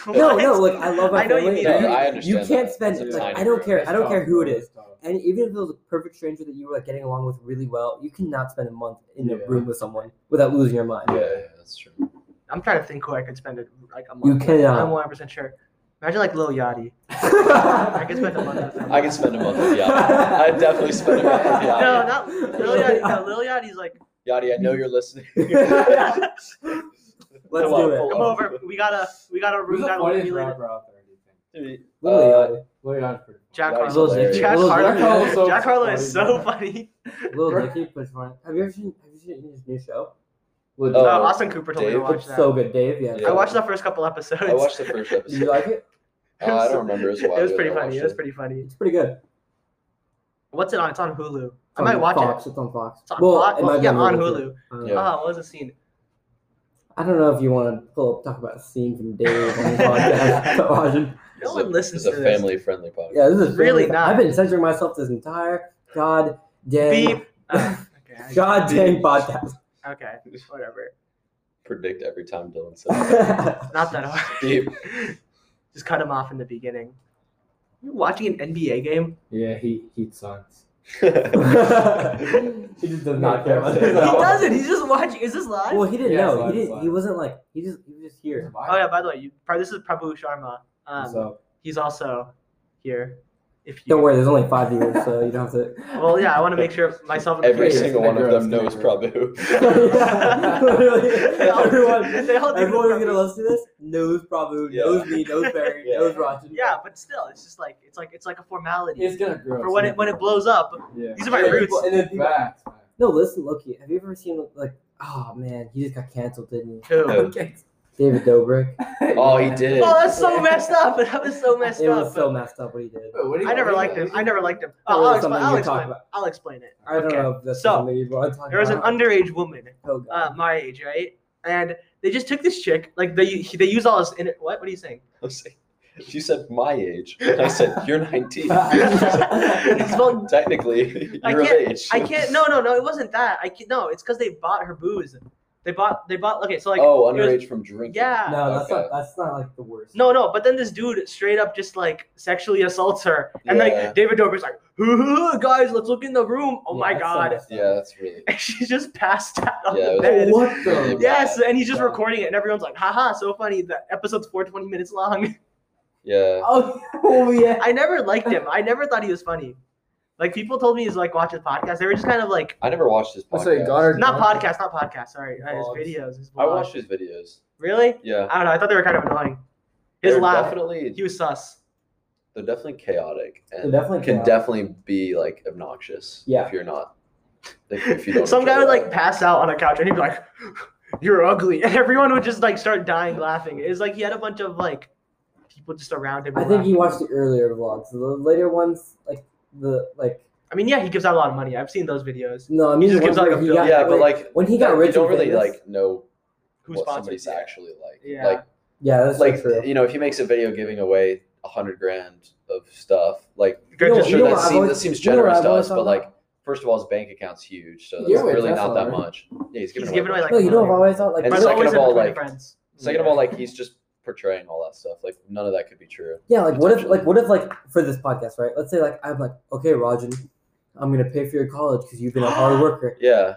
C: no
A: What?
C: no like I love my
A: I know you
C: family.
A: mean
C: and
A: that.
C: you,
A: No,
B: I
C: you
B: understand
C: can't
B: that.
C: spend
B: It's a
C: it. Like
B: tiny
C: I don't
B: room.
C: care. I don't
E: That's
C: care who it
E: tough.
C: is. And even if it was a perfect stranger that you were like getting along with really well, you cannot spend a month in a
E: Yeah.
C: room with someone without losing your mind.
B: Yeah, yeah, that's true.
A: I'm trying to think who I could spend it like a month.
C: You uh,
A: with.
C: cannot.
A: I'm 100 percent sure. Imagine like Lil Yachty. I could spend a month with him.
B: I could spend a month with Yachty. I'd definitely spend a month with Yachty.
A: No, not Lil Yachty. No, Lil Yachty's like,
B: Yachty, I know you're listening.
C: Let's
B: Come
C: do
B: on,
C: it.
B: pull
A: come
B: up.
A: over. We got a we got a
E: Who's
A: room
E: the
A: down in
E: funniest
A: Wheeling.
E: rapper out there, do you think?
C: Literally,
B: Uh,
C: uh,
E: Lil Yachty's pretty
A: Jack
B: That was
A: Harlow.
B: hilarious.
A: Jack
C: Lil
A: Harlow.
C: Jack
E: Harlow's so
A: Jack Harlow is so
E: funny.
A: funny.
C: Little Nicky puts one. Have you ever seen Have you seen his new show?
E: Lil
B: Oh,
A: No,
E: Yachty.
A: Austin Cooper told me to
B: Dave?
A: watch
C: it's
A: that.
C: so good, Dave. Yeah,
B: Yeah.
A: I watched the first couple episodes.
B: I watched the first
C: Did you
B: episode.
C: like it?
B: Uh, I don't remember. It was, a while
A: It was
B: ago
A: pretty
B: that I
A: funny. It
B: watched
A: was pretty funny.
C: It's pretty good.
A: What's it on? It's on Hulu. I
C: It's
A: might
C: on
A: watch it.
C: Fox. It's on Fox.
A: It's on
C: well,
A: Fox.
C: it might
A: Well,
C: be
A: yeah, on
C: Hulu.
A: Hulu.
C: Um,
B: Yeah.
A: Oh, what was the scene?
C: I don't know if you want to pull up talk about a scene from Dave on the podcast. but watching-
A: No
B: It's a-
A: one listens
B: It's
A: to
B: a
A: this.
B: family-friendly podcast.
C: yeah, this is
A: Really
C: bad.
A: not.
C: I've been censoring myself this entire god damn
A: Beep. Oh, okay. I-
C: god dang podcast.
A: Okay. Whatever.
B: Predict every time Dylan says.
C: I
A: Not that hard.
B: Beep.
A: Just cut him off in the beginning. You watching an NBA game?
E: Yeah, he, he sucks.
C: He
E: just
C: does not care about it.
A: He
C: No.
A: doesn't. He's just watching. Is this live?
C: well, he didn't
E: Yeah, it's
C: know.
E: live,
C: He
E: it's
C: didn't. He
E: live.
C: wasn't like he just. He was just here.
A: oh yeah. By the way, you, Pra- this is Prabhu Sharma. Um,
E: So,
A: he's also here. If you
C: Don't worry, there's only five viewers, so you don't have to.
A: Well, yeah. I want to make sure myself. and
B: Every
A: Peter-
B: single one of them
E: Gross,
B: knows
E: gross.
B: Prabhu.
A: They
C: Yeah, literally.
A: all-
C: everyone,
A: they all do
C: everyone who's
A: Prabhu.
C: gonna listen to this knows Prabhu,
B: Yeah.
C: knows me, knows Barry,
B: Yeah.
C: knows Rajan.
A: Yeah, but still, it's just like it's like it's like a formality.
E: it's gonna grow.
A: For when it when it blows up,
E: Yeah.
A: these are my
C: And then
A: roots.
C: people- And then people,
E: Facts, man.
C: no, listen, Loki. Have you ever seen like, oh man, he just got canceled, didn't he?
A: Who?
B: No.
C: Okay. David Dobrik.
B: Oh, he did.
A: Oh, that's so messed up. That was so messed
C: it
A: up.
C: was so messed up what he did.
D: Wait, what do you-
A: I never
D: what
A: liked
D: do you-
A: him. I never liked him.
C: That
A: I'll,
C: was
A: I'll explain.
C: something
A: I'll
C: you
A: explain.
C: talk about. Uh-huh.
A: I'll explain it.
C: I don't
A: Okay.
C: know if that's
A: So,
C: something you want to talk
A: There was an
C: about.
A: underage woman
C: Oh, God.
A: uh, my age, right? And they just took this chick. Like they they use all this. In What? What are you saying?
B: I was like, you said my age. And I said, you're 19.
A: It's well,
B: Technically,
A: I
B: you're of
A: can't-
B: age.
A: I can't. No, no, no. It wasn't that. I can't. No, it's because they bought her booze. They bought. They bought. Okay, so like.
B: oh,
A: it was-
B: underage from drinking.
A: Yeah.
C: no, that's
B: Okay.
C: not. That's not like the worst.
A: No, no, but then this dude straight up just like sexually assaults her, and
B: Yeah.
A: like David Dobrik's like, "Hoo, hoo, hoo, guys, let's look in the room. Oh
C: Yeah,
A: my
C: that's so
A: god,
C: messed up.
B: Yeah, that's really.
A: and she just passed out on
B: Yeah,
A: the
B: it was-
A: bed.
C: What
B: really
C: the?
B: bad.
A: Yes, and he's just
C: Yeah.
A: recording it, and everyone's like, haha, so funny. The episode's 420 minutes long.
B: Yeah.
C: Oh, oh yeah.
A: I never liked him. I never thought he was funny. Like, people told me he's like, watch his podcast. They were just kind of like,
B: I never watched his
D: I say
B: podcast.
D: Goddard-
A: not podcast, not podcast, sorry. uh,
C: Vlogs.
A: His videos. His
B: I
A: vlogs.
B: watched his videos.
A: Really?
B: Yeah.
A: I don't know. I thought they were kind of annoying. His
B: they're
A: laugh,
B: Definitely,
A: he was sus.
B: they're definitely chaotic. And
C: They're definitely
B: can
C: chaotic.
B: definitely be like obnoxious.
C: Yeah.
B: If you're not. If, if you don't
A: Some guy
B: enjoy
A: would like
B: it.
A: pass out on a couch, and he'd be like, you're ugly. And everyone would just like start dying laughing. It was like he had a bunch of like people just around him.
C: I
A: who
C: think you
A: laughed.
C: watched the earlier vlogs. The later ones, like the like.
A: I mean, yeah, he gives out a lot of money. I've seen those videos.
C: No, I mean
A: just
C: the
A: gives
C: ones
A: out
C: where
A: a
C: he
A: bill.
C: got.
B: Yeah, but like
C: when he got
B: you
C: rich,
B: don't
C: and
B: really
C: famous-
B: like know
A: Who
B: what
A: sponsored
B: somebody's
A: yeah.
B: actually like.
A: Yeah.
B: Like
C: Yeah, that's so
B: like
C: true.
B: you know, if he makes a video giving away a hundred grand of stuff, like
A: Go
C: No,
A: just-
B: sure
C: know
B: that
C: what I've
B: seems that
C: always-
B: seems
C: you know what
B: generous
C: I've
B: to
C: always
B: us, but
C: thought
B: like first of all, his bank account's huge, so
D: He
B: that's
D: gave away
B: really
D: Tesla,
B: not that
D: right?
B: much. Yeah, he's giving
A: He's
B: away.
A: giving away like
C: No, you know what I've
A: million.
C: always thought like.
B: And
A: But it's
C: you know-
B: second
A: always
B: of
A: in
B: all,
A: between
B: like-
A: friends.
B: Second of all, like he's just portraying all that stuff. Like none of that could be true.
C: Yeah, like what if
B: Potentially.
C: like what if like for this podcast, right? Let's say like I'm like, okay, Rajan, I'm gonna pay for your college because you've been a hard worker.
B: Yeah. And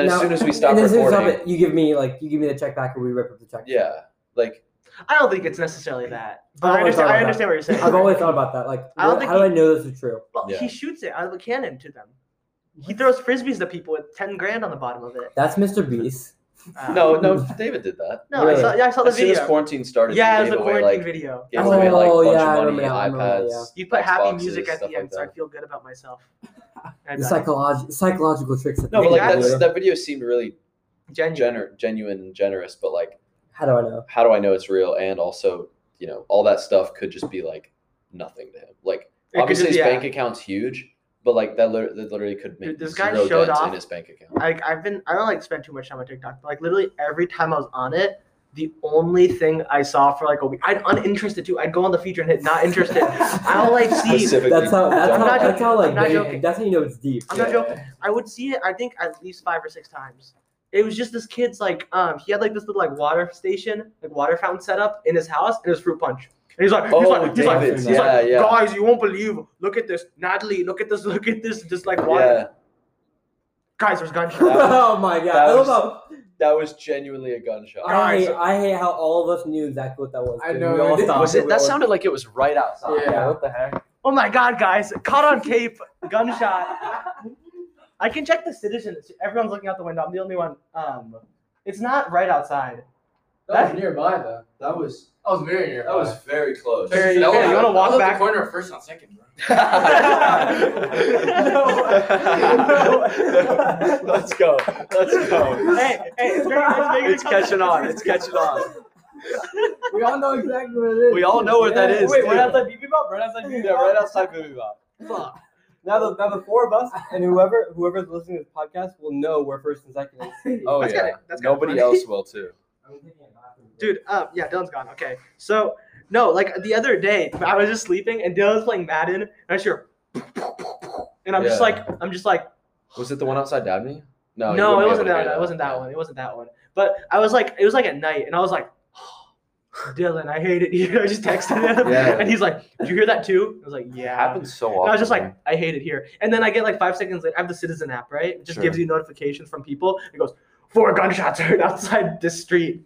B: then
C: Now-
B: as soon as we stop
C: and as soon as we
B: recording,
C: stop it, you give me like you give me the check back, or we rip up the check.
B: yeah, like
A: I don't think it's necessarily that. But
C: I've
A: I
C: always
A: understand.
C: thought
A: I
C: about
A: understand what you're saying.
C: I've always thought about that. Like,
A: I don't
C: what-
A: think
C: how do
A: he-
C: I know this is true?
A: Well,
B: Yeah.
A: he shoots it out of a cannon to them. He throws frisbees to people with ten grand on the bottom of it.
C: That's Mr. Beast.
A: Uh,
B: no, no, David did that.
A: no, I
C: really?
A: saw, yeah, I saw Oh, the
B: As soon as
A: video.
B: quarantine started,
A: Yeah,
B: he
A: it was
B: gave
A: a
B: away
A: quarantine
B: like
A: video.
B: gave
A: That's
B: away
A: what I-
B: like
C: Oh,
B: bunch
C: yeah, I
B: of
C: remember
B: money,
C: that, I remember that,
B: iPads.
C: yeah.
A: You put happy
B: Xboxes,
A: music at
B: stuff
A: the end,
B: like
A: so I
B: that.
A: feel good about myself. I
C: The
A: died.
C: psycholog- psychological tricks. that
B: No,
C: they
B: but like
C: do.
B: that's, that video seemed really
A: Genuine.
B: gener- genuine and generous. But like,
C: how do I know?
B: how do I know it's real? And also, you know, all that stuff could just be like nothing to him. Like,
A: It could
B: obviously
A: just-
B: his
A: yeah.
B: bank account's huge, but like that, lit- that literally could make
A: Dude, this guy
B: zero
A: showed
B: dents
A: off-
B: in his bank account.
A: like I've been I don't like spend too much time on TikTok, but like literally every time I was on it, the only thing I saw for like a week I'd uninterested too. I'd go on the feature and hit not interested. I'll like see
B: Specifically,
C: That's how. That's
B: don't-
C: how.
A: not
C: That's how.
A: joking.
C: Like
A: I'm not
C: they-
A: joking.
C: that's how you know it's deep.
A: I'm not
B: Yeah.
A: joking. I would see it I think at least five or six times. It was just this kid's like um he had like this little like water station, like water fountain set up in his house and it was fruit punch. And he's like, he's
B: Oh,
A: like, he's like,
B: David,
A: he's like,
B: yeah, yeah.
A: guys, you won't believe. Look at this, Natalie. Look at this. Look at this. Just like water.
B: Yeah,
A: Guys, there's gunshots.
B: was-
C: oh my god!
B: that
C: I
B: was-
C: love how
B: that was genuinely a gunshot.
C: I
A: Guys.
C: hate, I hate how all of us knew exactly what that was.
D: I
C: dude.
D: know,
C: We all
D: it
C: stopped.
B: Was it?
C: We
B: That
C: all-
B: sounded like it was right outside.
D: Yeah,
C: what the heck?
A: Oh my God, guys, caught on tape, gunshot. I can check the citizens. Everyone's looking out the window. I'm the only one. Um, it's not right outside.
D: That was nearby though.
B: That was
D: That was very nearby.
B: very close.
A: Very-
D: That was-
A: yeah, you wanna walk
D: that was
A: back?
D: The corner of first on second, bro.
A: No.
B: Let's go. Let's go.
A: Hey, hey, it's, very, it's, very-
B: It's catching on. It's catching on.
C: We all know exactly what it is.
B: We all know where that is.
E: Wait,
B: too.
E: right outside Bebop? Right outside
B: Yeah,
E: Bebop?
B: right outside Booby Bop.
A: Fuck.
C: Now the now the four of us and whoever whoever's listening to this podcast will know where first and second is.
B: Oh
A: That's
B: yeah.
A: kinda- that's kinda
B: Nobody
A: funny.
B: else will too.
A: Dude, um, yeah, Dylan's gone. Okay, so no, like the other day, I was just sleeping and Dylan's playing Madden, and I just hear, and I'm just
B: Yeah.
A: like, I'm just like,
B: Was it the one outside Dabney? No. you
A: no,
B: wouldn't
A: it wasn't
B: be able to
A: that.
B: hear
A: one. It wasn't that one. It wasn't that one. But I was like, it was like at night, and I was like, Dylan, I hate it here. I just texted him,
B: Yeah.
A: and he's like, "Did you hear that too?" I was like,
B: It
A: "Yeah."
B: happens so often.
A: And I was just like,
B: man.
A: I hate it here. And then I get like five seconds later, I have the Citizen app, right? It just
B: Sure.
A: gives you notifications from people. It goes, four gunshots heard outside the street.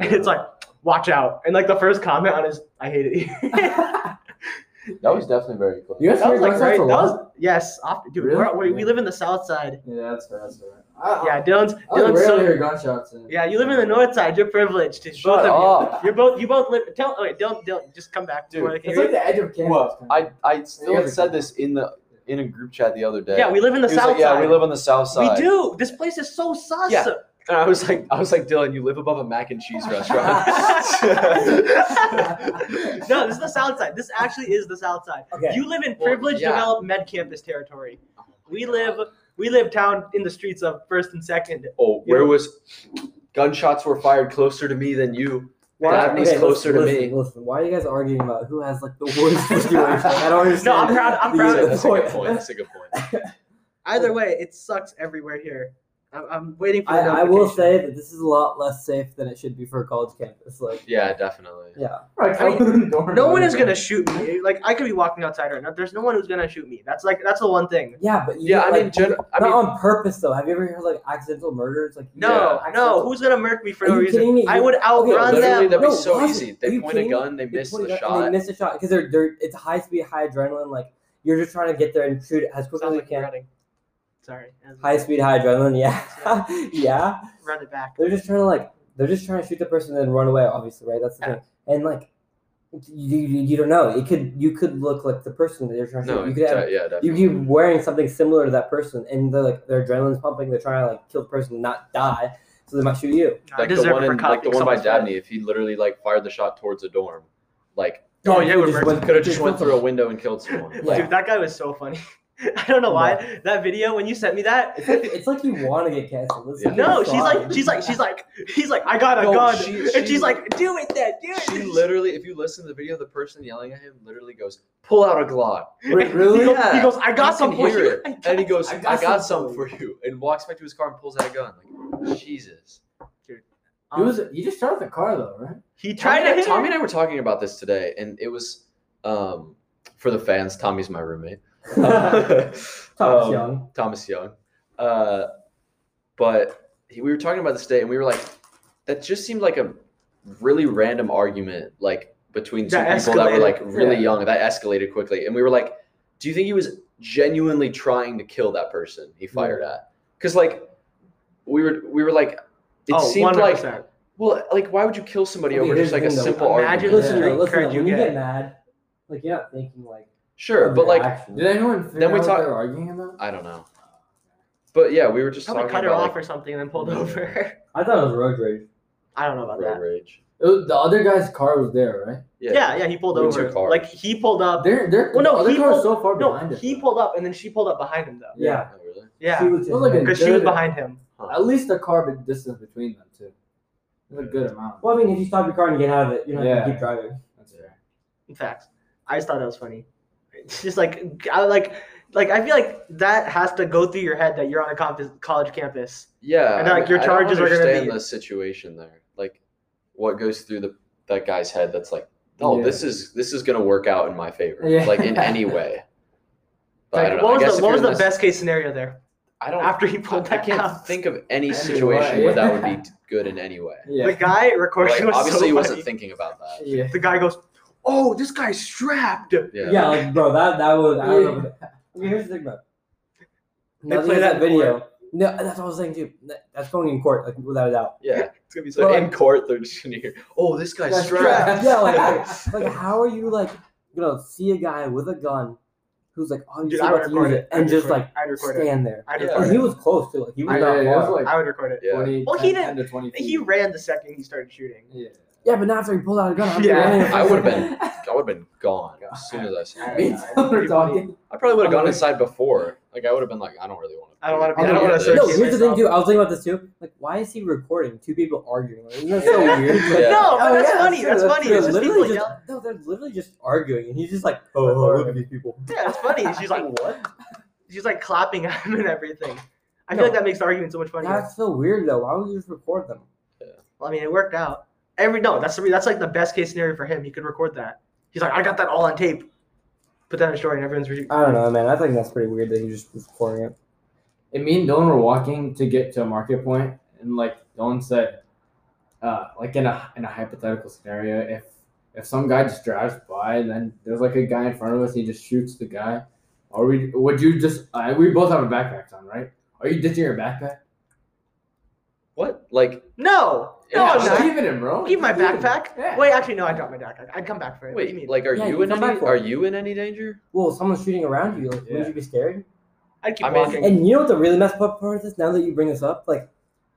A: And it's like, watch out. And like the first comment on is, I hate it here.
B: that was definitely very close.
C: You guys
A: that was like, right,
C: a
A: that
C: lot.
A: was, yes, often, dude,
D: Really?
A: we're, we we live in the south side.
D: Yeah, that's right. That's right.
C: Oh.
D: I,
A: Yeah, Dylan's,
D: I, I
A: Dylan's
D: rarely
A: so,
D: hear gunshots. in-
A: yeah, you live in the north side. You're privileged. It's
B: Shut
A: both of
B: up.
A: you. You're both, you both live, tell, okay, Dylan, Dylan, just come back.
B: Dude,
A: before I can
D: It's
A: hear
D: like the edge of campus.
B: Well, I I still
D: Everything.
B: said this in the in a group chat the other
A: you.
B: day.
A: yeah, we live in the
B: He was like,
A: south
B: yeah,
A: side.
B: we live on the south
A: We
B: side.
A: do. This place is so sus.
B: Yeah. And I was like, I was like, Dylan, you live above a mac and cheese restaurant.
A: No, this is the South Side. This actually is the South Side.
C: Okay.
A: You live in
B: Well,
A: privileged,
B: yeah.
A: developed med campus territory. We live, we live down in the streets of first and second.
B: oh, where was gunshots were fired closer to me than you? That means
C: okay,
B: closer to
C: listen,
B: me.
C: Listen, listen, why are you guys arguing about who has like the worst situation? I don't understand.
A: No, I'm proud. I'm
C: the-
A: proud.
C: the
A: of
B: That's a good
C: point.
B: point. That's a good point.
A: Either way, it sucks everywhere here. I'm, I'm waiting for.
C: I,
A: The
C: I will
A: notification.
C: say that this is a lot less safe than it should be for a college campus. Like,
B: Yeah, definitely.
C: yeah,
A: No one is gonna shoot me. Like I could be walking outside right now. There's no one who's gonna shoot me. That's like that's the one thing.
C: yeah, but you
B: Yeah,
C: get,
B: I mean,
C: like,
B: gen- I
C: not
B: mean,
C: on purpose though. Have you ever heard like accidental murders? Like, you get
A: No,
C: an
A: no.
C: accidental-
A: Who's gonna murk me for
C: Are
A: no
C: you kidding
A: reason?
C: me?
A: I would outrun
C: Okay,
B: literally,
A: them.
B: that'd
C: No,
B: be so
C: why-
B: easy.
C: are
B: They
C: you
B: point a
C: kidding me?
B: gun, they
C: They
B: miss
C: point
B: the
C: it up and
B: shot.
C: They miss a shot because they're, they It's high speed, high adrenaline. Like you're just trying to get there and shoot it as quickly
A: Sounds
C: as
A: like
C: you
A: you're
C: can.
A: running. Sorry. As-
C: High speed, high adrenaline. Yeah, yeah.
A: Run it back.
C: They're just trying to like they're just trying to shoot the person and then run away. Obviously, right? That's the
A: Yeah.
C: thing. And like you, you, you don't know. It could you could look like the person that you're trying to.
B: No,
C: shoot. you could have,
B: de- yeah, definitely.
C: you could be wearing something similar to that person, and they're like their adrenaline's pumping. They're trying to like kill the person, and not die. So they might shoot you.
A: No, I
B: like the
A: deserve
B: one
A: it for
B: in, like the
A: copying
B: one by
A: someone's friend.
B: Dabney, if he literally like fired the shot towards a dorm, like
A: Oh, yeah,
C: you
A: we're
C: just
A: merging.
C: went-
B: could have just went through a
C: someone.
B: window and killed someone.
C: Yeah.
A: Dude, that guy was so funny. I don't know why that video when you sent me that.
C: It's like, it's like you want to get canceled. It's like
B: Yeah.
A: no,
C: you're
A: she's
C: sorry.
A: like, she's like, she's like, he's like, I got a
B: No,
A: gun,
B: she-
A: and
B: she-
A: she's like, do it then, do it.
B: She literally, if you listen to the video, the person yelling at him literally goes, "Pull out a Glock."
C: Re-
A: He
C: really?
A: goes,
B: Yeah.
A: he goes, I got some
B: You can
A: for
B: hear
A: you.
B: it. and he goes,
D: I
B: "I
D: got
B: got, some for you," and walks back to his car and pulls out a gun. Like, Jesus.
A: Uh,
D: It was. You just shot the car though, right?
A: Um, He tried
B: Tommy,
A: to
B: and I-
A: hit
B: Tommy
A: her.
B: and I were talking about this today, and it was um, for the fans. Tommy's my roommate. Thomas
C: Thomas
A: Oh,
C: Young.
B: Thomas Young. Uh, but he, we were talking about this today, and we were like, that just seemed like a really random argument, like between two
A: That
B: people that were
A: escalated.
B: like really
C: Yeah.
B: young. That escalated quickly, and we were like, do you think he was genuinely trying to kill that person
A: Hmm.
B: he fired at? Because like, we were we were like, it
A: Oh,
B: seemed like
A: 100%.
B: well, like, why would you kill somebody
C: Okay,
B: over
C: here's
B: just like
C: the
B: a
C: thing, though.
B: simple
A: Imagine
B: argument?
A: the
C: Listen, though,
A: street
C: listen.
A: cred
C: though, When
A: you
C: you
A: get.
C: get mad, like you're not thinking like.
B: Sure,
C: of
B: but
C: your
B: like,
C: action.
D: Did anyone figure
B: Then we
D: out
B: talk-
D: what they were arguing about?
B: I don't know. But yeah, we were just
A: Probably
B: talking
A: cut her
B: about
A: off
B: like,
A: or something and then pulled
C: Yeah.
A: over.
C: I thought it was road rage.
A: I don't know about
B: road
A: that.
B: rage.
D: It was, the other guy's car was there, right?
A: Yeah, yeah, he pulled
B: We took
A: over.
B: cars.
A: Like he pulled up.
D: They're, they're,
A: Uh, Well, no,
D: the other
A: he
D: car was
A: pulled-
D: so far
A: No,
D: behind it.
A: he pulled up and then she pulled up behind him though.
C: Yeah.
B: Oh, really?
C: She
A: Yeah,
C: was
D: It was like a-
A: because she was behind him.
D: At least a car bit distance between them too. It's a good amount.
C: well, I mean, if you stop your car and get out of it, you don't have to
D: Yeah.
C: keep driving.
D: That's fair.
A: In fact, I just thought that was funny. It's just like I like like I feel like that has to go through your head that you're on a campus, college campus.
B: Yeah.
A: And, like, your charges
B: I
A: are
B: don't
A: gonna
B: understand
A: be-
B: the situation there. Like, what goes through the that guy's head? That's like, oh,
D: Yeah.
B: this is this is gonna work out in my favor.
D: Yeah.
B: Like in any way. But I
A: Like,
B: don't know. I
A: what
B: guess
A: was
B: if
A: the, what
B: you're
A: was
B: in
A: the
B: this-
A: best case scenario there
B: I don't.
A: after he
B: I,
A: pulled
B: I
A: that
B: can't
A: out?
B: think of any
D: Anyway,
B: situation where that would
D: yeah.
B: be good in any way.
D: Yeah.
A: The guy recording
B: Like,
A: was
B: obviously, he
A: so
B: wasn't
A: funny.
B: thinking about that.
D: yeah.
A: The guy goes, "Oh, this guy's strapped."
C: Yeah, like, bro, that that was. I don't know. Okay, here's the thing, though.
A: They
C: Now that
A: play
C: you
A: that
C: have
A: in
C: video. No, that's what I was saying too. That- That's going in court, like without a doubt.
B: Yeah.
A: It's gonna be so.
B: So
C: Well,
B: in court, they're just gonna hear, "Oh, this guy's
D: That's
B: strapped."
D: Right.
C: Yeah, like, like, like, how are you like gonna see a guy with a gun who's like obviously
A: Dude, I would
C: about to use
A: record it
C: it and
A: I'd
C: just
A: record
C: like
A: it. I'd record it.
C: stand there?
A: I'd
B: Yeah.
A: record
C: And
A: it.
C: he was close too. Like he was
D: I-
C: not
D: yeah, it was
C: far.
D: like
A: I would record it.
B: Yeah.
D: 20,
A: Well, he
D: 10
A: didn't-
D: to 20 feet.
A: He ran the second he started shooting.
D: Yeah.
C: yeah, but not after he pulled out a gun. I'm
A: Yeah.
C: running.
B: I would've been- I would have been gone as soon as I saw.
D: Me
B: It.
D: and Tom were talking.
B: I probably would have gone
D: I'm-
B: inside before. Like I would have been like, "I don't really want to."
A: I don't wanna be-
C: I don't
A: wanna
C: No,
A: Search
C: here's the
A: yourself.
C: thing too. I was thinking about this too. Like, why is he recording two people arguing? Like, isn't that so weird? It's like-
B: Yeah.
A: No, but
C: Oh,
A: that's
C: yeah,
A: funny.
C: true,
A: That's,
C: that's
A: funny.
C: true.
A: It's just
C: Literally
A: people
C: just-
A: yelling.
C: No, they're literally just arguing, and he's just like, "Oh, oh look at these people."
A: Yeah, it's funny. She's like,
C: "What?"
A: she's like clapping at him and everything. I feel
C: No.
A: like that makes the argument so much funnier.
C: That's so weird, though. Why would you just record them?
A: Well, I mean, it worked out. Every no, that's the re- that's like the best case scenario for him. He could record that. He's like, I got that all on tape. Put that in a story, and everyone's re-
C: I don't know, man. I think that's pretty weird that he just was recording it.
D: And me and Dylan were walking to get to a market point, and like Dylan said, uh, like in a in a hypothetical scenario, if if some guy just drives by and then there's like a guy in front of us, and he just shoots the guy. Are we? Would you just? Uh, we both have our backpacks on, right? Are you ditching your backpack?
B: What? Like,
A: No, no,
B: Yeah,
A: I'm
D: just
B: like-
A: not.
D: leaving him, bro.
A: Keep my
D: Just leave him.
A: backpack.
D: Yeah.
A: Wait, actually, no, I dropped my backpack. I'd come back for it. what do you mean?
B: wait, like, are
C: Yeah,
B: you
C: you
B: in
C: come
B: any?
C: back for
B: Are
C: it.
B: you in any danger?
C: Well, someone's shooting around you. Like,
D: Yeah.
C: would you be scared?
A: I'd keep
B: I mean-
A: walking.
C: And you know what the really messed up part of this? Now that you bring this up, like,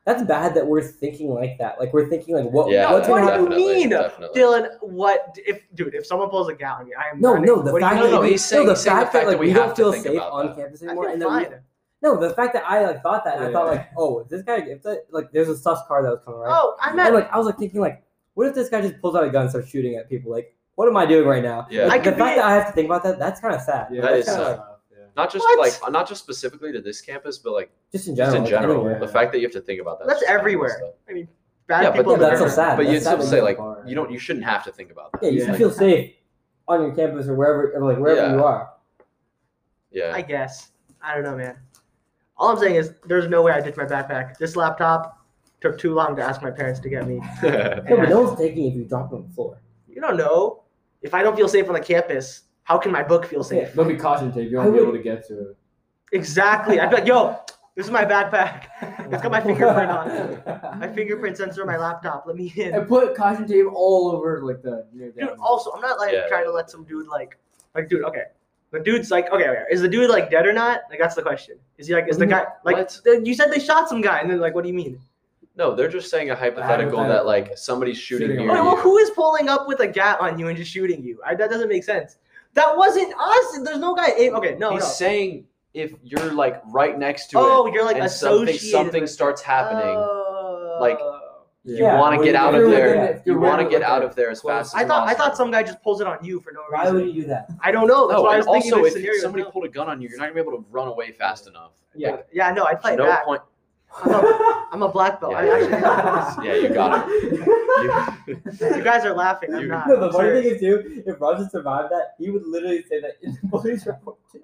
C: That's bad that we're thinking like that. Like we're thinking like what
B: Yeah,
C: what's
A: what
C: gonna
A: do you
C: happen?
B: definitely,
A: mean?
B: definitely.
A: Dylan, what if, dude? If someone pulls a gat on you, I am
C: No,
A: running.
C: no, the
A: What do you
C: fact
B: no,
C: that
A: mean?
B: no,
C: we-
B: he's saying-
C: no, the
B: he's saying the
C: fact that
B: fact
C: like
B: that we
C: we
B: have
C: don't
B: to
C: feel
B: think
C: safe
B: about
C: on
B: that.
C: campus
A: I
C: anymore,
A: feel
C: and then we,
A: fine.
C: no, the fact that I like thought that I
E: Yeah.
C: thought like oh if this guy if that like there's a sus car that was coming right,
A: Oh, I'm
C: and
A: at.
C: like I was like thinking like what if this guy just pulls out a gun and starts shooting at people like what am I doing right now?
B: Yeah.
C: Like,
A: I
C: the
A: could
C: fact
A: be-
C: that I have to think about that that's kind of sad.
D: Yeah,
B: That
D: that's
B: is
D: kinda
B: sad.
D: rough, yeah.
B: Not just
A: What?
B: like not just specifically to this campus, but like
C: Just in
B: just
C: general.
B: in
C: like,
B: general.
C: anywhere.
B: The fact that you have to think about that.
A: That's
B: is just
A: everywhere.
B: kinda
A: I mean, bad
B: messed up. Yeah,
A: people.
B: but
A: in
C: Yeah,
A: the
C: that's so
A: river.
C: sad.
B: But you
C: That's
B: still
C: sad
B: say
C: that
B: like
D: far.
B: you don't you shouldn't have to think about that.
C: Yeah, you
D: Yeah.
C: should feel safe on your campus or wherever or like wherever
B: Yeah.
C: you are.
B: Yeah.
A: I guess. I don't know, man. All I'm saying is, there's no way I ditched my backpack. This laptop took too long to ask my parents to get me.
C: No, but
A: And-
C: no one's taking it if you drop it on the floor.
A: You don't know. If I don't feel safe on the campus, how can my book feel safe?
D: There'll be caution tape. You
C: I
D: won't be
C: would-
D: able to get to it.
A: Exactly. I'd be like, yo, this is my backpack. It's got my fingerprint on it. My
D: I
A: fingerprint sensor on my laptop. Let me in.
D: put caution tape all over like the. Near
A: Dude,
D: down.
A: also, I'm not like
B: Yeah.
A: trying to let some dude like, like, dude, okay. The dude's like, okay, okay, is the dude like dead or not? Like, that's the question. Is he like, is the
C: What do you
A: guy, like,
B: What?
A: the- you said they shot some guy, and then, like, what do you mean?
B: No, they're just saying a hypothetical that
D: hypothetical.
B: like somebody's shooting,
D: Shooting
B: near
A: Wait,
D: on
A: well,
B: you.
A: who is pulling up with a gat on you and just shooting you? I, that doesn't make sense. That wasn't us. There's no guy. aim- Okay, no,
B: He's
A: no.
B: saying if you're like right next to
A: oh,
B: it
A: you're like
B: and something
A: associated.
B: something
A: with-
B: starts happening, like,
A: Oh.
B: you
C: Yeah,
B: want to
D: when
B: get
D: you-
B: out
D: if
B: of
D: you're
B: there.
D: within it- if
B: you
D: you're
B: want to
D: within
B: get
D: it,
B: out
D: like,
B: of there as fast as
A: I thought I
B: possible.
A: thought some guy just pulls it on you for no
C: Why would
A: reason.
C: you do that?
A: I don't know. That's
B: No,
A: why I
B: and
A: was thinking
B: also
A: this
B: if
A: scenario.
B: somebody pulled a gun on you, you're not gonna be able to run away fast enough.
A: yeah, yeah, no, I'd
B: There's
A: fight
B: no
A: back.
B: point.
A: I'm a, I'm a black belt. I actually,
B: Yeah, you got it.
A: you guys are laughing. I'm
B: You-
A: not.
C: No, the
A: I'm
C: funny thing
A: serious.
C: is too, if Roger survived that, he would literally say that in the police report. He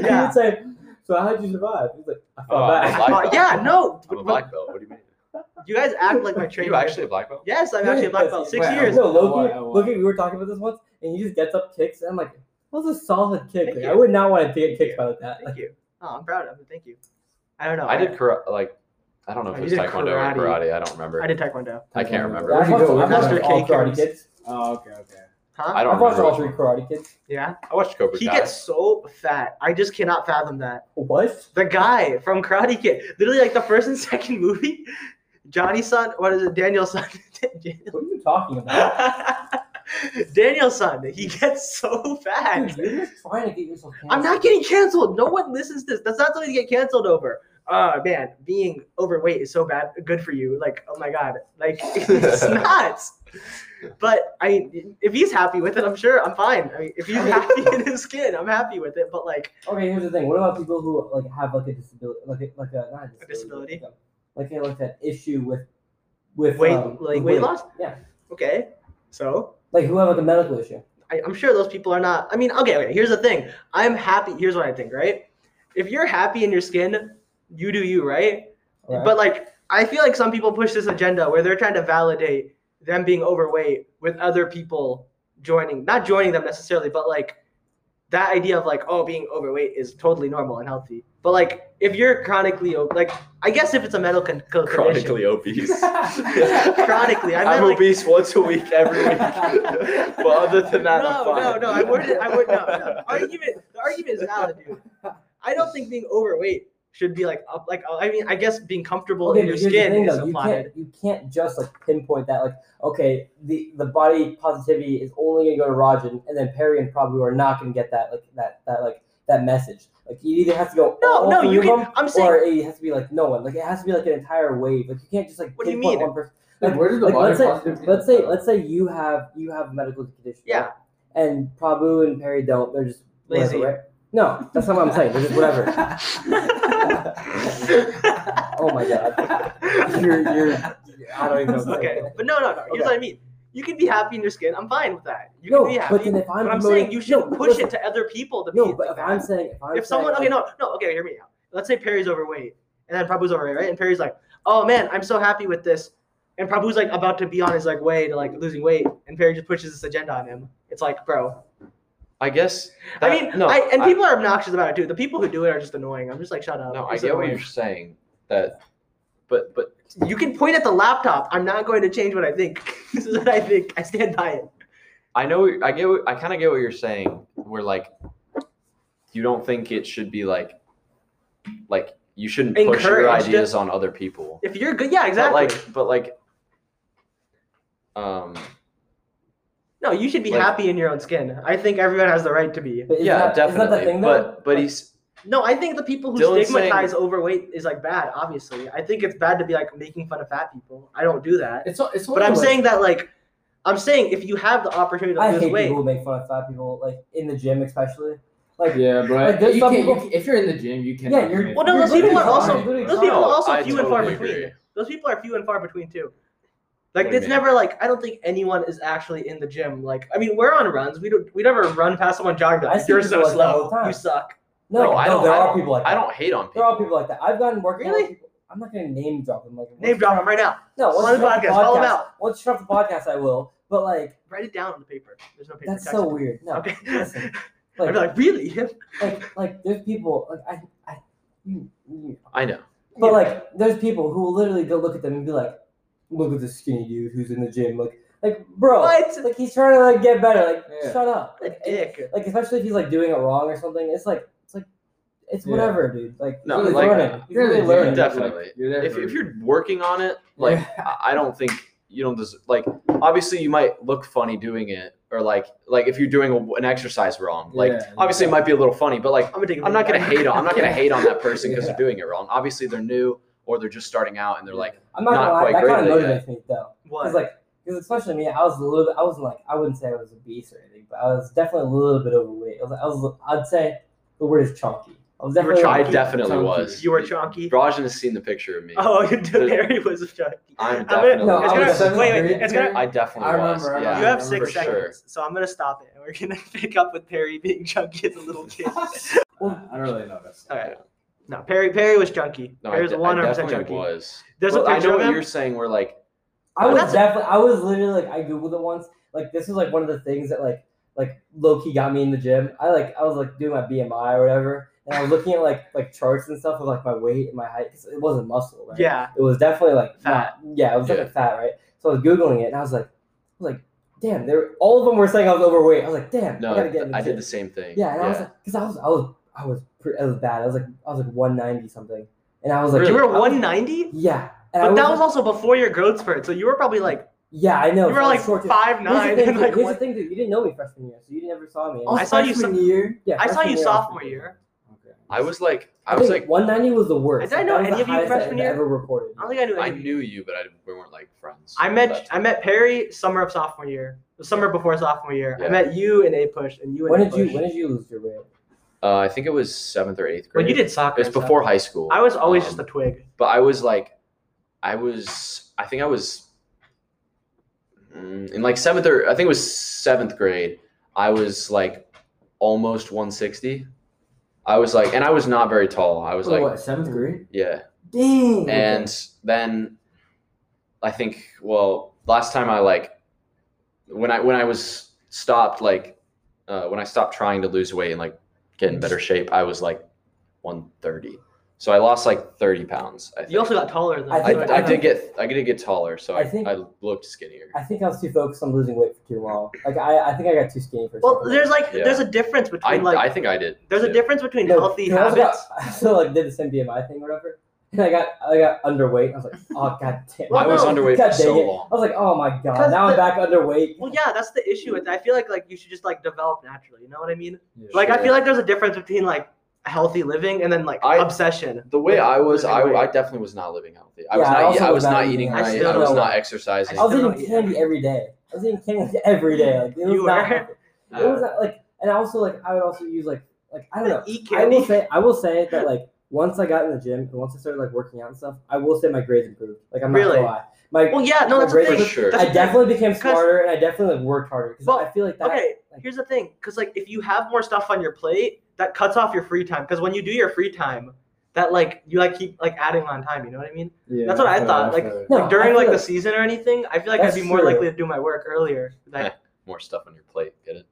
A: Yeah.
C: would say, So how'd you survive? He's like, I fell
B: Oh, I
C: back.
B: lied.
A: Uh, yeah, no.
B: I'm a
A: but-
B: black belt. What do you mean?
A: You guys act like my
B: Are
A: trainer.
B: you actually a black belt?
A: Yes, I'm actually a black
C: Yes,
A: belt.
C: yes,
A: Six
D: yes.
A: years.
C: No,
D: Why,
C: Loki,
D: why?
C: Loki, we were talking about this once, and he just gets up kicks, and I'm like, that was a solid kick.
A: Thank
C: Like,
A: you.
C: I would not want to get
A: Thank
C: kicked by that.
A: Thank you. Oh, I'm proud of him. Thank you. I don't know.
B: I did kara- like I don't know
A: Oh,
B: if it
A: you
B: was
A: did
B: taekwondo
A: karate.
B: or karate. I don't remember.
A: I did taekwondo.
B: I can't remember.
D: Where'd you go?
C: I've watched
D: Where'd you
A: Master
D: go?
C: all
A: K
C: Karate
A: Kids.
C: Kids.
D: Oh, okay, okay.
A: Huh?
B: I don't
C: I've watched
B: remember.
C: all three Karate Kids.
A: yeah.
B: I watched Cobra
A: He
B: Kai.
A: gets so fat. I just cannot fathom that.
C: What?
A: The guy from Karate Kid, literally like the first and second movie, Johnny son, what is it, Daniel son, Daniel-
C: What are you talking about?
A: Daniel son. He gets so fat.
C: Dude, you're just trying to get yourself canceled.
A: I'm not getting canceled. No one listens to this. That's not something to get canceled over. Uh man, being overweight is so bad. Good for you. Like, oh my god. Like it's nuts. But I if he's happy with it, I'm sure I'm fine. I mean, if he's happy in his skin, I'm happy with it. But like
C: Okay, here's the thing. What about people who like have like a disability, like a, like a not a disability,
A: disability?
C: but, like a, like an issue with with
A: weight
C: um,
A: like
C: with
A: weight loss?
C: Yeah,
A: Okay. So
C: like who have like a medical issue.
A: I, I'm sure those people are not I mean, okay, okay, here's the thing. I'm happy here's what I think, right? If you're happy in your skin, you do you, right?
C: Right?
A: But like, I feel like some people push this agenda where they're trying to validate them being overweight with other people joining, not joining them necessarily, but like that idea of like, oh, being overweight is totally normal and healthy. But like, if you're chronically, ob- like, I guess if it's a medical con- condition,
B: chronically obese.
A: chronically, I meant
B: I'm
A: like,
B: obese once a week, every week. but other than that, I'm
A: no,
B: fine.
A: no, no, I wouldn't. I would no, no. Argument. The argument is valid, dude. I don't think being overweight should be like up. Like, I mean, I guess being comfortable
C: okay,
A: in your
C: but here's the
A: skin
C: thing
A: is
C: though. You
A: applauded.
C: can't you can't just like pinpoint that. Like, okay, the the body positivity is only gonna go to Rajan, and then Perry and probably are not gonna get that like that that like that message. Like, you either have to go
A: No,
C: all
A: no,
C: three
A: you
C: of
A: can.
C: them,
A: I'm saying
C: or it has to be like no one. Like, it has to be like an entire wave. Like, you can't just like
A: What do you
C: pinpoint
A: mean?
C: one person.
D: Like, where does the
C: Like,
D: body
C: let's say-
D: positivity
C: let's
D: come
C: say
D: from?
C: let's say you have you have a medical condition.
A: Yeah.
C: right? And Prabhu and Perry don't. They're just whatever,
A: Lazy.
C: right? No, that's not what I'm saying. They're just whatever. Oh my god. You're you're. I don't even know. what I'm
A: okay,
C: saying.
A: but no, no, no. Here's what I mean. You can be happy in your skin. I'm fine with that. You
C: no,
A: can be happy.
C: but then if I'm,
A: But I'm
C: promoting-
A: saying you should
C: no,
A: push
C: listen,
A: it to other people to be
C: No, but
A: like
C: if
A: that.
C: I'm saying if I'm
A: if someone, okay,
B: um,
C: saying,
A: no, no, okay, hear me out. Let's say Perry's overweight, and then Prabhu's overweight, right? And Perry's like, "Oh man, I'm so happy with this," and Prabhu's like about to be on his like way to like losing weight, and Perry just pushes this agenda on him. It's like, bro.
B: I guess.
A: I
B: that-
A: mean,
B: no,
A: I, and
B: I-
A: people are obnoxious about it too. The people who do it are just annoying. I'm just like, shut up.
B: No, I
A: It's
B: get what
A: annoying.
B: you're saying. That, but but
A: You can point at the laptop. I'm not going to change what I think. this is what I think. I stand by it.
B: I know I get what, I kind of get what you're saying where like you don't think it should be like like you shouldn't push your
A: Encouraged it.
B: ideas on other people.
A: If you're good, yeah,
B: But
A: exactly.
B: like, but like, um,
A: no, you should be
B: like-
A: happy in your own skin. I think everyone has the right to be.
C: But is
B: yeah,
C: that,
B: definitely.
C: Is that the thing, though?
B: but but he's
A: No, I think the people who
B: Dylan's
A: stigmatize overweight is like bad. Obviously, I think it's bad to be like making fun of fat people. I don't do that.
D: It's all- it's.
A: But
D: only,
A: I'm
D: like-
A: saying that like, I'm saying if you have the opportunity to
C: I
A: lose
C: hate
A: weight,
C: people who make fun of fat people, like in the gym especially. Like,
D: Yeah,
C: Like,
D: but
C: there's
D: you
C: some
D: can, you
C: people-
D: can- if you're in the gym, you can.
C: Yeah, you're-
A: well, no,
C: You're
A: those people
C: literally
A: are also
C: fine.
A: those people
B: No,
A: are also
B: I
A: few and far
B: totally
A: between.
B: agree.
A: Those people are few and far between too.
B: What
A: Like
B: do you
A: it's
B: mean?
A: never like I don't think anyone is actually in the gym. Like I mean, we're on runs. We don't we never run past someone jogging.
C: I
A: Like,
C: see
A: You're
C: people
A: so
C: like that all
A: slow.
C: the time.
A: You suck.
C: no,
B: like, I
C: no,
B: don't.
C: there
B: I
C: are
B: don't-
C: people like
B: I
C: that.
B: don't hate on people.
C: There are people like that. I've gotten working out with
A: Really?
C: people. I'm not gonna name drop them. Like once
A: Name
C: you
A: drop
C: drop-
A: them right now.
C: No, once
A: on
C: you
A: the
C: drop the
A: podcast, call 'em
C: podcast-
A: out.
C: Once you drop the podcast, I will. But like,
A: Write it down on the paper. There's no paper.
C: that's
A: Text
C: so
A: it.
C: weird. No,
A: Okay.
C: listen,
A: I'd be
C: like, like,
A: like, really?
C: like, there's people like I, I, you, you,
B: I know.
C: but
A: Yeah.
C: like, there's people who will literally go look at them and be like, "Look at this skinny dude who's in the gym." Like, like, bro,
A: What?
C: like he's trying to like get better. Like,
D: Yeah.
C: shut up.
A: A
C: Like,
A: dick.
C: like especially if he's like doing it wrong or something. It's like, it's like, it's
D: Yeah.
C: whatever, dude. Like,
B: No,
C: he's
B: like,
C: learning. He's
D: You're in the
C: really
D: gym,
C: learning.
B: def- Definitely.
D: Like, you're there
B: if,
D: for-
B: if you're working on it like i I don't think you don't des- like obviously you might look funny doing it or like like if you're doing a, an exercise wrong like
D: Yeah,
B: obviously it
D: yeah.
B: might be a little funny but like
A: I'm gonna take. a
B: i'm not
A: video
B: gonna
A: back.
B: hate on i'm not gonna hate on that person because
D: Yeah.
B: they're doing it wrong obviously they're new or they're just starting out and they're like
C: I'm not,
B: Not
C: gonna
B: quite
C: lie, that
B: great
C: kind of
B: at it
C: motivates me though. Because
A: What?
C: like, because especially me, I was a little bit. I wasn't like I wouldn't say I was obese or anything, but I was definitely a little bit overweight. I was, I was I'd say the word is chunky. I was
A: You were
C: definitely
B: i
C: chunky.
B: definitely
D: Chunky.
B: was
A: you were chunky.
B: Rajan has seen the picture of me
A: Oh, Harry was chunky.
B: i'm
A: gonna-
B: definitely
C: No, I
A: it's
C: was
A: gonna,
D: seventh
A: wait, wait,
D: grade
A: it's gonna,
D: period.
B: i definitely
D: I
B: was
D: remember, I
B: yeah
A: you have
D: remember
A: six
B: for sure.
A: seconds, so I'm gonna stop it. and We're gonna pick up with Perry being chunky as a little kid.
D: Well, I don't really notice.
A: All right. No, Perry. Perry was chunky.
B: no,
A: Perry
B: I,
A: was
B: de- I
A: 100 percent
B: definitely
A: chunky.
B: was.
A: There's
B: But
A: a
B: I
A: picture
B: know
A: of
B: what
A: him.
B: you're saying. We're like,
C: I was
A: That's-
C: definitely. I was literally like I googled it once. Like this was like one of the things that like like low key got me in the gym. I like I was like doing my BMI or whatever, and I was looking at like like charts and stuff of like my weight and my height. 'cause It wasn't muscle, right?
A: Yeah.
C: It was definitely like
A: Fat.
C: fat. yeah, it was
B: Yeah.
C: definitely fat, right? So I was googling it and I was like, I was like, damn, they were, all of them were saying I was overweight. I was like, damn,
B: no,
C: I gotta get in the
B: I
C: gym.
B: did the same thing.
C: Yeah, and I was like, because I was, I was, I was, pre- I was bad. I was like, I was like 190 something, and I was like,
B: Really?
A: You were
C: I was-
A: 190,
C: Yeah, and I
A: but that was
C: like-
A: also before your growth spurt. So you were probably like
C: yeah, I know.
A: you were
C: so I was
A: like
C: short, too.
A: five
C: Here's the
A: nine
C: thing,
A: and
C: dude,
A: like
C: here's
A: one.
C: the thing, dude. You didn't know me freshman year, so you never saw me.
A: I saw you
D: Freshman year.
C: yeah,
A: I saw
C: freshman
A: you
C: year,
A: sophomore
C: freshman
A: year.
D: Okay.
B: I was like, I,
C: I,
B: was
C: think
B: like,
C: 190 was the worst.
A: Did I know
C: That was
A: any
C: the
A: of you
C: highest
A: freshman
C: I
A: year?
C: ever recorded.
A: I don't think I knew.
B: I
A: any of you.
B: knew you, but I didn't- we weren't like friends.
A: I
B: But-
A: met I met Perry summer of sophomore year, the summer before sophomore year. I
B: Yeah.
A: met you in A push and you in
C: When
A: A
C: did you
A: push.
C: when did you lose your weight?
B: Uh, I think it was seventh or eighth grade.
A: Well, you did soccer.
B: It's
A: and stuff.
B: before high school.
A: I was always just a
B: Um,
A: twig.
B: but I was like, I was. I think I was mm, in like seventh or I think it was seventh grade. I was like almost 160. I was like, and I was not very tall. I was
D: Oh,
B: like,
D: what, seventh grade?
B: yeah.
D: Dang.
B: and then i think well last time i like when i when i was stopped like uh, when i stopped trying to lose weight and like get in better shape i was like 130 so i lost like 30 pounds i think
A: You also got taller than
C: I
B: I,
C: think-
B: I did get i did get taller so i,
C: I think-
B: I looked skinnier
C: I think I was too focused on losing weight for too long. Like I, I think I got too skinny for.
A: Well,
C: something.
A: there's like
B: Yeah.
A: there's a difference
B: i,
A: between like
B: I think i did
A: there's a
B: too.
A: difference between
C: No,
A: healthy
C: I also
A: habits.
C: Got, I also like did the same BMI thing, or whatever. And I got, I got underweight. I was like, oh god damn.
A: Well,
B: i was
A: no,
B: underweight
C: God
B: for
C: dang
B: so
C: it.
B: long
C: I was like, oh my god,
A: 'Cause
C: now
A: the-
C: I'm back underweight.
A: Well, yeah, that's the issue with. I feel like like you should just like develop naturally. You know what I mean? Like I
B: Sure.
A: feel like there's a difference between like healthy living and then like
B: I-
A: obsession.
B: the way I was, I,
A: Losing weight.
B: I definitely was not living healthy. I
C: Yeah,
B: was
C: I
B: not.
C: also
B: I,
C: was
B: was
C: not
B: not
C: eating
B: eating
A: healthy. I
B: right.
A: still
B: I was
C: don't-
B: not
A: I
B: exercising.
C: I was
A: still
C: eating
A: don't eat
C: candy every day. I was eating candy every day. Like it was
A: You were? Uh.
C: not. healthy. It
B: Yeah.
C: was not like, and I also like, I would also use like, like I don't know.
A: Eat
C: I will
A: candy.
C: say, I will say that like once I got in the gym and once I started like working out and stuff, I will say my grades improved. Like I'm not
A: Really?
C: gonna lie. My
A: Well, yeah, no,
C: my
A: that's the
C: grades
A: thing.
B: for
C: improved.
B: sure.
A: That's
C: I
A: the thing.
C: definitely became
A: 'Cause-
C: smarter and I definitely like, worked harder because
A: Well,
C: I feel like that.
A: Okay,
C: like-
A: here's the thing, because like if you have more stuff on your plate, that cuts off your free time. Because when you do your free time, that like you like keep like adding on time. You know what I mean?
D: Yeah,
A: That's what I thought,
D: that's
A: like-
D: what I-
C: No,
A: like during
C: I
A: like
C: feel
A: the season or anything, I feel like I'd
C: That's
A: be more
C: true.
A: likely to do my work earlier. Like,
B: More stuff on your plate. Get it?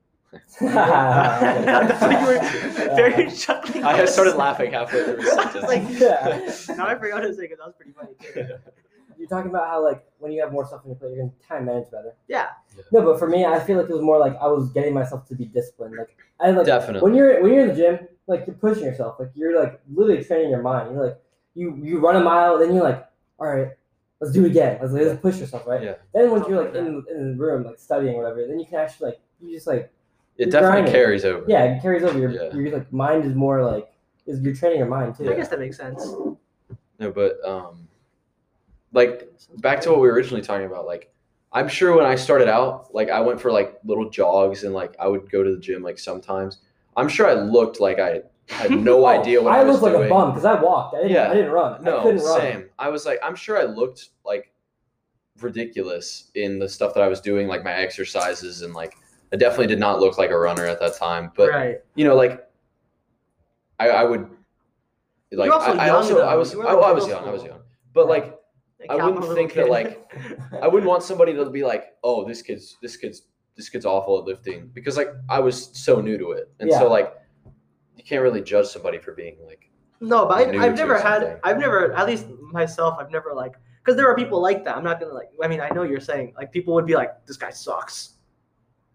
A: that's what you were
C: Uh,
A: very chuckling.
B: I
A: at.
B: started laughing halfway through the
A: I was
B: sentence.
A: like,
C: Yeah.
A: now I forgot what I was saying 'cause that was pretty funny. Too.
C: You're talking about how like when you have more stuff on your plate, you're gonna time manage better.
A: Yeah.
B: Yeah.
C: No, but for me, I feel like it was more like I was getting myself to be disciplined. Like I like
B: Definitely.
C: when you're when you're in the gym, like you're pushing yourself. Like you're like literally training your mind. You're like you you run a mile, then you're like, all right, let's do it again. Let's, let's push yourself, right?
B: Yeah.
C: Then once you're like in, in the room, like studying or whatever, then you can actually like you just like
B: It
C: You're
B: definitely
C: grinding.
B: carries over.
C: yeah, it carries over. Your
B: Yeah.
C: your like mind is more like is you're training your mind too.
A: I guess that makes sense.
B: No, but um, like back to what we were originally talking about. Like, I'm sure when I started out, like I went for like little jogs and like I would go to the gym like sometimes. I'm sure I looked like I had no
C: Oh,
B: idea what I,
C: I
B: was
C: looked like
B: doing.
C: a bum because I walked. I didn't,
B: Yeah.
C: I didn't run. I
B: No,
C: couldn't run.
B: same. I was like, I'm sure I looked like ridiculous in the stuff that I was doing, like my exercises and like I definitely did not look like a runner at that time. But
A: right.
B: you know, like I, I would like
A: You're also
B: I, I
A: young,
B: also
A: though.
B: I was
A: You
B: I,
A: were,
B: I
A: like,
B: was
A: middle
B: young, I was
A: school.
B: young. But
C: Yeah.
B: like
A: A
B: I wouldn't
A: capital
B: think
A: kid.
B: that like I wouldn't want somebody to be like, oh, this kid's this kid's this kid's awful at lifting because like I was so new to it, and
C: Yeah.
B: so like you can't really judge somebody for being like
A: No, but
B: nudes
A: I,
B: or
A: I've never had.
B: something.
A: I've never, at least myself, I've never like. Because there are people like that. I'm not gonna like. I mean, I know you're saying like people would be like, "This guy sucks."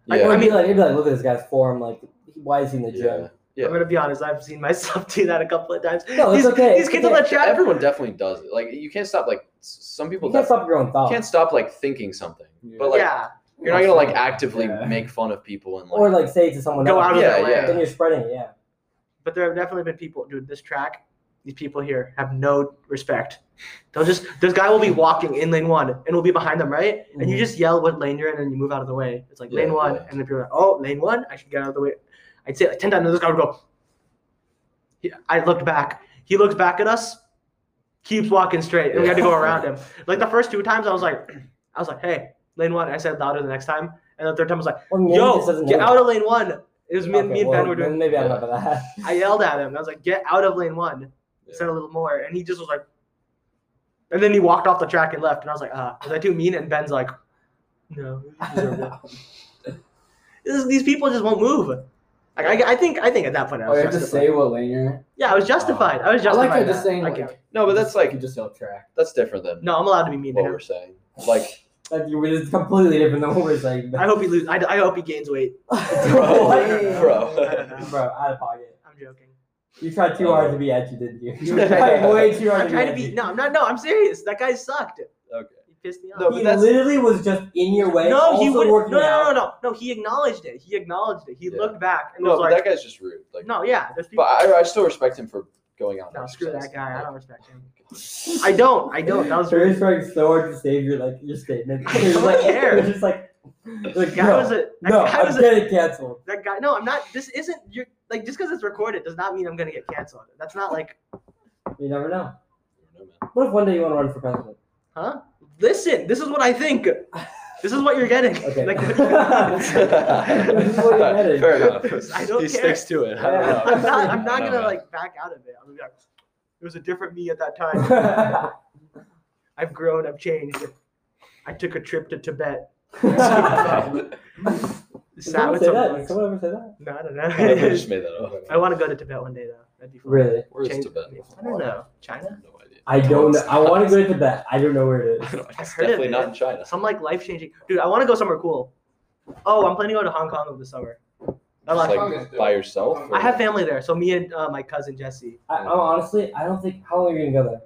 B: yeah
A: Like,
C: Or
A: I
C: I
A: mean-
C: mean, like, you'd be like, look at this guy's form. Like, why is he in the
B: yeah.
C: gym?
B: Yeah.
A: I'm gonna be honest. I've seen myself do that a couple of times.
C: No, it's
A: these,
C: okay,
A: These
C: it's
A: kids
C: okay.
A: on the chat.
B: Everyone definitely does it. Like you can't stop like s- some people
C: You can't
B: def-
C: stop your own
B: you
C: thoughts.
B: can't stop like thinking something,
D: Yeah.
B: but like
A: yeah,
B: you're not gonna like actively
D: Yeah.
B: make fun of people and like,
C: or like say it to someone
A: go
C: else.
A: out of
B: Yeah,
A: their way.
B: yeah.
C: Then you're spreading it. Yeah.
A: But there have definitely been people, dude. This track, these people here have no respect. They'll just this guy will
C: Mm-hmm.
A: be walking in lane one, and we'll be behind them, right? And you
C: Mhm.
A: just yell what lane you're in, and you move out of the way. It's like
B: Yeah,
A: lane one,
B: yeah.
A: and if you're like, oh, lane one, I should get out of the way. I'd say it like ten times, and this guy would go. He- I looked back. He looks back at us, keeps walking straight, and we had to go around him. Like the first two times, I was like, I was like, hey, lane one. I said it louder the next time, and the third time I was like,
C: Well, maybe he just
A: yo,
C: doesn't
A: get
C: know.
A: out of lane one. It was me, and
C: Okay,
A: me and
C: well,
A: Ben were doing
C: then Maybe I'm
B: Yeah.
C: not for that.
A: I yelled at him. I was like, "Get out of lane one."
B: Yeah.
A: Said a little more, and he just was like, and then he walked off the track and left. And I was like, "Ah, was I too mean?" And Ben's like, "No." you deserve it." This is- these people just won't move. Like, I, I think I think at that point I
D: Oh, you
A: was
D: have to
A: justified.
D: say what lane you're in.
A: Yeah, I was justified. I was
D: I
A: justified.
D: like how
A: that.
D: just saying
A: I
D: like,
A: can't-
B: no, but that's
D: you
B: like
D: just help track.
B: that's different than
A: no, I'm allowed to be mean to
B: what
A: him.
B: we're saying. Like
C: Like you were just completely different than what we're saying.
A: I hope he lose. I, I hope he gains weight.
B: Bro,
C: What?
B: bro.
C: Bro, out of pocket.
A: I'm joking.
C: You tried too hard to be edgy, didn't you? You
B: I
C: tried way too hard
A: I'm
C: to be
A: trying to
C: edgy.
A: be. No, I'm not. No, I'm serious. That guy sucked.
B: okay.
A: He pissed me off.
B: No, but
C: he
B: that's-
C: literally was just in your way.
A: No, he
C: also
A: would. No,
C: working
A: no, no, no,
C: out.
A: no, no. He acknowledged it. He acknowledged it. He
B: Yeah.
A: looked back and
B: No,
A: was
B: but
A: like,
B: that guy's just rude. Like,
A: "No, yeah, there's
B: but
A: people."
B: I, I still respect him for going out. and
A: no, screw that
B: exercising.
A: guy. I
B: Like,
A: don't respect him. I don't. I don't. That was
C: They were
A: really.
C: trying so hard to save your like your statement.
A: I
C: It was
A: don't
C: like,
A: care.
C: It was just like, it was
A: The
C: like
A: guy
C: no,
A: was a. That
C: no,
A: guy was
C: I'm
A: a.
C: getting canceled.
A: That guy. No, I'm not. This isn't. You're like just because it's recorded does not mean I'm gonna get canceled. That's not like.
C: You never know.
B: no, man.
C: What if one day you want to run for president?
A: Listen, this is what I think. This is what you're getting.
C: Okay.
A: Like,
C: what you're getting.
B: Fair enough.
A: I don't
B: he
A: care.
B: sticks to it. I don't know.
A: I'm not. I'm
B: I
A: not
B: don't
A: gonna
B: know.
A: like back out of it. I'm gonna be like, it was a different me at that time.
C: That's
A: I've grown. I've changed. I took a trip to Tibet.
C: Did
A: Sat
C: someone
A: with
C: say
A: some
C: that? Did
A: monks.
C: someone ever say that?
A: No, I don't
B: I
A: know.
B: just made that up.
A: I want to go to Tibet one day though. That'd be fun.
C: Really?
B: Where is
A: Change-
B: Tibet?
A: I don't know. China?
B: No idea.
C: I don't know. I want to go to Tibet. I don't know where it
B: I
C: is.
B: don't-
A: I've
B: It's
A: heard of
B: definitely
A: it.
B: not in China.
A: Some like life changing. Dude, I want to go somewhere cool. Oh, I'm planning to go to Hong Kong over the summer. I
B: Just,
A: like.
B: like by yourself.
A: I have family there, so me and uh, my cousin Jesse,
C: I, I'm honestly, I don't think. How long are you gonna go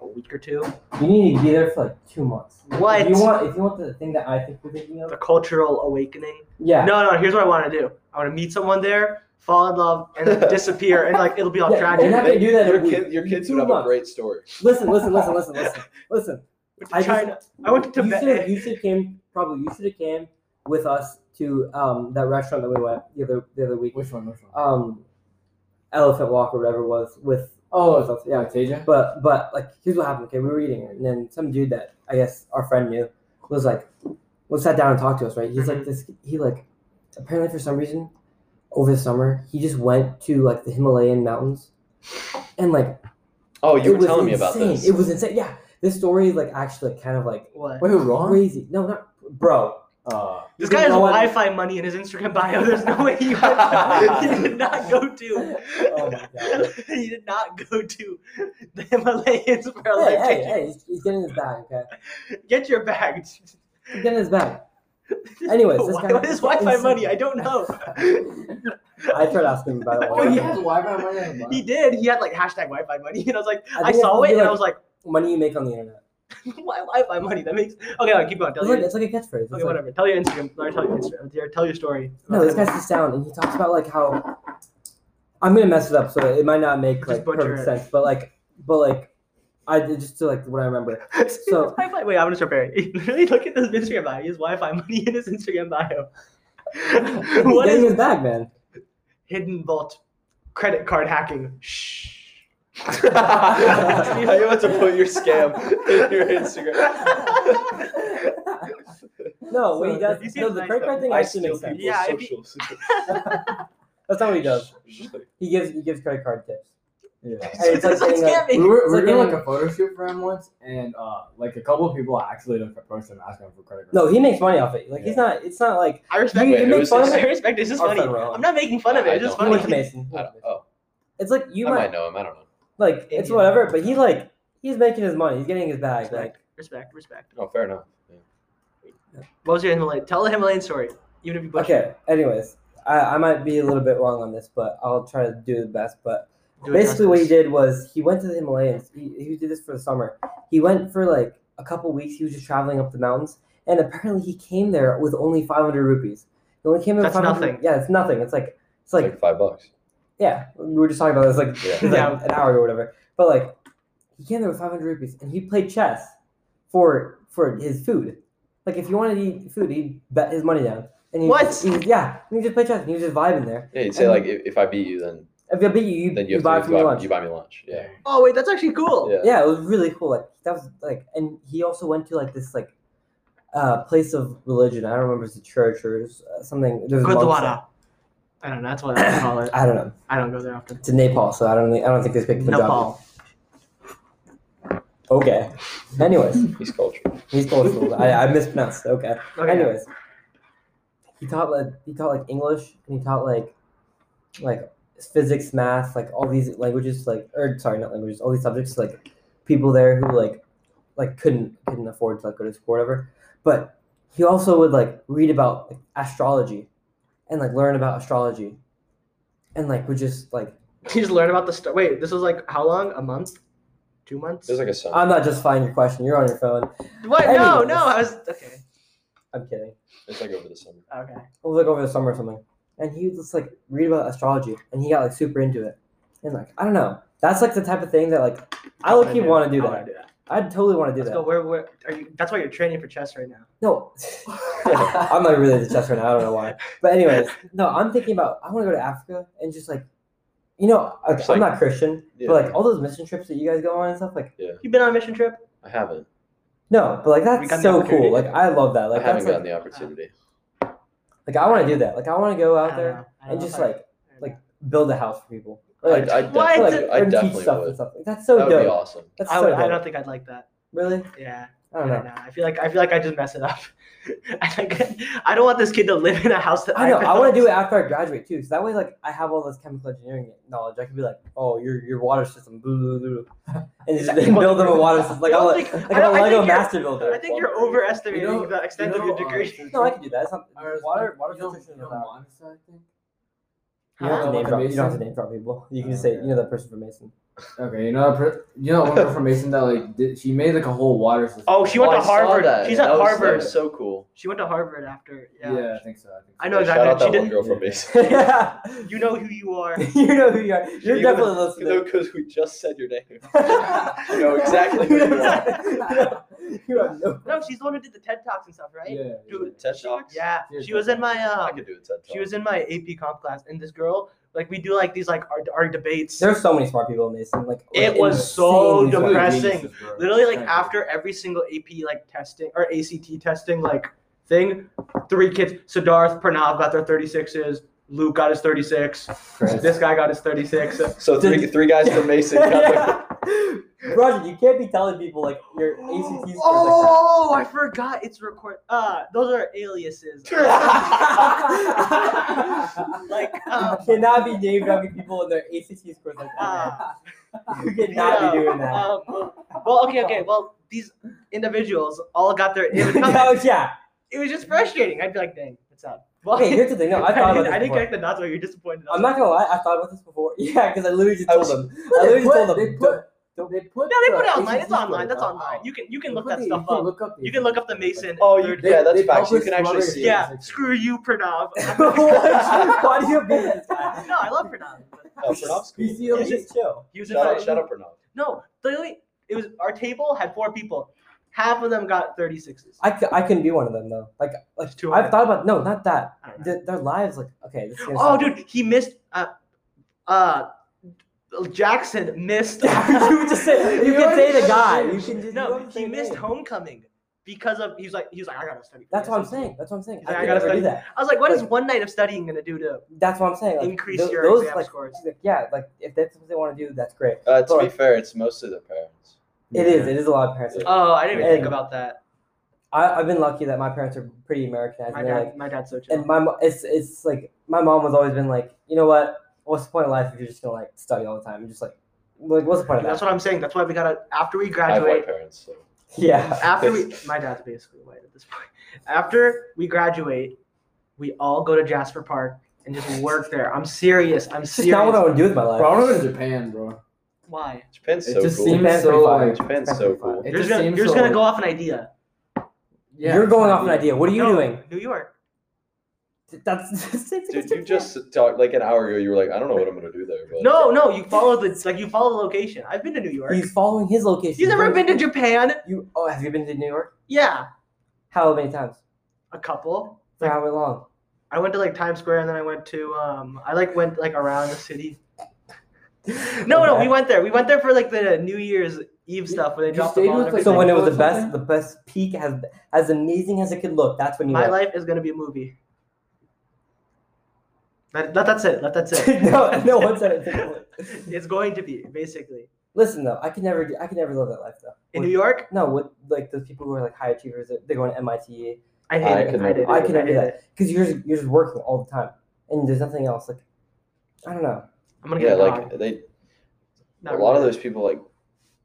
A: a week or two.
C: there? You need to be there for like two months.
A: What?
C: If you want, if you want the thing that I think we're thinking of,
A: The cultural awakening.
C: yeah.
A: No, no. Here's what I want to do. I want to meet someone there, fall in love, and then disappear, and like it'll be all
C: Yeah,
A: tragic.
C: you're not gonna do that in
B: Your,
C: a week.
B: kid, your kids
C: Two
B: would have a
C: months.
B: great story.
C: Listen, listen, listen, listen, listen, listen.
A: Went
C: I
A: to
C: just-
A: China. I went to
C: You
A: Tibet.
C: should have you should have came probably you should have came with us to um that restaurant that we went the other the other week.
D: Which one? Which one?
C: Um, Elephant Walk or whatever it was with
D: oh, it's- yeah, it's Asia.
C: But but like here's what happened. Okay, we were eating, and then some dude that I guess our friend knew was like, was sat down and talked to us. Right? He's
A: Mhm.
C: like this. He like apparently for some reason over the summer he just went to like the Himalayan mountains, and like
B: Oh,
C: it
B: you were
C: was
B: telling me about
C: insane.
B: this.
C: It was insane. Yeah, this story like actually kind of like
A: What?
D: Wait, wrong?
C: crazy. No, not bro.
D: Uh,
A: This
C: You
A: guy has
C: know what?
A: Wi-Fi money in his Instagram bio. There's no way he, went, he did not go to.
C: Oh my god.
A: he did not go to the Himalayas for a
C: Hey,
A: life
C: hey,
A: change.
C: hey, he's, he's getting his bag, okay?
A: Get your bag.
C: He's getting his bag. Anyways, this
A: Why-
C: guy-
A: what is Wi-Fi
C: it's-
A: money? I don't know.
C: I tried asking him about it.
D: Oh,
C: one
D: he
C: time.
D: has Wi-Fi money on the
A: He
D: bus.
A: did. He had like hashtag Wi-Fi money, and I was like,
C: I
A: I,
C: think
A: saw
C: that's
A: it, and
C: like
A: I was like,
C: money you make on the internet.
A: why Wi-Fi money? That makes okay. Like, keep going. Tell
C: It's
A: your
C: like, it's like a catchphrase. It's
A: okay,
C: like-
A: whatever. Tell your Instagram. Or tell your Instagram. Tell your- Tell your story.
C: No, this guy sits down and he talks about like how I'm gonna mess it up, so it might not make
A: Just
C: like
A: butcher
C: perfect
A: it.
C: sense, but like, but like, I it just to like what I remember. so-
A: Wi-Fi. Wait, I'm gonna start pairing. Literally, look at this Instagram bio. He has Wi-Fi money in his Instagram bio. what
C: What is
A: is
C: his bag, man?
A: hidden vault credit card hacking? Shh.
B: Are you about to put your scam in your Instagram?
C: No, what he
A: So,
C: does.
A: you see
C: No,
A: it's
C: the
A: nice
C: credit
A: though.
C: card thing
B: I steal
C: actually makes sense.
B: people's
A: Yeah, it'd be-
B: socials.
C: That's not what he does.
B: Just like-
C: He gives he gives credit card tips.
D: Yeah.
C: Hey, it's like saying, like-
D: We were, we were
C: like
D: doing
C: in-
D: like a photo shoot for him once, and uh, like a couple of people actually like approached him asking him for credit cards.
C: No, he makes money off it. Like he's not. It's not like
A: I respect
C: You-
A: it.
C: you
B: Wait,
C: make
B: who's
C: fun of
B: this?
C: it?
A: I respect it. It's just
C: Or
A: funny.
C: fun wrong.
A: I'm not making fun of it.
B: I
A: It's just
B: don't.
A: funny.
C: Nick Mason.
B: I don't, oh,
C: It's like you
B: I might
C: might.
B: know him. I don't know.
C: Like it's
A: Indian.
C: whatever, but he like he's making his money. He's getting his bag. Like
A: Respect, respect, respect.
B: Oh, fair enough.
A: What was your Himalayan? Tell the Himalayan story, even if you butcher.
C: Okay. Anyways, I, I might be a little bit wrong on this, but I'll try to do the best. But
A: Do it
C: basically, what he
A: justice.
C: did was he went to the Himalayas. He, he did this for the summer. He went for like a couple weeks. He was just traveling up the mountains, and apparently, he came there with only 500 rupees. He only came in. with
A: That's
C: 500
A: nothing.
C: Yeah, it's nothing. It's like it's
B: It's
C: like
B: like five bucks.
C: yeah, we were just talking about this like,
B: Yeah.
C: like
A: Yeah.
C: an hour ago or whatever. But like, he came there with 500 rupees and he played chess for for his food. Like, if you wanted to eat food, he'd bet his money down. And he
A: What?
C: Just, he, yeah, and he just played chess and he was just vibing there.
B: Yeah, you'd say like if, if I beat you, then
C: If I beat you, you,
B: then
C: you
B: you have
C: buy
B: to
C: from
B: you
C: your
B: buy,
C: lunch.
B: you buy me lunch. Yeah.
A: Oh wait, that's actually cool.
B: Yeah.
C: yeah, it was really cool. Like that was like, and he also went to like this like uh place of religion. I don't remember if it's a church or it was, uh, something. There's
A: Gurdwara. I don't know. That's what I call it.
C: I don't know.
A: I don't go there often.
C: It's in Nepal, so I don't. I don't think this big.
A: Nepal.
C: Okay. Anyways.
B: He's cultured.
C: He's coastal. I, I mispronounced. Okay.
A: Okay.
C: Anyways, he taught like he taught like English and he taught like like physics, math, like all these languages, like or sorry, not languages, all these subjects, to, like people there who like like couldn't couldn't afford to like go to school or whatever. But he also would like read about like, astrology and like learn about astrology and like would just like
A: You just learn about the story. Wait, this was like how long? A month? Two months?
B: There's like a son.
C: I'm not just finding your question. You're on your phone.
A: what? No,
C: anyways.
A: no. I was okay.
C: I'm kidding.
B: it's like over the summer.
A: Okay.
C: it was like over the summer or something. And he would just like read about astrology and he got like super into it. And like, I don't know. That's like the type of thing that like I look he want to do
A: I wanna
C: that. I totally want to do
A: Let's go.
C: that.
A: Where? Where are you? That's why you're training for chess right now.
C: No. I'm not really into chess right now, I don't know why. But anyways, no, I'm thinking about I want to go to Africa and just like you know, like,
B: Just,
C: I'm
B: like-
C: not Christian,
B: Yeah.
C: but like all those mission trips that you guys go on and stuff, like
A: You been on a mission trip?
B: I haven't.
C: no, but like
A: got
C: that's
A: the
C: so
A: opportunity.
C: cool. Like I love that. Like
B: I haven't
C: that's like,
B: gotten the opportunity.
C: like I want to do that. Like I want to go out
A: I don't know.
C: there
A: I don't
C: and
A: know
C: just
A: if I-
C: like build a house for people. Or,
B: I,
C: like,
B: I
A: What?
C: Or,
B: definitely,
C: like,
B: I
C: learn teach
B: definitely
C: stuff
B: would.
C: and stuff. Like, that's
B: that
C: so
B: would
C: dope.
B: be awesome.
C: That's
A: I
C: so
A: would.
C: dope.
A: I don't think I'd like that.
C: really.
A: Yeah.
C: I
A: I,
C: don't know.
A: don't know. I feel like I feel like I just mess it up. I, like, I don't want this kid to live in a house that
C: I know. I
A: built.
C: want to do it after I graduate too, so that way, like, I have all this chemical engineering knowledge. I could be like, oh, your your water system, blah, blah, blah, blah," and just then build them a water system, like
A: I
C: I'm
A: don't
C: a,
A: think-
C: like
A: I
C: I'm
A: don't-
C: a
A: I
C: Lego
A: think you're-
C: master builder.
A: I think you're overestimating
D: You know-
A: the extent
D: You know,
A: of your degree.
D: uh,
C: no, I can do that. It's not
D: Iris-
C: water. Water
D: you know-
C: filtration is
D: you know
C: not-
D: Monica, I think?
C: You don't have
D: Huh?
C: to name
D: Like
C: drop.
D: a
C: You don't have to
D: Mason?
C: name drop people. You can
D: Oh,
C: just say,
D: okay.
C: you know, that person from Mason.
D: Okay, you know, per- you know, one girl from Mason that like did, she made like a whole water system.
A: Oh, she went
B: Oh,
A: to
B: I saw
A: Harvard.
B: that.
A: She's at
B: That was
A: Harvard.
B: so- so cool.
A: She went to Harvard after.
D: yeah.
A: Yeah.
D: I think so. I, think so.
A: I know
B: Yeah,
A: exactly.
B: Shout out
A: She
B: that
A: did-
B: one girl from
D: Yeah.
B: Mason.
C: you
A: You know who you are.
C: know who you are. You're
B: You
C: definitely
B: know-
C: listening.
B: You know, because we just said your name.
C: you
B: know exactly who you
C: are. You have no
A: No, she's the one who did the TED talks and stuff, right?
D: Yeah.
A: Dude,
B: TED Talks?
A: Yeah.
D: Yeah,
A: She was in my
B: I
A: um,
B: could do a TED Talk.
A: she was in my AP comp class, and this girl, like, we do like these like our, our debates.
C: There's so many smart people in Mason. Like
A: It
C: like,
A: was so
C: insanely smart.
A: depressing.
D: Geniuses, bro.
A: Literally, like
D: Thank you.
A: after every single AP like testing or ACT testing like thing, three kids. Siddharth Pranav got their 36s. Luke got his 36.
D: Chris.
A: This guy got his 36.
B: So three,
C: Did-
B: three guys from Mason. got their-
C: Yeah. Roger, you can't be telling people like your ACT scores
A: Oh, I forgot it's record. Uh, those are aliases. like,
C: like
A: um,
C: that. You cannot be name dropping people in their ACT scores like that.
A: uh,
C: you cannot
A: no, Uh,
C: be doing that.
A: um, well, okay, okay. Well, these individuals all got their.
C: no, yeah.
A: it was just frustrating. I'd be like, dang, what's up? Well,
C: Okay, here's the thing. No, I thought
A: didn't-
C: about this
A: I didn't
C: before.
A: connect the dots where you're disappointed.
C: I'm not gonna lie. I thought about this before. Yeah, because I literally just
B: I
C: told
B: was-
C: them. I literally just told them.
D: They
C: "Don't-
D: put, they put.
A: No, they put
D: the
A: it online. It's
D: agency
A: online. That's
D: photo
A: online.
D: out.
A: You can you
D: They
A: can look
D: put
A: that
D: the-
A: stuff
D: you can
A: up.
D: Look up the
A: You can look up the
D: agency photo.
A: Mason.
B: Oh, you-
A: third-
B: yeah, that's
D: they
B: facts. You can
D: published
B: actually
D: Mother
B: see it.
A: yeah.
D: Teresa.
A: Screw you, Pranav.
C: Why why do you have beef with this guy?
A: no, I love Pranav. but
B: Oh, Pranav's cool.
C: He's the only-
A: It's just-
C: he's chill.
A: He was in
B: Shout
A: front
B: out,
A: of
B: shout out Pranav.
A: No, literally, it was our table had four people. Half of them got 36s.
C: I, c- I couldn't be one of them though. Like like
A: It's too
C: I've
A: hard.
C: thought about no, not that.
A: I don't know.
C: Their, their lives like okay. This is gonna
A: Oh,
C: suck.
A: dude, he missed. Uh, uh, Jackson missed.
C: you would just say you,
D: You
C: can say
D: already
C: the
D: said
C: guy.
D: it.
C: You can just you
A: no,
C: already
A: he
C: say
A: missed
C: name.
A: homecoming because of he was like he was like I gotta study.
C: That's
A: for
C: what I'm
A: this."
C: saying. That's what I'm saying.
A: He's
C: I
A: like, I
C: could
A: gotta
C: never do
A: study.
C: that.
A: I was like, what is one night of studying gonna do to
C: That's what I'm saying. Like,
A: Increase
C: tho-
A: your
C: those,
A: exam
C: like,
A: scores.
C: like, Yeah, like if that's what they want to do, that's great.
B: Uh, to be
C: Alright.
B: fair, it's mostly the parents.
C: It is. It is a lot of parents.
B: Yeah.
A: Oh, I didn't even think
C: And-
A: about that.
C: I, I've been lucky that my parents are pretty Americanized.
A: My
C: And they're like,
A: dad, my dad's so chill.
C: and my mo- it's it's like my mom has always been like, you know what? What's the point of life if you're just gonna like study all the time? just like, like what's the point of
A: That's
C: that?
A: what I'm saying. That's why we gotta after we
B: I have
A: graduate.
B: white parents. So.
C: Yeah.
A: after we my dad's basically white at this point after we graduate we all go to jasper park and just work there i'm serious i'm
C: It's just not
A: serious
C: what I would do with my
D: Bro, I
C: life.
D: want to go to Japan, bro.
A: why
B: Japan's
D: It
B: so
D: just
B: cool.
D: seems
C: Japan's
D: so
C: pretty fire.
D: like.
B: Japan's so cool.
D: It
A: you're just
D: just
A: gonna,
D: seems
A: you're just
D: so-
A: gonna go off an idea
D: Yeah,
C: you're
D: it's an
C: going off an idea. What are you
A: No,
C: doing?
A: new york
C: That's
B: Dude, you just talked like an hour ago. You were like, I don't know what I'm gonna do there, but
A: no no you follow the like you follow the location i've been to new york
C: He's following his location.
A: you've never been to japan
C: You oh, have you been to New York?
A: yeah
C: How many times?
A: a couple
C: For how long?
A: i went to like times square and then i went to um i like went like around the city no no we went there we went there for like the new year's eve stuff where they
D: You
A: dropped the
D: stayed
A: ball and
D: with, like,
A: everything.
C: So when it was
D: Or
C: the best, the
D: something?
C: best peak, as as amazing as it could look, that's when you.
A: My
C: went.
A: life is gonna be a movie. Let, let that sit. Let that sit.
C: no, no one said it.
A: It's going to be basically
C: Listen though, I could never, do- I could never live that life though.
A: in
C: With-
A: New York.
C: No, with like those people who are like high achievers, they're- they're going to MIT
A: I hate
B: I
A: it.
B: could
A: I,
B: never
A: did it.
C: do that. I could never do
A: hate
C: that.
A: it.
C: because you're just, you're just working all the time and there's nothing else. Like, I don't know.
A: I'm gonna
B: yeah,
A: get
B: like they
A: Not
B: a lot of
A: really.
B: those people like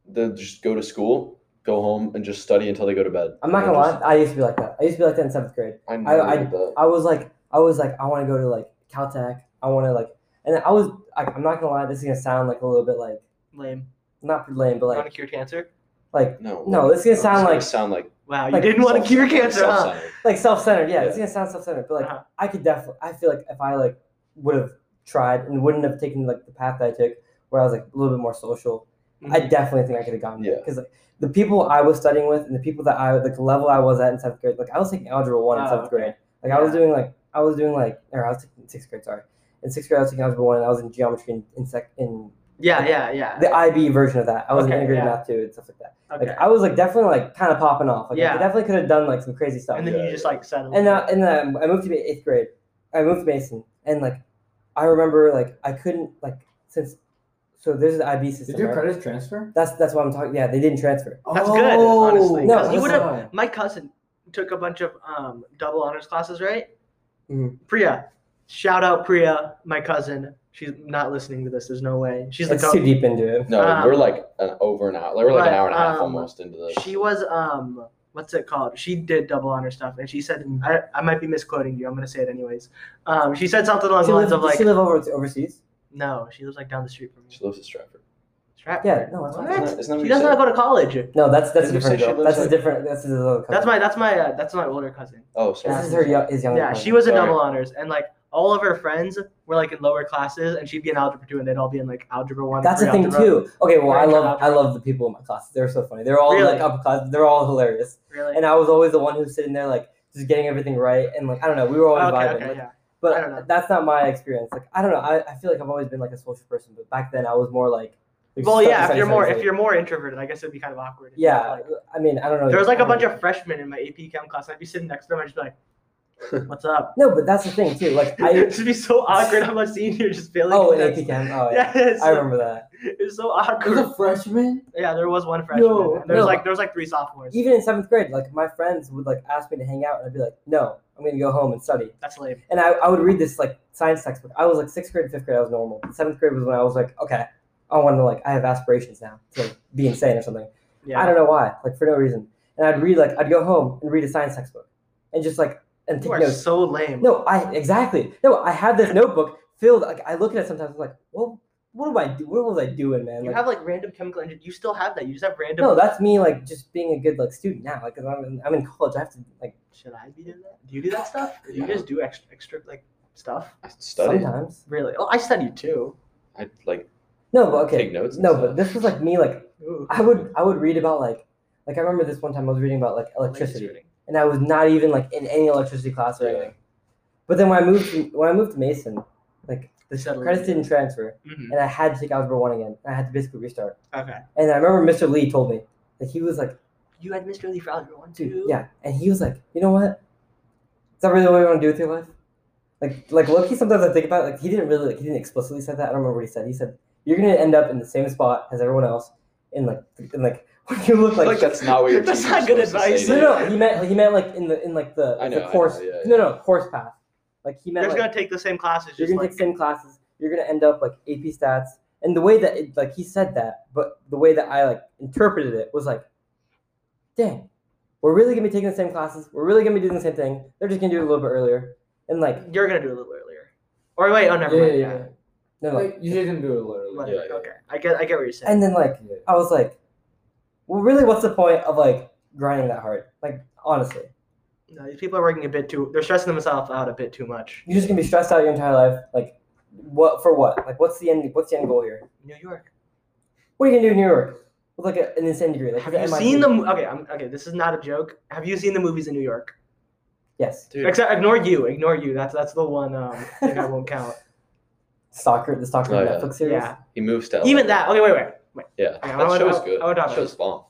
B: they just go to school, go home, and just study until they go to bed.
C: I'm not
B: And
C: gonna lie.
B: just-
C: I used to be like that. I used to be like that in seventh grade.
B: I know
C: I- I-
B: that.
C: I was like, I was like, I want to go to like Caltech. I want to like, and I was, I, I'm not gonna lie. This is gonna sound like a little bit like
A: lame.
C: not lame, but
A: want to
C: like
A: cure cancer?
C: like
B: No,
C: no, this is gonna
B: it's
C: sound
B: gonna
C: like
B: sound like
A: Wow, you
C: Like,
A: didn't want to
B: self-
A: cure cancer, huh?
B: self-centered.
C: like self-centered. Yeah, it's
B: Yeah.
C: gonna sound self-centered, but like
A: Uh-huh.
C: I could definitely. I feel like if I like would have tried and wouldn't have taken like the path that I took, where I was like a little bit more social, I
A: Mhm.
C: definitely think I could have gotten there
B: Yeah.
C: because like the people I was studying with and the people that I like the level I was at in seventh grade, like I was taking algebra one in
A: Oh,
C: seventh
A: okay.
C: grade. Like I was
A: Yeah.
C: doing like I was doing like or I was taking sixth grade. Sorry, in sixth grade I was taking algebra one and I was in geometry in, in sec in
A: Mm-hmm. Yeah, yeah, yeah.
C: the IB version of that. I was in
A: Ah. Okay,
C: integrated
A: yeah.
C: math too and stuff like that.
A: Okay.
C: Like I was like definitely like kind of popping off. Like
A: Yeah.
C: I definitely could have done like some crazy stuff.
A: and then
B: Yeah,
A: you just
B: yeah.
A: like settle.
C: And uh, and then I moved to eighth grade. I moved to Mason, and like, I remember like I couldn't like since, so there's an IB
D: Did
C: system.
D: your
C: right?
D: credits transfer?
C: That's that's what I'm talking. Yeah, they didn't transfer.
A: That's good,
D: Oh,
A: honestly.
C: no,
A: 'cause you
C: that's
A: would have.
D: fine.
A: My cousin took a bunch of um, double honors classes, right?
C: Mhm.
A: Priya, shout out Priya, my cousin. She's not listening to this. There's no way. She's the
C: It's
A: co-
C: too deep into it.
B: No,
A: Um,
B: we're like an over an hour. Like, we're like
A: but,
B: an hour and a half
A: um,
B: almost into this.
A: she was um what's it called she did double honor stuff and she said I, I might be misquoting you i'm gonna say it anyways um she said something along
C: She
A: the lines
C: lives,
A: of like
C: she live over overseas.
A: no she lives like down the street from me
B: She lives in Stratford.
A: Stratford.
C: Yeah, no, that's
A: What?
B: Isn't
C: fine.
B: that- isn't that
A: she
B: what you
A: does
B: said?
A: not go to college
C: No, that's that's a
B: Did you say
C: different
B: she
C: girl.
B: lives,
C: That's a
B: like-
C: different. That's his other.
A: that's
C: cousin.
A: my that's my uh, that's my older cousin
B: Oh, sorry.
C: This is her yo- his younger.
A: yeah
C: cousin.
A: she was in
B: Sorry.
A: double honors and like all of her friends were like in lower classes and she'd be in algebra two and they'd all be in like algebra one
C: That's the
A: three
C: thing
A: algebra.
C: too. Okay, well, I
A: Algebra,
C: love I love the people in my class. They're so funny. They're all
A: Really?
C: like upper class. They're all hilarious.
A: really
C: And I was always the one who's sitting there like just getting everything right and like I don't know. We were always
A: okay
C: vibing.
A: okay
C: Like,
A: yeah
C: but
A: I don't know.
C: that's not my experience. Like I don't know. I, I feel like I've always been like a social person, but back then I was more like. like,
A: well
C: study,
A: yeah if
C: study,
A: you're
C: study,
A: more
C: study.
A: if you're more introverted i guess it'd be kind of awkward if you were,
C: yeah.
A: like,
C: I mean I don't know.
A: There was like a
C: I don't
A: bunch
C: know.
A: of freshmen in my AP Chem class. I'd be sitting next to them. I'd just be like, "What's up?"
C: No, but that's the thing too. Like I
A: It should be so awkward. I'm a senior, just feeling.
C: oh in AP Chem. Oh yeah.
A: Yeah, it's,
C: I remember that.
A: it's so
D: As
A: awkward.
D: a freshman,
A: Yeah, there was one freshman.
D: Yo,
A: and there was
C: no.
A: like there was like three sophomores.
C: Even in seventh grade, like my friends would like ask me to hang out, and I'd be like, no, I'm gonna go home and study.
A: That's lame.
C: And I, I would read this like science textbook. I was like sixth grade, fifth grade, I was normal. Seventh grade was when I was like, okay, I want to like I have aspirations now to like, be insane or something.
A: Yeah.
C: I don't know why, like for no reason. And I'd read like I'd go home and read a science textbook, and just like and
A: You
C: take
A: are
C: notes.
A: so lame.
C: No, I exactly. No, I have this notebook filled. Like I look at it sometimes. I'm like, well, what am I? Do- what was I doing, man?
A: You
C: Like,
A: have like random chemical engineering. You still have that. You just have random.
C: no, that's me. Like just being a good like student now. Like i I'm in, I'm in college. I have to like
A: Should I be doing that? Do you do that stuff? Do you
B: Yeah.
A: just do extra, extra like stuff?
B: I studied.
C: sometimes.
A: Really? Oh, I studied too.
B: I like
C: No, but okay.
B: take notes. and
C: No,
B: stuff.
C: but this was like me. Like
A: Ooh.
C: I would I would read about like like I remember this one time I was reading about like electricity. and I was not even like in any electricity class or
B: Yeah.
C: anything. But then when I moved to, when I moved to Mason, like the
A: Settled
C: credits
A: in.
C: didn't transfer,
A: Mhm.
C: and I had to take algebra one again. I had to basically restart.
A: Okay.
C: And I remember Mr. Lee told me that he was like,
A: You had Mr. Lee for algebra one
C: dude,
A: too.
C: yeah, and he was like, you know what? Is that really what you want to do with your life? Like, like Loki. Sometimes I think about it, like he didn't really like he didn't explicitly say that. I don't remember what he said. He said you're gonna end up in the same spot as everyone else, in like in like when you look
B: I feel
C: like,
B: like that's not what your
A: That's
B: teacher's
A: not good
B: supposed to say
A: advice.
B: to
C: no,
B: you.
C: no, he meant he meant like in the in like the,
B: I
C: like,
B: know, I
C: the
B: know,
C: course.
B: yeah,
C: No, no, course path. Like he
A: You're
C: meant
A: just
C: like,
A: gonna take the same classes.
C: you're
A: Just
C: gonna
A: like
C: take same classes. You're gonna end up like AP stats. And the way that it, like he said that, but the way that I like interpreted it was like, dang, we're really gonna be taking the same classes. We're really gonna be doing the same thing. They're just gonna do it a little bit earlier. And like,
A: you're gonna do it a little earlier. Or wait, oh never
D: Yeah,
A: mind.
D: yeah, yeah.
C: no, like,
D: Like, you didn't do it literally.
A: Whatever.
B: Yeah, yeah.
A: Okay. I get I get what you're saying.
C: and then like
D: Yeah.
C: I was like, well, really, what's the point of like grinding that hard? Like honestly,
A: No, these people are working a bit too. They're stressing themselves out a bit too much.
C: you're just gonna be stressed out your entire life. Like, what for? What? Like, what's the end? What's the end goal here?
A: New York.
C: What are you gonna do in New York with like a, an insane degree? Like
A: Have
C: the
A: you
C: MIT?
A: seen the? mo- Okay, I'm, okay. This is not a joke. Have you seen the movies in New York?
C: Yes,
B: Dude,
A: Except ignore you. Ignore you. That's that's the one um, thing I won't count.
C: soccer, the soccer
B: Oh, yeah.
C: Netflix series.
A: Yeah.
B: he moves to LA.
A: Even that. Okay. Wait. Wait. Wait.
B: Yeah,
A: Yeah, I
B: that
A: would-
B: show's
A: I
B: good.
A: would not-
B: That show's bomb.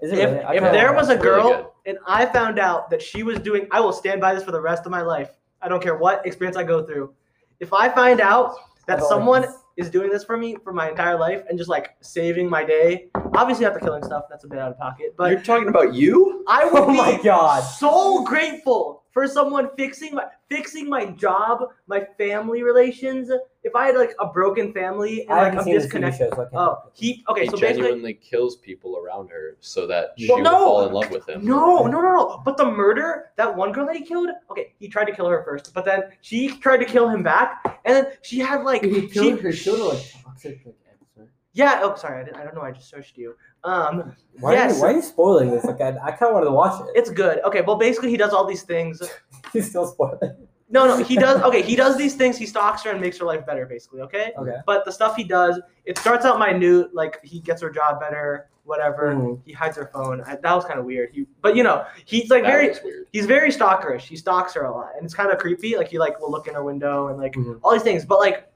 C: Is it
A: If,
C: really? I
A: if
C: kinda
A: there
C: wanna
A: was a
C: watch it.
B: really
A: girl
B: good.
A: and I found out that she was doing, I will stand by this for the rest of my life. I don't care what experience I go through. If I find out that
C: I've
A: someone
C: always-
A: is doing this for me for my entire life and just like saving my day, obviously not the killing stuff. That's a bit out of pocket, but
B: You're talking about you?
A: I would
C: oh my
A: be
C: god,
A: so grateful for someone fixing my fixing my job, my family relations. If I had like a broken family and
C: I
A: like
C: haven't
A: I'm
C: seen this TV
A: disconnected.
C: show, so I can't.
A: Oh, he okay.
B: he
A: so basically,
B: genuinely kills people around her so that she
A: Well,
B: will
A: no.
B: fall in love with him.
A: No, no, no, no. But the murder, that one girl that he killed, okay, he tried to kill her first, but then she tried to kill him back, and then she had like
D: He
A: she,
D: killed her children like toxic like answer.
A: yeah. Oh, sorry, I, didn't, I don't know. I just searched you. Um,
C: why, are
A: yes.
C: you, why are you spoiling this? Like I, I kind of wanted to watch it.
A: it's good. Okay, well, basically he does all these things.
C: He's still spoiling.
A: No, no, he does. Okay, he does these things. He stalks her and makes her life better, basically. Okay.
C: Okay.
A: But the stuff he does, it starts out minute, like he gets her job better, whatever.
B: Hmm.
C: Mhm.
A: He hides her phone. I, that was kind of weird. He, but you know, he's like
B: That
A: very.
B: was weird.
A: he's very stalkerish. He stalks her a lot, and it's kind of creepy. Like he like will look in her window and like
B: Hmm.
C: Mhm.
A: all these things. But like,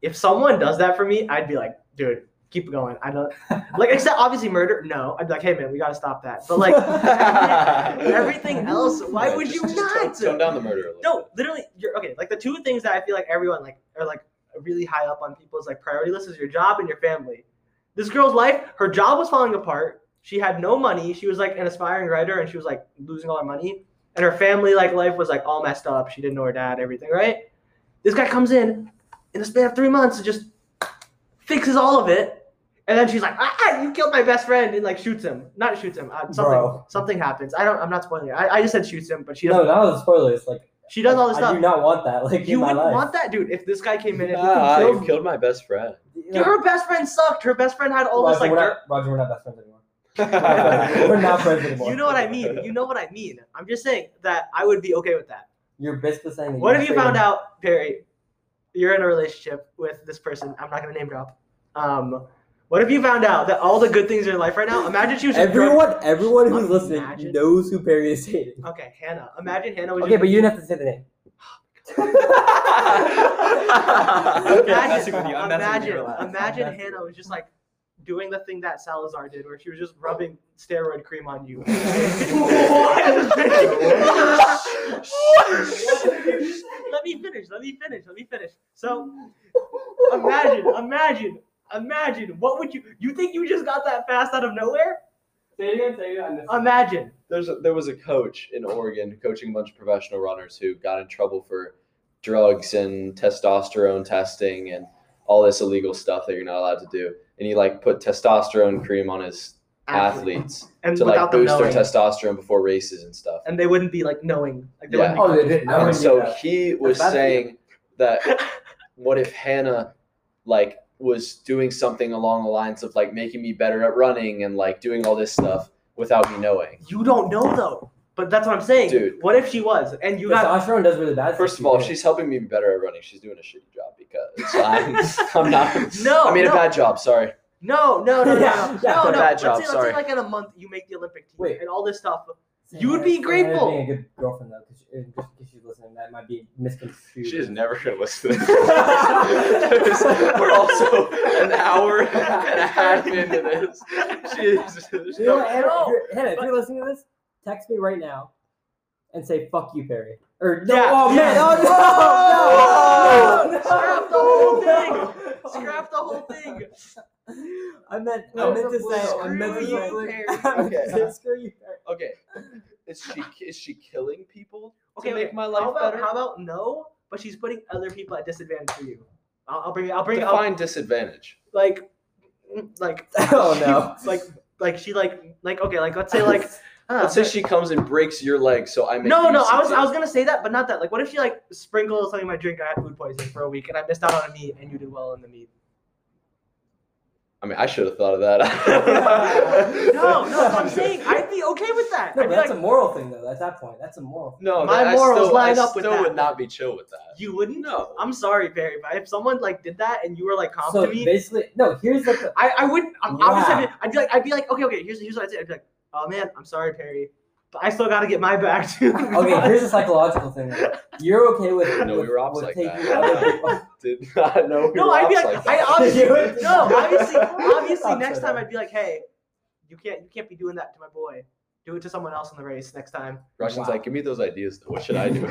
A: if someone does that for me, I'd be like, dude, keep going. I don't like except obviously murder. No, I'd be like, hey man, we gotta stop that. But like everything else, why
B: Yeah,
A: would
B: just-
A: you
B: just
A: not?
B: tone- Tone down the murder a little
A: no, literally, you're okay. Like the two things that I feel like everyone like are like really high up on people's like priority list is your job and your family. This girl's life, her job was falling apart. She had no money. She was like an aspiring writer, and she was like losing all her money. And her family like life was like all messed up. She didn't know her dad, everything. Right? This guy comes in in the span of three months and just fixes all of it. And then she's like, "Ah, you killed my best friend!" and like shoots him. Not shoots him. Uh, something.
C: Bro.
A: Something happens. I don't. I'm not spoiling it. I, I just said shoots him, but she
C: No,
A: doesn't.
C: not the spoilers. Like
A: She does all this
C: I
A: stuff.
C: do not want that. Like
A: You
C: in my
A: wouldn't
C: life.
A: want that, dude. If this guy came in, and
B: Ah,
A: he
B: you
A: killed,
B: killed my best friend.
A: Dude, her best friend sucked. Her best friend had all
C: Roger,
A: this like
C: we're
A: dirt.
C: not, Roger, we're not best friends anymore. we're
B: We're
C: not friends anymore.
A: You know what I mean. You know what I mean. I'm just saying that I would be okay with that.
C: You're basically saying. That
A: What
C: you're
A: if you found
C: straight-
A: out, Perry, you're in a relationship with this person? I'm not gonna name drop. Um, what if you found out that all the good things in your life right now? Imagine she was just drunk-
C: Everyone, everyone who's
A: Fucking
C: listening
A: imagine.
C: knows who Perry is dating.
A: Okay, Hannah. Imagine Hannah was
C: Okay,
A: just.
C: but you didn't have to say the name.
B: Okay, I'm
A: imagine,
B: messing with you. I'm messing with you.
A: imagine,
C: Relax.
A: imagine
C: I'm messing
A: Hannah was just like doing the thing that Salazar did, where she was just rubbing steroid cream on you. let me finish. Let me finish. Let me finish. So, imagine, imagine, imagine. What would you? You think you just got that fast out of nowhere?
D: Say it again, say it again.
A: Imagine.
B: There's a, there was a coach in Oregon coaching a bunch of professional runners who got in trouble for drugs and testosterone testing and all this illegal stuff that you're not allowed to do. And he like put testosterone cream on his athletes
A: and
B: to
A: without
B: like
A: them
B: boost their
A: knowing,
B: testosterone before races and stuff.
A: and they wouldn't be like knowing. Like they
B: Yeah.
A: wouldn't
D: Oh, they didn't know.
B: And
D: any of
B: so
D: that.
B: he was
C: That's
B: saying that
A: be.
B: what if Hannah like was doing something along the lines of like making me better at running and like doing all this stuff without me knowing.
A: you don't know though. But that's what I'm saying.
B: Dude.
A: What if she was? And you
C: But
A: got
C: testosterone does really bad.
B: First of
C: stuff to
B: all,
C: you.
B: if she's helping me be better at running, she's doing a shitty job because I'm, I'm not.
A: No,
B: I made
A: no.
B: a bad job. Sorry.
A: no, no, no, no,
C: Yeah,
A: no,
C: yeah.
A: no, no.
B: Bad
A: let's
B: job,
A: say,
B: sorry.
A: Let's say like in a month you make the Olympic team
C: Wait.
A: and all this stuff.
C: Sam
A: you would
C: Hannah-
A: be
C: Sam
A: grateful.
C: Hannah Being a good girlfriend though, because just because she's listening, that might be misconstrued.
B: She is never going to listen to this. We're also an hour and a half into this. She is. there's
C: You know
B: no-
C: what, Hannah,
A: No.
C: if you're, Hannah, if you're listening to this, text me right now and say "fuck you, Perry." Or no,
A: Yeah.
C: oh man,
A: Yeah.
C: oh no, no, no, no,
A: Scrap the whole thing. Scrap the whole thing.
C: I meant, I
D: No,
C: meant to say, I meant to
A: Screw
C: say,
A: you, Perry.
C: I meant to
B: Okay.
C: say, screw you, Perry.
B: Okay. Is she is she killing people
A: Okay,
B: to make
A: okay.
B: my life
A: how about,
B: better?
A: How about no? But she's putting other people at disadvantage for you. I'll, I'll bring. I'll bring. I'll,
B: Define disadvantage.
A: like, like.
C: Oh, no.
A: she- like, like she like like okay like let's say like uh,
B: Let's say she comes and breaks your leg, so I make.
A: No,
B: you
A: no, I was
B: sit
A: I was gonna say that, but not that. Like, what if she like sprinkled something in my drink? I had food poisoning for a week, and I missed out on a meat, and you did well in the meat.
B: I mean, I should have thought of that.
A: No, no, that's what I'm saying. I'd be okay with that.
C: no,
A: I'd
C: but
A: be
C: that's
A: like,
C: a moral thing though. At that point, that's a moral.
B: no,
A: My
B: that- I
A: morals
B: still,
A: line
B: I
A: up with
B: still
A: that.
B: would not be chill with that.
A: you wouldn't.
B: No.
A: I'm sorry, Barry, but if someone like did that and you were like comp
C: So
A: to me,
C: basically, no. Here's like the
A: I I wouldn't. I'm, Obviously, I'd be,
C: Wow.
A: I'd be like, I'd be like, okay, okay. Here's here's what I'd say. I'd be like, oh man, I'm sorry, Perry, but I still gotta get my bag too.
C: okay. Here's the psychological thing. Though. You're okay with
B: No,
C: with,
B: we were ops
C: with
B: like
C: taking
B: that.
C: other people.
B: Did not know. we
A: no,
B: were
A: I'd be like,
B: ops
A: I
B: that.
A: obviously
C: You would-
A: no, obviously, obviously.
C: I'd
A: Next
C: say
A: time,
C: that.
A: I'd be like, hey, you can't you can't be doing that to my boy. Do it to someone else in the race next time.
B: Russian's
C: Wow.
B: like, give me those ideas. Though. What should I do?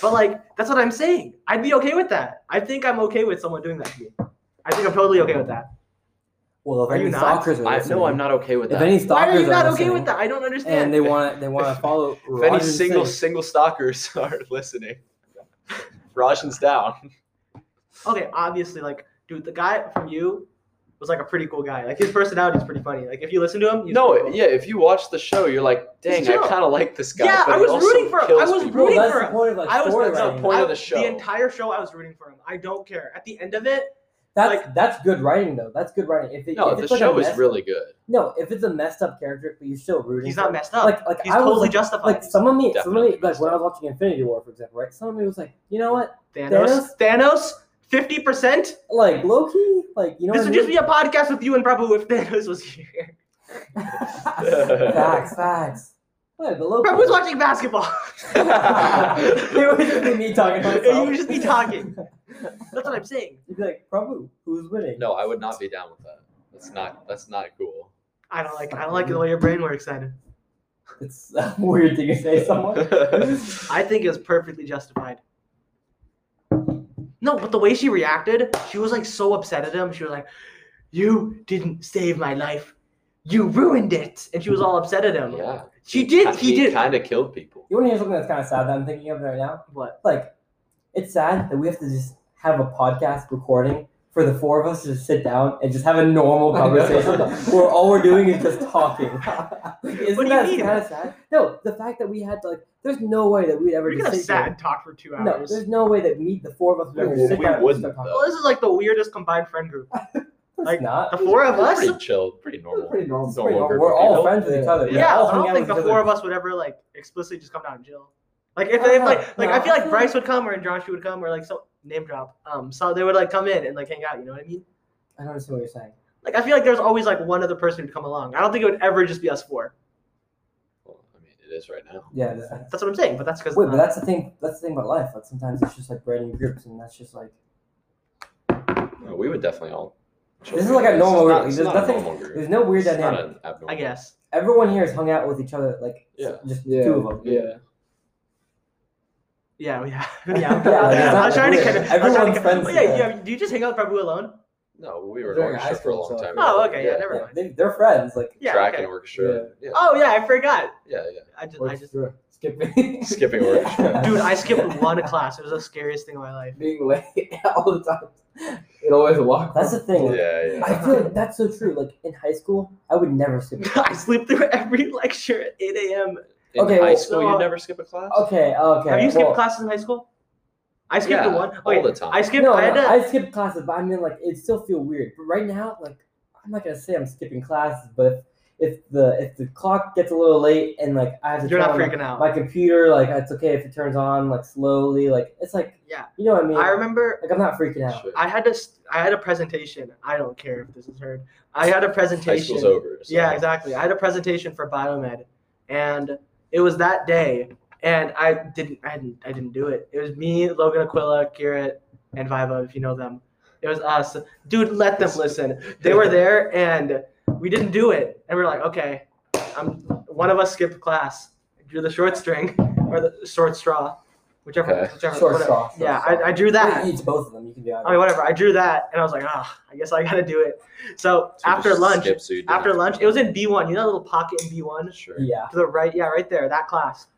A: But like, that's what I'm saying. I'd be okay with that. I think I'm okay with someone doing that to me. I think I'm totally okay with that.
C: Well, if
A: Are you
C: any
A: not?
C: stalkers are
B: I,
C: listening,
B: no, I'm not okay with
C: If
B: that.
C: any
A: Why
C: stalkers
A: are you not
C: are
A: okay with
C: listening
A: that? I don't understand.
C: and they want they want to follow
B: if any
C: Roger's
B: single
C: thing,
B: single stalkers are listening, Russian's down.
A: okay, obviously, like, dude, the guy from you was like a pretty cool guy. Like his personality's pretty funny. Like if you listen to him, he's
B: No,
A: pretty cool.
B: yeah. If you watch the show, you're like, dang,
A: chill.
B: I kind of like this guy.
A: Yeah,
B: but
A: I
B: he
A: was
B: also
A: rooting for him. I
B: kills
A: was
B: people.
A: rooting
C: well, that's
A: for
C: the
A: him.
C: point of like
A: I was
C: story
A: that's the
C: writing.
B: point
A: I-
B: of the show.
A: The entire show, I was rooting for him. I don't care. At the end of it,
C: That's
A: like-
C: that's good writing though. That's good writing. If, it,
B: No,
C: if
B: the
C: it's like a
B: show is
C: messed-
B: really good.
C: no. If it's a messed up character, but you're still rooting.
A: he's
C: for
A: not
C: him.
A: messed up.
C: Like like
A: he's
C: I was
A: totally
C: like,
A: justified.
C: like some of me, some of
B: Definitely
C: me, like when I was watching Infinity War, for example, right? Some of me was like, you know what?
A: Thanos, Thanos, fifty percent.
C: Like low key, like you know.
A: This
C: what
A: would
C: I
A: just be a podcast with you and Prabhu if Thanos was here.
C: mean? facts, facts. Wait, but low key.
A: Prabhu's watching basketball.
C: it would just be me talking to myself.
A: You would just be talking. That's what I'm saying.
C: You'd be like, Prabhu, who's winning?
B: No, I would not be down with that. That's not. That's not cool.
A: I don't like. I don't like the way your brain works. Then
C: It's a weird thing to say to someone.
A: I think it's perfectly justified. No, but the way she reacted, she was like so upset at him. She was like, "You didn't save my life. You ruined it." And she was all upset at him.
B: yeah,
A: She did. He did.
B: Kind of killed people.
C: You want to hear something that's kind of sad that I'm thinking of right now?
A: What?
C: Like, it's sad that we have to just have a podcast recording for the four of us to just sit down and just have a normal
D: I know.
C: conversation where all we're doing is just talking. Like, isn't
A: What do you
C: that
A: mean?
C: kind of sad? No, the fact that we had to, like, there's no way that we'd ever
A: We're
C: just
A: gonna have
C: sit down-
A: sad talk for two
C: No,
A: hours.
C: there's no way that me, the four of us, would ever
B: Well,
C: sit
B: we
C: down and just
B: wouldn't,
C: start talking.
B: though.
A: Well, this is like the weirdest combined friend group.
C: It's
A: like,
C: not.
A: The four of us.
B: Pretty chilled. Pretty normal.
D: Pretty normal.
C: It's pretty
B: normal
C: normal.
B: group
C: We're
B: of
C: all
B: people.
C: friends with each other.
A: Yeah,
C: We all
A: I
C: Oh, hang
A: don't
C: out
A: think the
C: with each
A: four
C: other.
A: of us would ever like explicitly just come down and chill. Like if,
C: I
A: if
C: don't know.
A: like like I
C: No,
A: feel
C: I
A: like
C: feel
A: Bryce would come or Joshua would come or like so name drop. Um, so they would like come in and like hang out. You know what I mean?
C: I don't understand what you're saying.
A: Like I feel like there's always like one other person who'd come along. I don't think it would ever just be us four.
B: Well, I mean, it is right now.
C: Yeah. That's fine.
A: That's what I'm saying. But that's uh, because
C: Wait, but that's the thing. That's the thing about life. Like sometimes it's just like random groups, and that's just like
B: No, we would definitely all. chill
C: This is
B: together.
C: like a
B: It's
C: normal group.
B: not- it's
C: There's
B: not a
C: nothing-
B: normal group.
C: there's no weird
B: It's not an
C: dynamic.
B: abnormal-
A: I guess.
C: Everyone here has hung out with each other, like
B: Yeah.
C: s- just
D: Yeah.
C: two of them.
D: Yeah.
A: Yeah, yeah,
C: Yeah,
A: yeah.
C: yeah,
A: I was
C: exactly.
A: trying to connect. I was trying
C: Everyone's
A: to
C: friends
A: connect. Yeah,
C: together.
A: yeah. Do you just hang out with Prabhu alone?
B: No, we were in
D: During
B: orchestra
D: high
B: for a
D: school,
B: long
D: so-
B: time.
A: Oh, okay, yeah, never
C: Yeah,
A: mind.
C: they, they're friends. Like
A: Yeah.
B: Track
A: okay.
B: and orchestra. Yeah.
A: Oh yeah, I forgot.
B: Yeah, yeah.
A: I just, I
D: Works
A: just.
D: through.
C: skipping.
B: Skipping orchestra.
A: Dude, I skipped one class. It was the scariest thing in my life.
D: being late all the time. It always walk.
C: That's the thing. like,
B: Yeah, yeah.
C: I feel like that's so true. Like in high school, I would never skip. a
A: I
C: class.
A: sleep through every lecture at 8 a.m.
B: In
C: Okay,
B: high
C: well,
B: school,
A: so- uh,
B: you never skip a class.
C: Okay, okay.
A: Have you skipped
C: well,
A: classes in high school? I skipped
B: Yeah,
A: the one.
B: all
A: Okay,
B: the time.
A: I skipped.
C: No,
A: I had
C: no,
A: to,
C: I skipped classes, but I mean, like, it still feel weird. But right now, like, I'm not gonna say I'm skipping classes, but if the if the clock gets a little late and like I have to
A: you're
C: turn
A: not
C: on, like,
A: freaking out.
C: my computer, like, it's okay if it turns on like slowly, like it's like
A: Yeah.
C: you know what I mean.
A: I remember
C: like I'm not freaking out.
B: Shit.
A: I had to. s- I had a presentation. I don't care if this is heard. I had a
B: High
A: presentation.
B: school's over. so-
A: Yeah, exactly. I had a presentation for biomed, and it was that day, and I didn't, I didn't, I didn't do it. It was me, Logan Aquila, Garrett, and Viva, if you know them. It was us, dude. Let them listen. They were there, and we didn't do it, and we are like, okay, I'm. One of us skipped class, drew the short string or the short straw, whichever,
B: Okay.
A: whichever.
C: Short
A: whatever.
C: straw. short
A: Yeah,
C: straw.
A: I, I drew that.
C: It's both of them. You can do
A: I mean,
C: either.
A: whatever. I drew that, and I was like, ah, I guess I gotta do it. So,
B: So you
A: after
B: just
A: lunch,
B: skip, so you
A: after
B: didn't-
A: lunch, it was in B1. You know that little pocket in B1
B: Sure.
C: Yeah.
A: to the right? Yeah, right there, that class.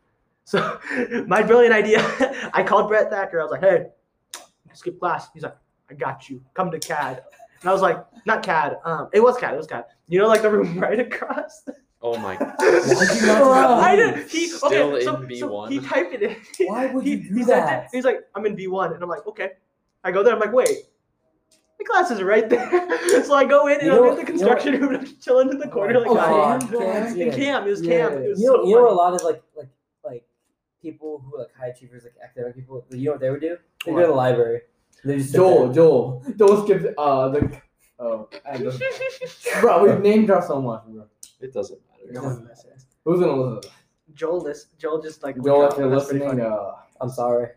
A: So, my brilliant idea, I called Brett Thacker. I was like, hey, skip class. He's like, I got you. Come to CAD. And I was like, not CAD. Um, it was CAD. It was CAD. You know, like the room right across.
B: Oh my.
C: you not do that?
A: Oh, I didn't. He
B: Still
A: okay,
B: in
A: so, so
B: B1?
A: he typed it in.
C: Why would you
A: He-
C: do
A: he sent
C: that?
A: it. He's like, I'm in B1, and I'm like, okay. I go there. I'm like, wait, my class is right there. so I go in and
C: You
A: I'm
C: know-
A: in the
C: you know-
A: construction room, and I'm chilling in the corner like
C: Oh,
A: that.
C: Cam,
A: And
C: Cam's
A: Cam, it was
C: Yeah.
A: Cam. It was
C: you know,
A: so
C: you know what a
A: funny.
C: lot of like like like people who are, like high achievers, like academic people. You know what they would do? They go
A: What?
C: to the library. They just sit
D: Joel,
C: there.
D: Joel, Joel skips. Uh, the oh, I don't- bro, we've named dropped so much, bro.
B: It doesn't matter.
A: No one listens.
D: Who's gonna listen?
A: Joel, this Joel just like
D: Joel,
A: withdrew.
D: if you're
A: That's pretty
D: listening,
A: funny.
D: uh,
C: I'm sorry.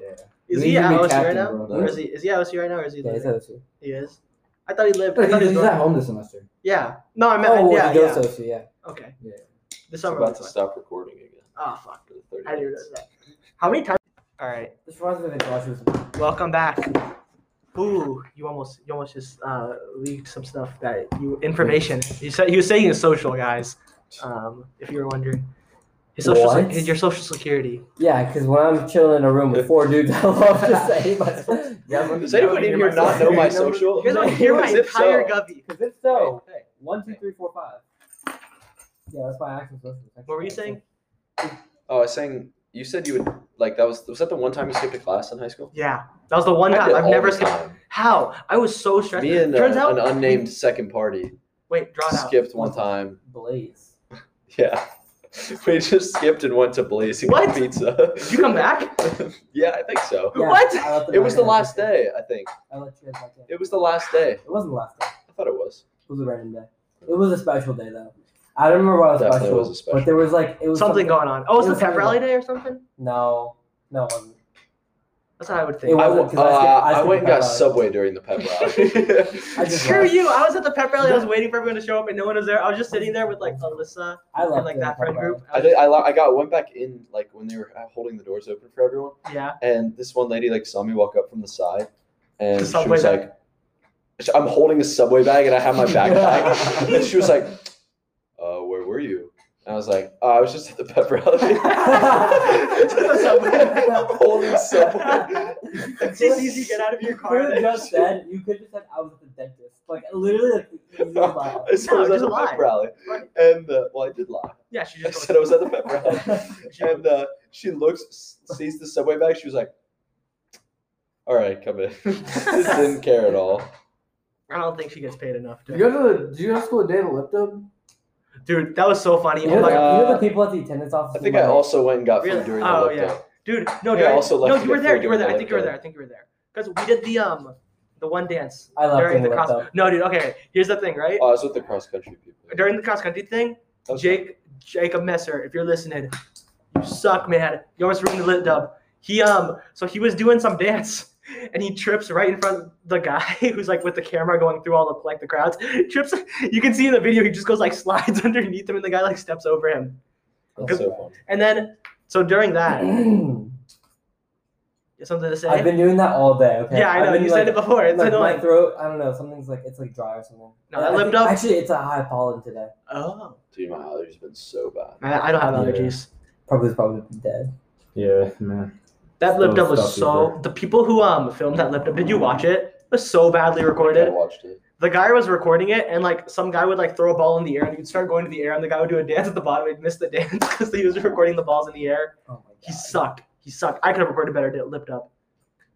D: yeah.
A: is
D: you
A: he
D: need
A: at
D: to be
A: OSU right
D: captain,
A: now?
D: bro.
A: Or is he is he at OSU right now? Or is he?
C: Yeah, he's
A: living?
C: OSU.
A: He is. I thought he lived.
D: No,
A: I thought
D: he's,
A: he
D: he's
A: lived.
D: at home this semester.
A: Yeah. No, I meant.
C: Oh,
A: yeah,
C: well, he goes
A: yeah.
C: to OSU. Yeah.
A: Okay.
D: Yeah.
A: The
B: It's
A: summer.
B: about
A: was
B: to
A: fun.
B: stop recording again.
A: Oh fuck.
B: for the 30
A: I didn't
B: minutes.
A: realize that. How many times? All right.
C: This reminds me of the Dodgers.
A: Welcome back. Ooh, you almost you almost just uh, leaked some stuff that you information. You said he was saying his social guys. Um, if you were wondering, his social
C: What?
A: his- your social security.
C: Yeah, because when I'm chilling in a room with four dudes, I love to say my
B: Does anyone in here not know my social?
A: You guys want to
B: No.
A: hear my
B: As if so.
A: entire gubby?
C: Because if so,
B: Hey, hey.
C: one, two, three, four, five. Yeah, that's my actual social.
A: What were you saying?
B: Oh, I was saying you said you would like that was was that the one time you skipped a class in high school?
A: Yeah, that was the one
B: I
A: time
B: did
A: I've
B: all
A: never
B: the
A: skipped.
B: time.
A: How? I was so stressed.
B: Me and uh,
A: Turns out,
B: an unnamed second party
A: wait, drawn out.
B: skipped one time.
C: Blaze.
B: Yeah, we just skipped and went to Blaze and
A: What?
B: got pizza.
A: Did you come back?
B: yeah, I think so.
C: Yeah,
A: What?
C: I let them
B: It
C: back
B: was the
C: in.
B: last day, I think.
C: I let you guys back in.
B: It was the last day.
C: It wasn't the last day.
B: I thought it was.
C: It was a random day. It was a special day though. I don't remember why it was
B: Definitely
C: special,
B: was a special
C: but there was like it was
A: Something going on. Oh, it's
C: it
A: the
C: was
A: pep
C: something
A: rally
C: like-
A: day or something.
C: No, no, um, it wasn't.
A: That's what I would
C: It
A: think.
B: I,
C: wasn't,
B: w-
C: 'cause I skipped-
B: uh,
C: I
B: I
C: skipped
B: went and
C: the pep
B: got
C: rally.
B: Subway during the pep
C: I
B: rally.
C: just
A: Screw
C: left.
A: you! I was at the pep rally. I was waiting for everyone to show up, and no one was there. I was just sitting there with like Alyssa.
C: I left
A: and like
C: it
A: that friend
C: somewhere.
A: group.
B: I, did, I, lo- I got went back in like when they were uh, holding the doors open for everyone,
A: yeah.
B: and this one lady like saw me walk up from the side, and she
A: Subway
B: was
A: bag.
B: like, she- "I'm holding a subway bag and I have my backpack," and she was like, "Uh, where were you?" And I was like, "Oh, I was just at the pep rally." I'm holding subway.
A: It's just easy to get out of your
C: You
A: car.
C: could've just said you could just said I was at the dentist. Like literally, like, the easiest lie.
B: I said I was
A: No,
B: at
A: just
B: the
A: lie.
B: pep rally,
A: Right.
B: and uh, well, I did lie.
A: Yeah, she
B: I
A: just
B: said I was at the pep rally.
A: she-
B: and uh, she looks, s- sees the subway bag. She was like, "All right, come in." Just didn't care at all.
A: I don't think she gets paid enough.
D: Did
A: To,
D: you go to the, did you go to school the day of the lift up?
A: dude, that was so funny.
C: You
A: Oh
C: know,
A: my
C: the,
A: god.
C: you know
B: Uh,
C: the people at the attendance office.
B: I think I also went and got
A: Really?
B: food during
A: Oh,
B: the lift
A: yeah.
B: up.
A: Dude, no,
B: Yeah, I
A: during-
B: also left
A: no,
B: to
A: you
B: get
A: were there.
B: food
A: You were
B: during
A: there.
B: the
A: I think you were
B: liftoff.
A: there. I think you were there because we did the um the one dance
C: I left
A: during
C: during
A: the
C: the
A: cross.
C: liftoff.
A: No, dude. Okay, here's the thing, right?
B: Oh, I was with the cross country people.
A: During the cross country thing,
B: That was
A: Jake Jacob Messer, if you're listening, you suck, man. You almost ruined the lit dub. He um, so he was doing some dance, and he trips right in front of the guy who's like with the camera going through all the like the crowds. Trips. You can see in the video he just goes like slides underneath him, and the guy like steps over him.
B: fun. That's so fun.
A: And then so during that, you have something to say?
C: I've been doing that all day. Okay.
A: yeah, I
C: I've
A: know
C: been,
A: you
C: like,
A: said it before. It's
C: like, my
A: annoying.
C: throat, I don't know, something's like it's like dry or something.
A: No, that
C: I
A: lived
C: think-
A: up.
C: Actually, it's a high pollen today.
A: Oh,
B: Dude, my allergies have been so bad.
A: I, I don't have
D: Yeah.
A: allergies.
C: probably was probably dead.
D: Yeah, man.
A: That lip
D: Those
A: dub was
D: stuff is
A: so.
D: great.
A: The people who um filmed that lip dub, did you watch it? It was so badly
B: I
A: recorded.
B: watched it.
A: The guy was recording it, and like some guy would like throw a ball in the air, and he'd start going to the air, and the guy would do a dance at the bottom. He'd miss the dance because he was recording the balls in the air.
C: Oh my
A: He sucked. He sucked. I could have recorded better. Did lip dub.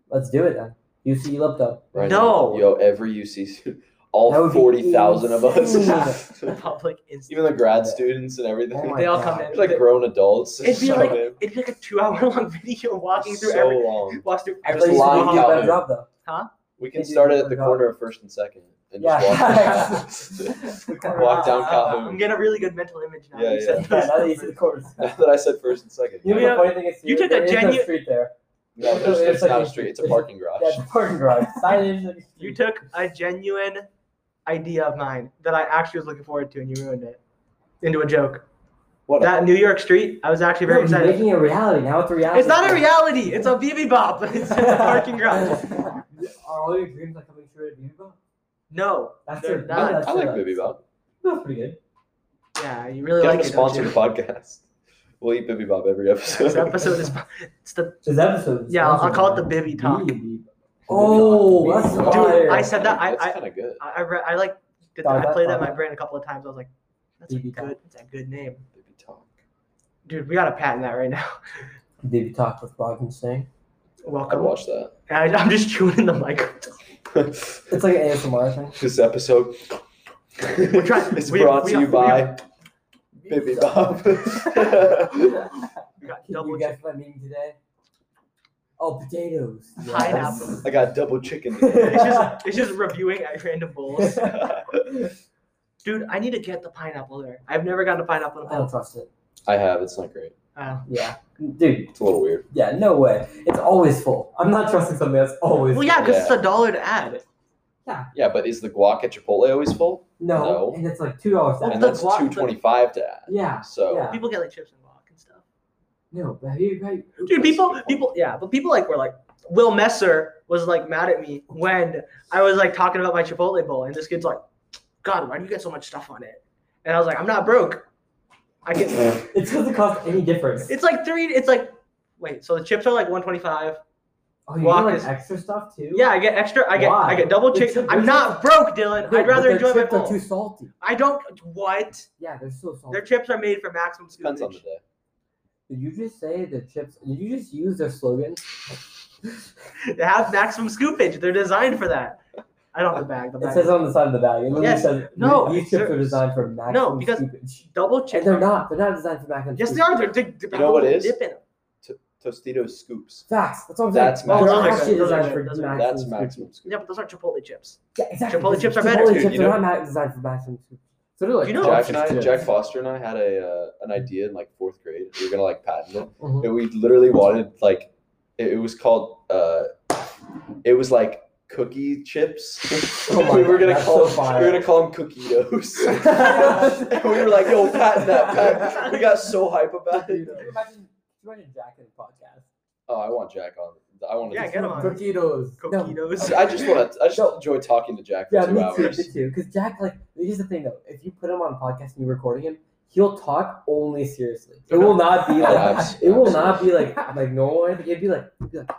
C: Let's do it then. UC lip dub.
B: Right
A: No.
B: now. Yo, every UC student, all
C: That would be
B: 40,000 of us.
C: insane.
A: Public instant.
B: Even the grad students and everything.
C: Oh my
A: They all
C: God.
A: come in.
B: It's like grown adults.
A: it'd be
B: Shut
A: like
B: up.
A: it'd be like a two-hour long video walking through
B: so
A: every
B: long.
A: walks through
C: I
B: Just
C: thought you
B: lying
C: said you do a
B: down
C: better
B: there.
C: job though.
B: We can
C: They do
B: start it
C: the
B: at the
C: workout.
B: corner of first and second and just
C: Yeah.
B: walk down, walk down
A: I'm
B: Calhoun.
A: getting a really good mental image now.
B: Yeah,
A: you,
B: yeah.
A: said
C: Yeah,
A: that.
C: now that you see the course.
B: Now that I said first and second.
C: You know
A: Yeah.
C: the funny thing is,
A: You
C: too,
A: took a
C: there is no
A: genu-
C: street there.
B: No, there's,
C: It's
B: there's
C: like
B: not
C: a-
B: a street. It's a parking garage.
C: Yeah, the parking garage. Signage.
A: you took a genuine idea of mine that I actually was looking forward to, and you ruined it into a joke.
B: What?
A: That New York street, I was actually very
C: No, you're
A: excited.
C: making it a reality. Now it's a reality.
A: It's not a reality. It's a BB Bop. It's in the parking garage.
C: Are all your dreams like coming true at Viva?
A: No.
C: That's
A: They're
C: it.
A: not.
C: That's
B: I
C: it.
B: like Bibby Bob.
C: That's pretty good.
A: Yeah, you really
B: Get
A: like
B: him
A: it.
B: to sponsor
A: don't
B: the
A: you?
B: podcast. We'll eat Bibby Bob every episode.
A: This episode is. It's the
C: This episode. is
A: yeah. I'll, I'll
C: sponsored
A: call it
C: by
A: the Bibby Talk.
C: Bibby. Oh, that's
D: Dude,
A: Dude,
C: fire.
A: I said that. I,
B: That's
A: I
B: kind of good.
A: I, I, re- I like did
C: Thought
A: that. I
C: about
A: played that
C: that.
A: in my brain a couple of times. I was like, that's a
C: BB Talk.
A: good, that's a good name,
B: Bibby Talk.
A: dude. We gotta patent that right now.
C: Bibby Talk with Robin Singh.
B: I'd
A: Welcome.
B: watch that.
A: I, I'm just chewing in the mic.
C: It's like an ASMR thing.
B: this episode
A: We're trying-
B: is
A: we-
B: brought
A: we-
B: to you
A: we-
B: by Bibby Bob.
A: We got double
C: You guys what I mean today? Oh, potatoes.
A: Pineapple.
B: I got double chicken.
A: chicken. It's just it's just reviewing at random bowls. Dude, I need to get the pineapple there. I've never gotten a pineapple in a
C: I
A: bowl.
C: don't trust it.
B: I have. It's not great.
A: Uh,
C: Yeah, dude.
B: It's a little weird.
C: Yeah, no way. It's always full. I'm not trusting something that's always.
A: well, yeah, because it's
B: Yeah.
A: a dollar to add.
B: Yeah, but is the guac at Chipotle always full?
C: No,
B: No.
C: and it's like two dollars.
A: Well,
B: And
A: the
B: that's
A: guac-
B: two twenty-five to add.
C: Yeah,
B: So
C: yeah.
A: People get like chips and guac and stuff.
C: No, but have you right?
A: Dude, people, people, yeah, but people like were like, Will Messer was like mad at me when I was like talking about my Chipotle bowl, and this kid's like, God, why do you get so much stuff on it? And I was like, I'm not broke. I get.
C: It doesn't cost any difference.
A: It's like three. It's like, wait, so the chips are like 125.
C: Oh, you
A: guac
C: want
A: is-
C: like extra stuff too?
A: Yeah, I get extra. I get, I
C: Why?
A: get double
C: The
A: chick.
C: chip-
A: I'm
C: the
A: not broke, Dylan.
C: Dude,
A: I'd rather
C: but their
A: enjoy my
C: chips are
A: bowl.
C: too Oh. salty.
A: I don't. What?
C: Yeah, they're so salty.
A: Their chips are made for maximum
B: depends on the
A: usage.
B: day.
C: Did you just say the chips? Did you just use their slogan?
A: They have maximum scoopage. They're designed for that. I don't have the bag. The
C: It
A: bag.
C: says on the side of the bag. It literally
A: Yes.
C: says
A: No,
C: these
A: it's
C: chips
A: their-
C: are designed for maximum
A: because-
C: scoopage.
A: double
C: And
A: chips.
C: they're not. They're not designed for maximum.
A: Yes, they
C: scoopage.
A: are. They're, they're, they're
B: You know what it is?
A: dip in 'em.
B: Tostitos scoops.
C: Facts. That's what I'm
B: That's
C: saying.
A: maximum
C: They're
A: scoopage.
C: actually
A: Those are
C: designed
A: good.
C: for
A: Those are
C: maximum.
B: That's
C: scoopage.
B: maximum scoop.
A: Yeah, but those aren't Chipotle chips.
C: Yeah, exactly.
A: Chipotle chips are
C: Chipotle
A: better,
B: dude,
C: chips
B: you
C: are
B: know?
C: not ma- designed for maximum scoopage.
D: So do like
C: Oh,
A: You know-
B: Jack and I,
D: chips.
B: Jack Foster and I had a uh, an idea in like fourth grade. We were gonna like patent it.
C: Mhm.
B: And we literally wanted like it, it was called uh, it was like cookie chips.
C: Oh my
B: we were gonna
C: God,
B: call
C: that's so fire.
B: we were gonna call them cookitos. and we were like, yo, patent that. Patent. We got so hype about it.
C: Could you imagine, could you imagine Jack in a podcast?
B: Oh, I want Jack on. I want to.
A: Yeah, get 'em on.
D: Cookitos.
C: No.
A: Coquitos.
B: I just want to. I just
C: No.
B: enjoy talking to Jack for
C: Yeah,
B: two
C: me too,
B: hours.
C: me too. Because Jack, like, here's the thing though: if you put him on a podcast and you're recording him, he'll talk only seriously. It will not be
B: Yeah,
C: like
B: abs-
C: it will
B: abs-
C: not be like like normal. or anything. It'd be like, it'd be like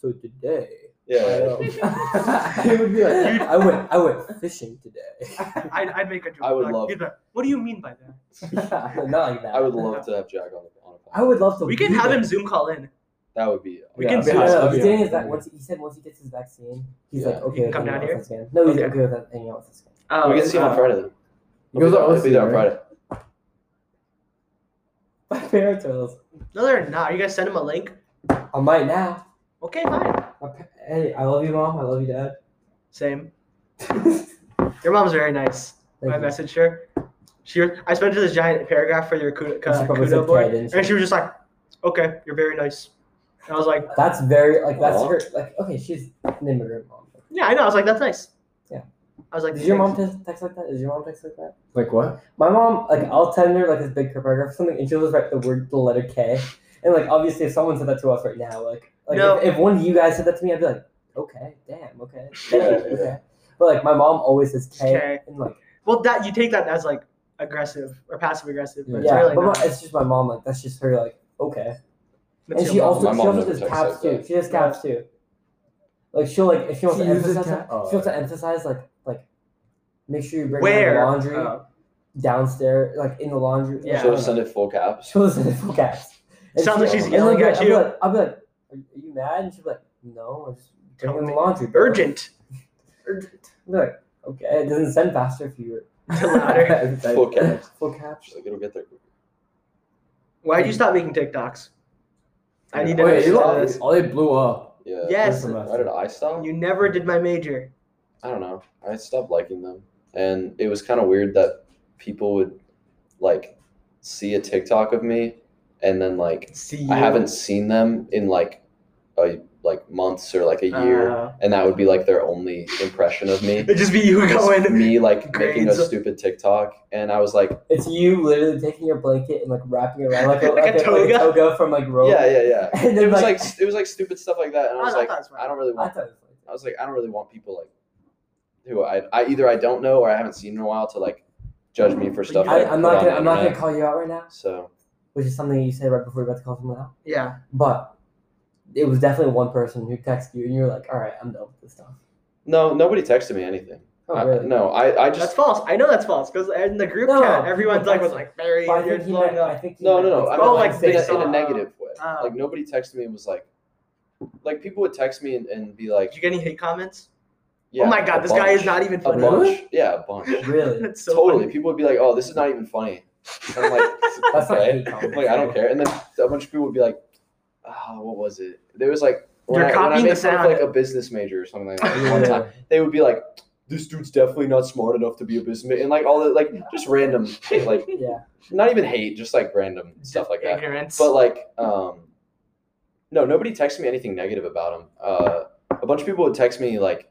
C: so today.
B: Yeah,
C: I, um, it would be like I went I went fishing today.
A: I'd, I'd make a joke.
B: I would
A: like,
B: love-
A: you'd be like, what do you mean by that?
C: not like that.
B: I would love to have Jack on. on a podcast.
C: I would love to.
A: We can
C: do
A: have
C: that.
A: him Zoom call in.
B: That would be.
A: We can
B: that'd be
A: do
B: high
A: that.
B: stuff.
C: No,
D: Yeah.
C: the thing is that once he said once he gets his vaccine, he's
B: Yeah.
C: like okay.
A: can come
C: hanging
A: down
C: out
A: here?
C: with this man. No, he's
A: Okay.
C: okay with that hanging out with this man.
A: Oh,
B: we can see him on
A: uh,
B: Friday. Then.
D: He goes out
B: He'll
D: with
B: be there on
D: you, right?
B: Friday.
C: My parents are listening.
A: No, they're not. Are you guys send him a link?
C: I might now.
A: Okay, fine.
C: My pa- Hey, I love you, mom. I love you, dad.
A: Same.
C: Thank
A: Your mom's very nice. When I
C: you.
A: messaged her, she was- I spent her this giant paragraph for your kudo,
C: And she
A: uh,
C: probably
A: kudo
C: said
A: board,
C: Ted, didn't she?
A: and she was just like, "Okay, you're very nice." And I was like,
C: That's very like that's
B: Aw.
C: her like okay she's an immigrant mom.
A: "Yeah, I know." I was like, "That's nice."
C: Yeah.
A: I was like,
C: Does your mom
A: "Thanks."
C: text, text like that? Does your mom text like that?
D: Like what?
C: My mom like I'll send her like this big paragraph or something and she'll just write the word the letter K and like obviously if someone said that to us right now like like
A: No.
C: if, if one of you guys said that to me I'd be like okay damn okay
B: Yeah,
C: damn,
B: yeah.
C: okay but like my mom always says K,
A: K.
C: and like
A: Well, that you take that as like aggressive or passive aggressive, but
C: yeah
A: it's really
C: but my-
A: not.
C: it's just my mom like that's just her like okay.
A: That's
C: And she
A: your mom.
C: also
B: My
C: she
B: mom
C: also
B: never
C: does
B: texts
C: caps
B: like
C: too.
B: that.
C: She does caps too. Like she'll like if she wants
D: She
C: to
D: uses
C: emphasize
D: cap-
C: something- she wants to
D: oh.
C: emphasize like like make sure you bring
A: where
C: your laundry
A: Oh.
C: downstairs, like in the laundry.
A: Yeah.
B: Should have sent it full caps.
C: She'll listen to full caps. And
A: Sounds like
C: she'll-
B: she's
C: and
A: yelling
C: I'll
A: at
C: be like-
A: you.
C: I'll be like, I'll be like, are you mad? And she'll be like, no, I'm just
A: Tell
C: doing the
A: me.
C: laundry. bro."
A: urgent
C: Urgent. I'll be like, okay, it doesn't send faster if you
A: to louder.
B: Full caps.
C: full caps.
B: She's like, it'll get there.
A: Why'd you stop making TikToks? I need to
D: Oh, yeah, you
A: understand
D: know,
A: this.
D: oh, they blew up.
B: Yeah.
A: Yes,
D: Listen,
B: Why did I stop?
A: you never did my major.
B: I don't know. I stopped liking them, and it was kind of weird that people would like see a TikTok of me, and then like
A: See,
B: I haven't seen them in like a like months or like a
A: Uh-huh.
B: year, and that would be like their only impression of me.
A: It'd Uh, just be you
B: Just
A: going.
B: me like making a
A: grades.
B: stupid TikTok, and I was like,
C: It's you literally taking your blanket and like wrapping it around like a,
A: Like a
C: like a, like
A: toga?
C: a toga from like Rome.
B: yeah, yeah, yeah.
C: And
B: It
C: then
B: was
C: like,
B: like s- it was like stupid stuff like that, and I was
A: I
B: like,
A: thought it was funny.
B: I don't really
C: I
B: want.
C: thought it was
B: I was like, I don't really want people like who I, I either I don't know or I haven't seen in a while to like judge me for stuff.
C: funny.
B: that
C: I, I'm
B: put
C: not
B: on
C: gonna
B: the
C: I'm not gonna
B: internet.
C: call you out right now,
B: So
C: which is something you say right before you're about to call someone out.
A: Yeah.
C: But it was definitely one person who texted you and you were like, all right, I'm done with this stuff.
B: no, nobody texted me anything.
C: Oh
B: I-
C: really?
B: no, I I
A: That's
B: just
A: false. I know that's false because in the group
C: No,
A: chat,
C: no,
A: everyone's
C: but
A: like, was
C: that's-
A: like, Barry,
C: But I
A: you're
C: think he meant,
A: blowing
C: I
A: up.
C: think he
B: no
C: meant,
B: no no. I
C: like,
B: mean,
A: Oh,
B: like
A: like
B: in
A: based
B: a, in a
A: on-
B: negative way.
A: oh.
B: Like nobody texted me and was like, like people would text me and, and be
A: Did
B: like,
A: you get any hate comments?
B: yeah,
A: oh my god,
B: a
A: this guy is
B: bunch.
A: not even
B: a
A: funny.
B: bunch.
C: Really?
B: Yeah, a bunch.
C: really.
A: That's so
B: totally,
A: funny.
B: people would be like, oh, this is not even funny. And I'm like,
C: That's not
B: okay.
C: hate comments.
B: Like I don't care. And then a bunch of people would be like, "Ah, what was it? There was like when
A: You're
B: I, when I
A: copying
B: made
A: the
B: fun of,
A: sound.
B: like a business major or something like that. One time,
C: Yeah.
B: they would be like, "This dude's definitely not smart enough to be a business," ma-" and like all the like just random shit, like
C: yeah.
B: not even hate, just like random stuff like that.
A: Ignorance.
B: But like, um, no, nobody texted me anything negative about him. Uh, a bunch of people would text me like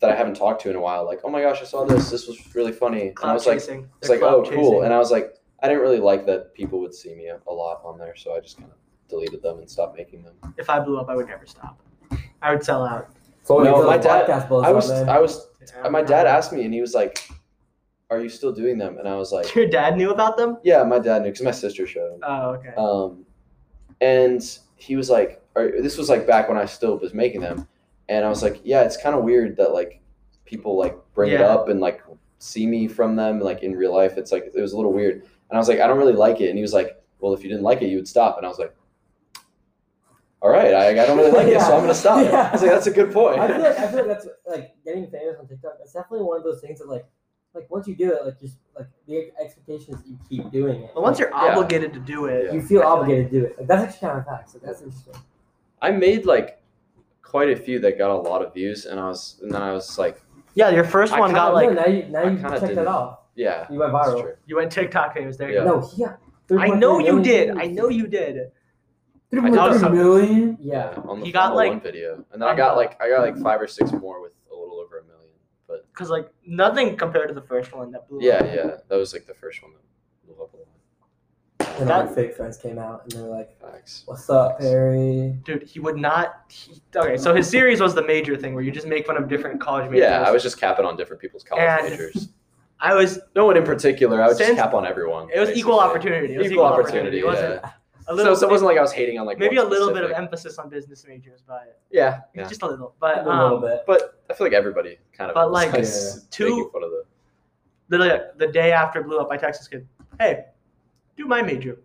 B: that I haven't talked to in a while, like, "Oh my gosh, I saw this. This was really funny." And I
A: clout
B: was like,
A: chasing.
B: it's
A: They're
B: like,
A: clout
B: oh,
A: chasing.
B: cool. And I was like, I didn't really like that people would see me a lot on there, so I just kind of deleted them and stopped making them.
A: if I blew up, I would never stop. I would sell out.
C: So
B: No,
C: you feel
B: my
C: the
B: dad-
C: podcast blows
B: I
C: up,
B: was,
C: man.
B: I was,
A: Yeah.
B: Uh, my dad asked me, and he was like, "Are you still doing them?" And I was like,
A: Your dad knew about them?
B: "Yeah, my dad knew because my sister showed him."
A: Oh, okay.
B: Um, and he was like, or "This was like back when I still was making them," and I was like, "Yeah, it's kind of weird that like people like bring it
A: Yeah.
B: up and like see me from them like in real life. It's like it was a little weird." And I was like, "I don't really like it," and he was like, "Well, if you didn't like it, you would stop." And I was like. All right, I, I don't really like it, so I'm gonna stop.
C: Yeah.
B: I was like, that's a good point.
C: I feel like I feel like that's like getting famous on TikTok. That's definitely one of those things that like like once you do it, like just like the expectations you keep doing it.
A: Well, once you're
B: Yeah.
A: obligated to do it,
B: Yeah.
C: you
A: I
C: feel
A: feel like-
C: obligated to do it. Like, that's actually kind of a fact. So that's interesting.
B: I made like quite a few that got a lot of views, and I was, and then I was like,
A: yeah, your first
B: I
A: one
B: kinda
A: got
C: No,
A: like
C: now you now
B: I
C: you
B: kinda
C: checked
B: didn't.
C: that off.
B: yeah,
C: You went
B: that's
C: viral.
B: true.
A: you went TikTok famous. There you
B: Yeah.
A: go.
C: No, yeah.
A: I know you did. I know you did.
D: Three
A: thought
D: point
A: so.
D: three million.
C: Yeah.
B: On the
A: He got,
B: Formula
A: like-
B: one video, and then I got like I got like five or six more with a little over a million. But
A: Because, like, nothing compared to the first one that blew
B: yeah,
A: up.
B: yeah, that was like the first one that blew up a lot.
C: And all my
A: That-
C: fake friends came out and they were like,
B: Facts.
C: "What's up, Perry?"
A: Dude, he would not. He, okay, so his series was the major thing where you just make fun of different college majors.
B: Yeah, I was just capping on different people's college
A: And-
B: majors.
A: I was.
B: No one in particular. I would just
A: Since-
B: cap on everyone.
A: It was equal
B: basically.
A: opportunity. It was
B: Equal opportunity.
A: It wasn't
B: yeah.
A: a little.
B: so, so it wasn't like I was hating on like
A: maybe a
B: one
A: little bit of
B: specific-
A: emphasis on business majors, but
B: yeah, yeah.
A: just a little. But
C: a little
A: um,
C: bit.
B: But I feel like everybody kind of
A: But, like,
B: was,
A: two-
B: making fun of the
A: literally the day after it blew up, I text this kid, "Hey, do my major."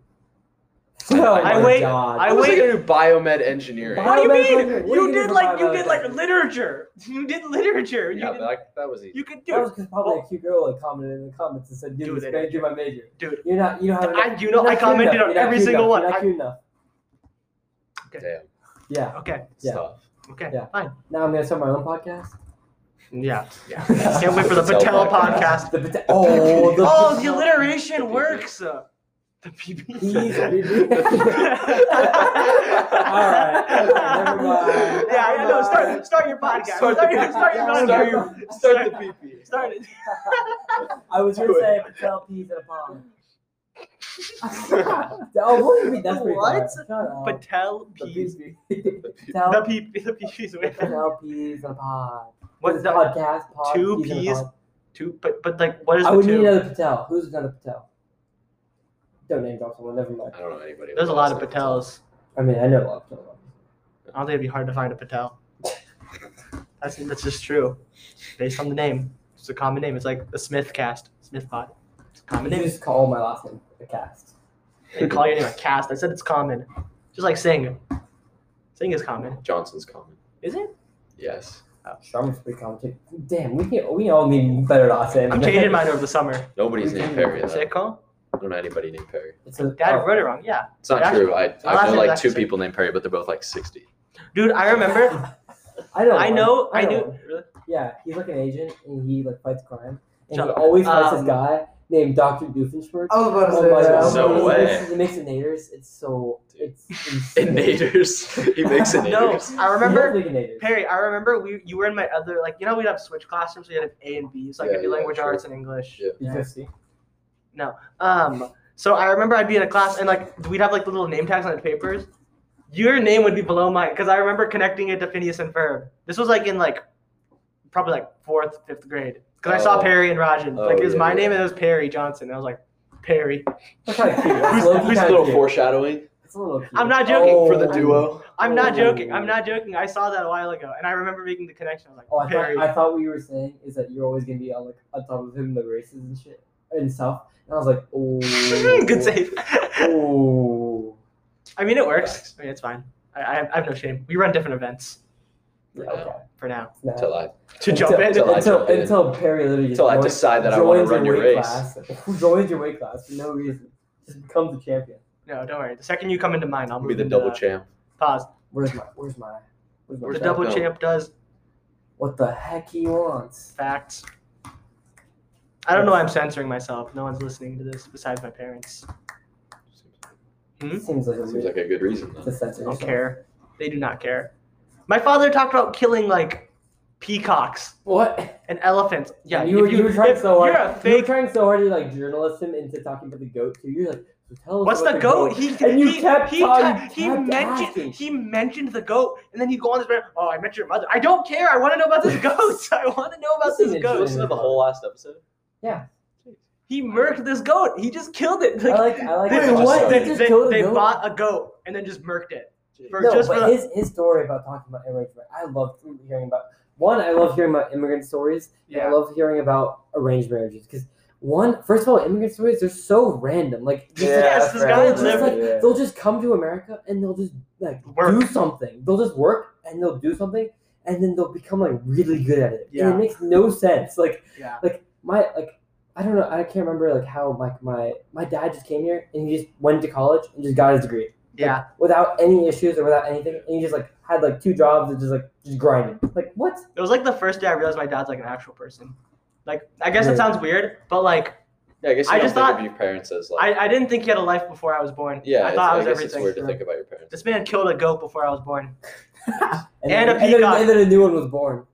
C: Oh
B: I
C: my
A: wait-
C: God.
A: I
B: I was
A: wait-
B: like gonna do biomed engineering.
C: Bio-
A: What do you
C: medical
A: mean?
C: degree. What
A: You
C: do you
A: did
C: do
A: like
C: for
A: you did like
C: biomedical?
A: literature. You did literature. You
B: yeah,
A: did,
B: but that, that was easy.
A: you could
C: That
A: do
C: was because
A: Oh.
C: probably a cute girl like commented in the comments and said,
A: Do
C: "Dude,
A: the
C: this man do my major."
A: Dude.
C: you're not. You don't have.
A: I-
C: enough-
A: you know,
C: you're
A: I
C: not cute
A: commented
C: enough.
A: on
C: You're not
A: every
C: cute
A: single
C: enough. You're
A: one.
C: not
A: I-
C: cute enough.
B: Damn,
C: Yeah.
A: Okay,
C: Yeah.
B: tough.
A: okay,
C: Yeah.
A: fine.
C: Now I'm gonna start my own podcast.
A: Yeah, yeah. Can't
C: Can't
A: wait for the
B: Patel
A: Patel podcast.
B: podcast.
C: The pota- oh, the
A: Oh, the
C: pota-
A: alliteration
B: PPP.
A: works. Uh, The PPP.
C: He's a Alright, okay, never mind.
A: Yeah, yeah, no. Start,
C: Never
A: start your podcast. Start,
B: Start the
A: your,
B: podcast.
A: start your podcast.
B: Start your-
A: start
B: the PP.
A: Start it.
C: I was gonna say Patel peas in a pond. oh, what? Wait, that's pretty
A: What?
C: Shut up.
A: Patel
C: The
A: peas.
C: PP.
A: The
C: Patel
A: PP. The PP's away.
C: Patel peas in a pod.
A: What
C: This
A: the
C: podcast? Pod,
A: two
C: peas. in a
A: peas?
C: pod.
A: two? But but like, what is
C: I
A: the
C: would need
A: two?
C: another Patel. Who's another Patel? don't name drop someone. Never mind.
B: I don't know anybody. with
A: There's a lot of
B: last name.
A: Patels.
C: I mean, I know a lot of people.
A: I don't think it'd be hard to find a Patel. I think that's just true, based on the name. It's a common name. It's like the Smith cast, Smith pod. It's a
C: I
A: common
C: did
A: name.
C: just call my last name a cast.
A: They call your name a cast. I said it's common, just like sing. Sing is common,
B: Johnson's common.
A: is it?
B: Yes.
A: Oh.
C: Sharma's pretty common too. Damn, we can, we all need better last names.
A: I'm changing mine over the summer.
B: Nobody's named Perry.
A: Is
B: Though.
A: it cool?
B: I don't know anybody named Perry.
C: It's a,
A: Dad
C: oh,
A: wrote it wrong. Yeah.
B: It's not
A: Actually,
B: true. I,
A: the last
B: I know
A: name
B: like
A: is
B: two
A: actually-
B: people named Perry, but they're both like sixty.
A: Dude, I remember.
C: I know.
A: I
C: one.
A: know. I
C: know
A: knew.
C: one. Yeah, he's like an agent and he like fights crime. And
A: Shut
C: he
A: up.
C: always fights this
A: Um,
C: guy named Dr. Doofenshmirtz.
E: I was about
C: Oh my
B: that.
C: god.
B: No
C: he
B: way.
C: Makes, he makes it naders. It's so it's insane.
B: Innators. he makes innators.
A: No, I remember.
C: He has, like, a naders.
A: Perry, I remember we you were in my other like you know we'd have switch classrooms. We had A and B, so I
B: Yeah,
A: could do
B: yeah,
A: language
B: sure.
A: arts and English.
B: Yeah.
C: You guys see?
A: Um, so I remember I'd be in a class and like we'd have like the little name tags on the papers. Your name would be below mine because I remember connecting it to Phineas and Ferb. This was like in like probably like fourth, fifth grade because I saw
B: Oh.
A: Perry and Rajan.
B: Oh,
A: like it was
B: yeah,
A: my
B: yeah.
A: name and it was Perry Johnson. I was like Perry.
C: That's kind of cute. That's
B: Who's,
C: low-key
B: who's a
C: kinda
B: little
C: cute.
B: foreshadowing
C: It's a little cute.
A: I'm not joking.
B: for the
C: Oh.
B: duo?
A: I'm not
C: Oh.
A: joking. I'm not joking. I saw that a while ago, and I remember making the connection. I was like,
C: Oh, I
A: Perry.
C: thought, I thought what you were saying is that you're always gonna be on like on top of him in the races and shit and stuff. And I was like, oh,
A: Good save.
C: Oh,
A: I mean, it works. I mean, it's fine. I, I, have, I have no shame. We run different events
C: yeah, okay.
A: for now.
C: Nah.
B: Till I
A: To
C: until,
A: jump in,
B: till I
C: until,
B: jump in.
C: until Perry literally just
B: till I
C: joins-
B: decide that I want
C: joins
B: to run your
C: weight
B: race.
C: Class, who joins your weight class for no reason? Just becomes the champion.
A: no, don't worry. The second you come into mine, I'll
B: I'll
A: move
B: be the
A: into-
B: double champ.
A: Pause.
C: Where's my? Where's my? Where's my?
B: Where's
A: The
B: that
C: belt?
A: double
B: belt?
A: champ does
C: What the heck he wants?
A: facts. I don't know. why I'm censoring myself. No one's listening to this besides my parents. Hmm?
C: Seems like a
B: Seems
C: weird
B: like a good reason
C: to
B: though.
C: censor
A: They don't
C: yourself.
A: care. They do not care. My father talked about killing like peacocks
D: What?
A: and elephants. Yeah,
C: you were,
A: if
C: you, were trying
A: if
C: so hard.
A: You're a
C: You were
A: fake.
C: trying so hard to like journalist him into talking about the goat too. You're like, so tell us
A: What's
C: about
A: the goat? He
C: And you
A: he,
C: kept
A: he,
C: talking-
A: ta- he
C: kept
A: mentioned
C: asking.
A: he mentioned the goat, and then he'd go on this. rant, Oh, I met your mother. I don't care. I want to know about this goat. I want to know about
C: This
A: this
C: is
B: You
A: goat.
B: listened to the whole last episode?
A: He murked this goat. He just killed it.
C: I
A: Like,
C: like, I like.
A: they,
B: Wait, what?
A: They,
C: He just
A: they-
C: killed the
A: they
C: goat?
A: bought a goat and then just murked it. For
C: No,
A: just for
C: but
A: the-
C: his his story about talking about immigrants. right? I love hearing about one. I love hearing about immigrant stories. and I
A: yeah.
C: love hearing about arranged marriages because one, first of all, immigrant stories they're so random. Like just-
A: Yes, this guy
C: Just
A: lived-
C: like, they'll just come to America and they'll just like
A: Work.
C: do something. They'll just work and they'll do something and then they'll become like really good at it.
A: Yeah.
C: And it makes no sense. Like
A: Yeah.
C: like my like I don't know, I can't remember like how like my my dad just came here and he just went to college and just got his degree. Like,
A: Yeah.
C: without any issues or without anything. And he just like had like two jobs and just like just grinding. Like what?
A: It was like the first day I realized my dad's like an actual person. Like I guess
C: Yeah.
A: it sounds weird, but like
B: Yeah, I guess you
A: I
B: don't
A: just
B: think
A: thought-
B: of your parents as like.
A: I, I didn't think he had a life before I was born.
B: yeah,
A: I thought I
B: it's,
A: was
B: I guess it's
A: everything.
B: weird to
C: sure.
B: think about your parents.
A: This man killed a goat before I was born.
C: And,
A: And
C: then,
A: a
C: and, then,
A: peacock.
C: and then a new one was born.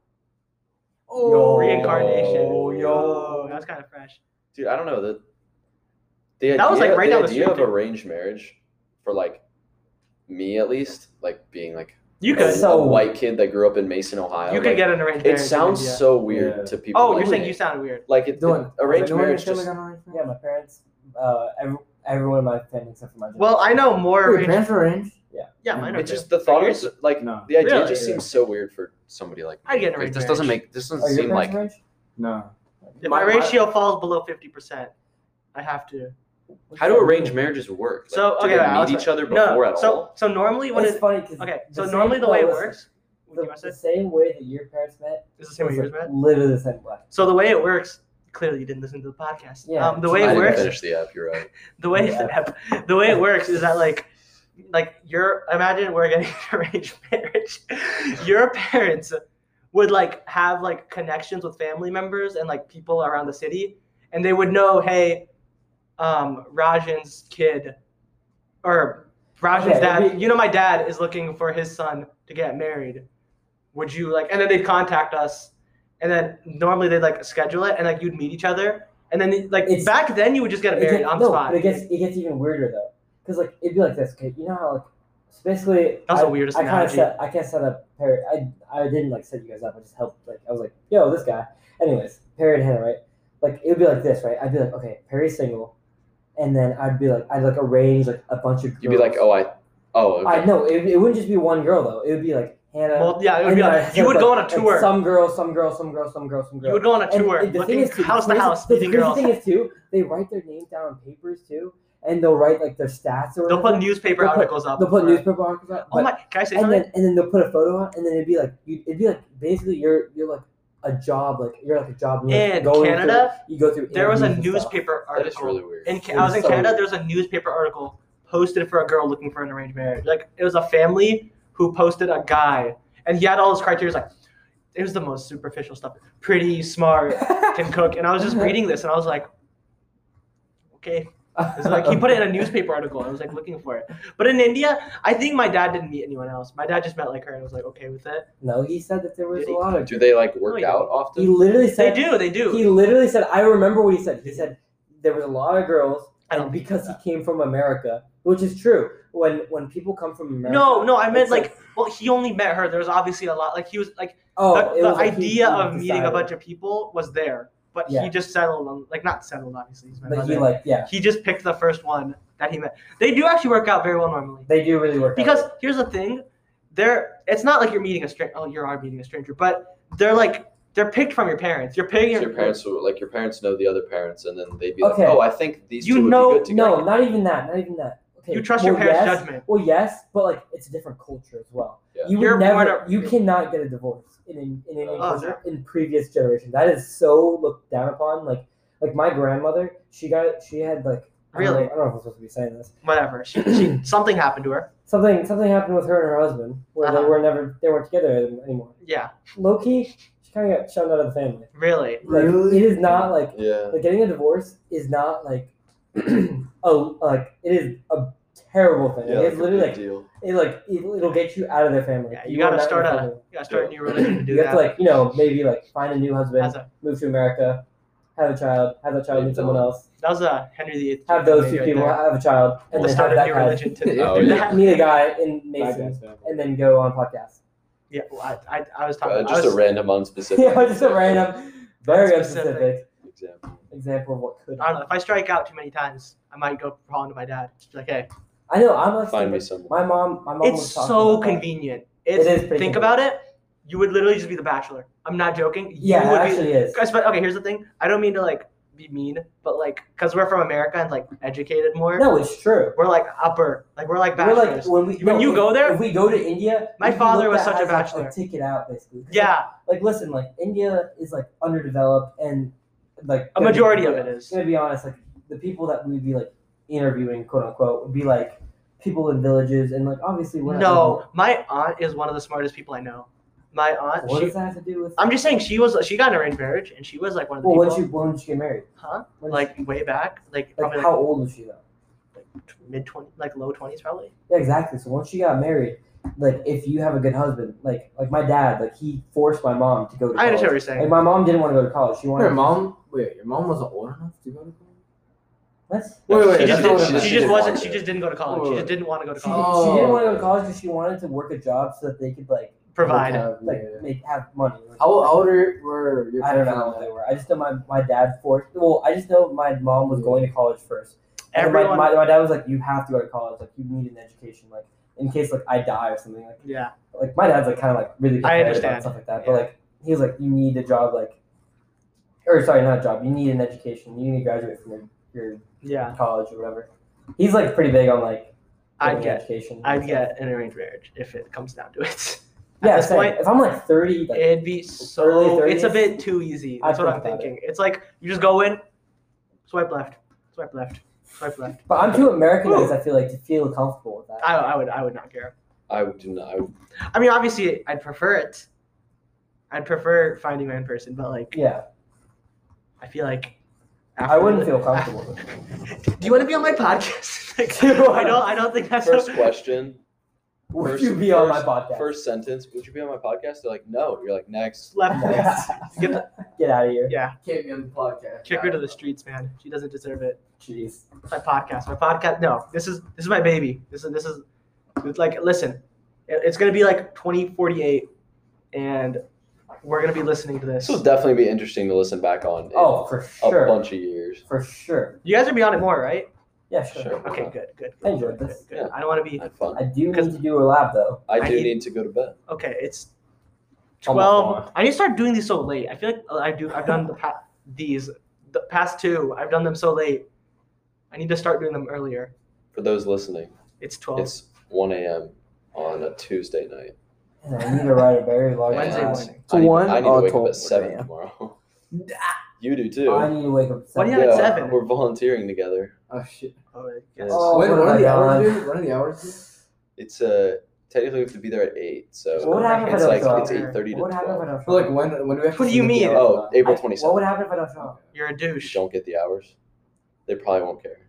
D: Oh,
C: Yo.
A: Reincarnation.
C: Yo.
A: Yo, that was kind of fresh.
B: Dude, I don't know the. The
A: That was,
B: idea-
A: like, right
B: the
A: down the
B: idea
A: street,
B: of
A: dude.
B: arranged marriage, for like, me at least, like being like
A: You
B: a,
A: could.
C: So-
B: a white kid that grew up in Mason, Ohio.
A: you could
B: like,
A: get an arranged
B: It
A: marriage. in
B: sounds
A: India.
B: so weird
D: Yeah.
B: to people.
A: Oh,
B: like,
A: you're saying you sounded weird.
B: like it,
D: Dylan,
B: arranged
D: Does anyone
B: marriage
D: understand
B: just
D: like I'm arranged?
C: Yeah, my parents uh every, everyone in my family except for my dad.
A: Well, I know more
D: Wait, your
A: arranged.
D: parents were arranged?
A: Yeah, mine are
B: It's
A: too.
B: just the thought
A: Like,
B: of it, like
D: No.
B: the idea
A: Really?
B: just seems so weird for somebody like.
A: I'd get an
B: like,
A: arranged
B: this doesn't
A: marriage.
B: make this doesn't
C: Are your
B: seem
C: parents
B: like
C: arranged?
D: No.
A: If
D: My-
A: my,
D: my-
A: ratio falls below fifty percent, I have to.
B: how do arranged marriages work? Like,
A: So,
B: do
A: okay,
B: they
A: I'll
B: meet each
A: explain.
B: other
A: No,
B: before at
A: so
B: all?
A: so normally when
C: It's
A: it
C: funny because
A: okay, so
C: the
A: normally
C: same-
A: the way
C: no,
A: it
C: listen.
A: works. What do you
C: the,
A: want to
C: the
A: say?
C: same way that your parents met
A: This is the same way
C: was,
A: yours
C: like,
A: met.
C: literally the same way.
A: So the way it works. Clearly, you didn't listen to the podcast.
C: Yeah.
A: Um, the
C: So
A: way
B: I
A: it
B: didn't
A: works.
B: finish the app. You're right.
A: the way the way it works is that like like your imagine we're getting an arranged marriage your parents would like have like connections with family members and like people around the city and they would know hey um rajan's kid or rajan's
C: Okay,
A: dad
C: we-
A: you know my dad is looking for his son to get married would you like and then they'd contact us and then normally they'd like schedule it and like you'd meet each other and then like
C: It's-
A: back then you would just get
C: It
A: married
C: gets-
A: on the
C: no,
A: spot
C: but it gets it gets even weirder though, because like it'd be like this. Okay, you know how like so basically
A: That's
C: I,
A: the weirdest
C: I uh, kind of
A: analogy.
C: set I kind of set up Perry. I I didn't like set you guys up. I just helped. Like I was like, yo, this guy. Anyways, Perry and Hannah, right? Like it would be like this, right? I'd be like, okay, Perry's single, and then I'd be like, I'd like arrange like a bunch of. Girls.
B: You'd be like, oh, I, oh, okay.
C: I know it, it wouldn't just be one girl though. It would be like Hannah.
A: Well, yeah, it would
C: and
A: be
C: then
A: like
C: I'd
A: you
C: have,
A: would
C: like-
A: go on a
C: like,
A: tour.
C: Some girl, some girl, some girl, some girl, some girl.
A: you would go on a
C: And-
A: tour,
C: and the
A: looking
C: thing is, too,
A: house to
C: crazy-
A: house,
C: The
A: meeting
C: crazy thing
A: girls.
C: is too, they write their names down on papers too, and they'll write like their stats or
A: They'll
C: whatever.
A: put newspaper
C: They'll put-
A: articles up.
C: they'll put
A: for-
C: newspaper articles up.
A: Oh
C: but-
A: my! Can I say
C: and
A: something?
C: then and then they'll put a photo on, and then it'd be like you, it'd be like basically you're you're like a job, like you're like a job. and you're, like,
A: In
C: going through-
A: Canada,
C: you go through.
A: There was a
C: interviews and stuff.
A: newspaper
B: That is
A: article.
B: really weird.
A: In Ca-
C: It
A: I
C: was
A: was in
C: so-
A: Canada. There was a newspaper article posted for a girl looking for an arranged marriage. Like it was a family who posted a guy, and he had all his criteria. Like it was the most superficial stuff. Pretty, smart, can cook. And I was just reading this, and I was like, okay. It's like he put it in a newspaper article. and I was like looking for it. But in India, I think my dad didn't meet anyone else. My dad just met like her and was like okay with it.
C: No, he said that there was
A: Did
C: a
A: he?
C: lot of.
B: Do they like
A: No,
B: work
A: you don't.
B: out often?
C: He literally
A: They
C: said.
A: do. They do.
C: He literally said. I remember what he said. He said there was a lot of girls,
A: I don't
C: and
A: think
C: because
A: so.
C: he came from America, which is true. When when people come from America,
A: No, no, I meant
C: it's
A: like, well, he only met her. There was obviously a lot. Like he was like
C: oh,
A: the,
C: it
A: the
C: was like he-
A: idea
C: he
A: of meeting a
C: decided.
A: bunch of people was there, but
C: Yeah.
A: he just settled on like not settled obviously. He's my
C: But he
A: brother.
C: like yeah,
A: he just picked the first one that he met. They do actually work out very well normally.
C: they do really work out.
A: Because here's the thing, they're it's not like you're meeting a stranger. Oh, you are meeting a stranger, but they're like they're picked from your parents. You're picking
B: So your parents will like your parents know the other parents, and then they'd be
C: Okay.
B: like, "Oh, I think these
A: You
B: two would
A: know-
B: be good together."
C: No, not even that. Not even that. Okay.
A: You trust
C: well,
A: your parents'
C: yes,
A: judgment.
C: Well, yes, but like it's a different culture as well.
B: Yeah.
C: You would
A: You're born
C: never.
A: a-
C: you cannot get a divorce in in, in any
B: Oh,
C: culture in previous generation. That is so looked down upon. Like like my grandmother, she got she had like I don't know-
A: Really?
C: I don't know if I'm supposed to be saying this.
A: Whatever. She, she something happened to her.
C: Something something happened with her and her husband where they
A: Uh-huh.
C: were never they weren't together anymore.
A: Yeah.
C: Loki, she kind of got shunned out of the family.
A: Really.
C: Like,
D: Really?
C: It is not like
B: Yeah.
C: like getting a divorce is not like oh like it is a terrible thing.
B: Yeah,
C: Like, it's
B: a
C: literally
B: big
C: like
B: deal.
C: it like it'll, it'll get you out of their family.
A: Yeah, you
C: will
A: gotta
C: not
A: start
C: get
A: a-
C: family.
A: You gotta start a new religion to do
C: You
A: that.
C: have to like you know maybe like find a new
A: As
C: husband,
A: a,
C: move to America, have a child, have that child
B: Yeah,
C: meet someone
B: don't-
C: else,
A: that was a Henry VIII.
C: have those two
A: right
C: people
A: there.
C: have a child, and
A: We'll
C: then
A: start
C: have
A: a
C: that
A: new
C: guy
A: religion to
D: Yeah.
B: Oh,
C: meet-
B: yeah.
C: meet a guy in Mason,
D: Podcast,
C: and then go on podcast.
A: Yeah, well, I, I, I was talking.
B: Uh,
A: I
B: just
A: was-
B: a random unspecific.
C: yeah, just a random, very
A: Unspecific.
C: unspecific
B: example.
C: example of what could.
A: I don't know. If I strike out too many times, I might go crawling to my dad. Just be like, hey,
C: I know. I'm like
B: Find me someone.
C: my mom. My mom
A: it's
C: was talking
A: so
C: about that.
A: convenient. It's,
C: is pretty
A: think
C: convenient.
A: about it. You would literally just be the bachelor. I'm not joking. You
C: Yeah, it
A: would be-
C: actually is.
A: Guys, but- okay, here's the thing. I don't mean to like be mean, but like, cause we're from America and like educated more.
C: No, it's true.
A: We're like upper, like we're like
C: We're
A: bachelors.
C: like when we
A: When
C: no,
A: you
C: if-
A: go there-
C: If we go to India,
A: My
C: we
A: father
C: look
A: was
C: at
A: such a
C: as, like,
A: bachelor.
C: Take it out, basically.
A: yeah,
C: Like, listen, like India is like underdeveloped and like
A: a majority of it is.
C: I'm gonna be honest, like the people that we'd be like interviewing, quote unquote, would be like people in villages and like obviously we're not
A: No, my aunt is one of the smartest people I know. My
C: gonna-
A: aunt,
C: What
A: she,
C: does that have to do with?
A: I'm just saying she was she got an arranged marriage and she was like one of the
C: well, when
A: people.
C: she when did she get married?
A: huh?
C: When did
A: Like
C: she-
A: way back, like
C: like
A: probably like
C: how old was she though?
A: mid twenty, like low twenties probably.
C: Yeah, exactly. So once she got married, like if you have a good husband, like like my dad, like he forced my mom to go to.
A: I understand what
C: college.
A: you're
C: Like
A: saying.
C: my mom didn't want to go to college. She wanted.
D: Your mom? Wait, your mom wasn't old enough to go to college?
C: What?
D: Wait, wait,
A: She just,
D: that's not
A: did,
D: what I
A: she,
D: meant.
A: she
B: She
A: just
B: didn't
A: wasn't.
B: want
A: She
B: to.
A: just didn't go to college. She just didn't want to go to
C: She,
A: college.
C: she didn't
D: Oh.
C: want to go to college because she wanted to work a job so that they could like
A: Provide.
D: Like,
C: like
D: yeah.
C: make have money. Like,
D: How older were your
C: I don't know how
D: parents?
C: old they were. I just know my, my dad forced. Well, I just know my mom was going to college first. And my,
A: Everyone.
C: my, my dad was like, "You have to go to college. Like you need an education. Like in case like I die or something. Like
A: yeah.
C: like my dad's like kind of like really good
A: I
C: parent about
A: understand.
C: stuff like that.
A: Yeah.
C: But like he was like, you need a job, like, or sorry, not a job. You need an education. You need to graduate from your,
A: Yeah.
C: your college or whatever. He's like pretty big on like getting
A: I'd
C: an
A: get.
C: education.
A: I'd get an arranged marriage if it comes down to it. At
C: Yeah,
A: this
C: same.
A: point,
C: if I'm like thirty, like,
A: it'd be so.
C: Early
A: It's a
C: 30s?
A: bit too easy.
C: I'd
A: That's what
C: think
A: I'm
C: about
A: thinking. It's like you just go in, swipe left, swipe left, swipe left.
C: but I'm too Americanized. I feel like to feel comfortable with that.
A: I, I would. I would not care.
B: I would do not. I would,
A: I mean, obviously, I'd prefer it. I'd prefer finding my own person, but like,
C: yeah,
A: I feel like.
C: I wouldn't
A: after-
C: feel comfortable. with it.
A: Do you want to be on my podcast? Like, I don't. I don't think that's
B: first question.
C: Would
B: First-
C: you be on my
B: first-
C: podcast?
B: First sentence. Would you be on my podcast? They're like, no. You're like, next.
A: left. Get the-
C: get out of here.
A: yeah,
D: Can't be on the podcast.
A: kick her to the streets, man. She doesn't deserve it.
C: Jeez.
A: It's my podcast. My podcast. No, this is this is my baby. This is this is it's like listen. it- It's gonna be like 2048, and we're gonna be listening to this.
B: This will definitely be interesting to listen back on. in
C: Oh, for
B: a
C: sure.
B: bunch of years.
C: For sure.
A: You guys are be on it more, right?
C: Yeah, sure.
B: Sure.
A: Okay, good, good.
C: I
A: good,
C: enjoyed
A: good,
C: this.
A: good.
B: Yeah.
A: I don't want to be.
B: Have fun.
C: I do
A: Because-
C: need to do a lab though.
B: I
A: I
B: do
A: need-
B: need to go to bed.
A: Okay, it's
D: I'm
A: twelve.
D: off.
A: I need to start doing these so late. I feel like uh, I do. I've done the pa- these the past two. I've done them so late. I need to start doing them earlier.
B: For those listening,
A: It's twelve.
B: it's 1 a.m. on a Tuesday night.
C: And I need to write a very large
A: Wednesday
B: and
C: lab.
A: morning.
B: I need,
F: One
B: I need to
F: or
B: wake up
F: 12
B: at 7
F: a.m.
B: tomorrow. You do too.
C: I need to wake up. at
A: Why do you
C: seven.
A: have it at seven?
B: We're volunteering together.
D: Oh shit.
A: Oh, I guess.
B: Yes.
C: Oh,
D: Wait,
C: what
D: what
C: have
D: are
C: I
D: the hours?
C: done?
D: Dude? What are the hours?
B: It's uh technically we have to be there at eight, so
C: What would happen if I
B: it's
C: don't
B: like
C: show up?
B: it's eight thirty to
C: What would happen if I
B: twelve.
C: don't
D: But
C: show
D: like
C: up?
D: when when do we have to
A: What do you
D: submit the
A: mean?
D: hours
B: Oh,
D: back?
B: April
C: I-
B: twenty
C: What
B: seventh.
C: would happen if I don't show up?
A: You're a douche.
B: You don't get the hours. They probably won't care,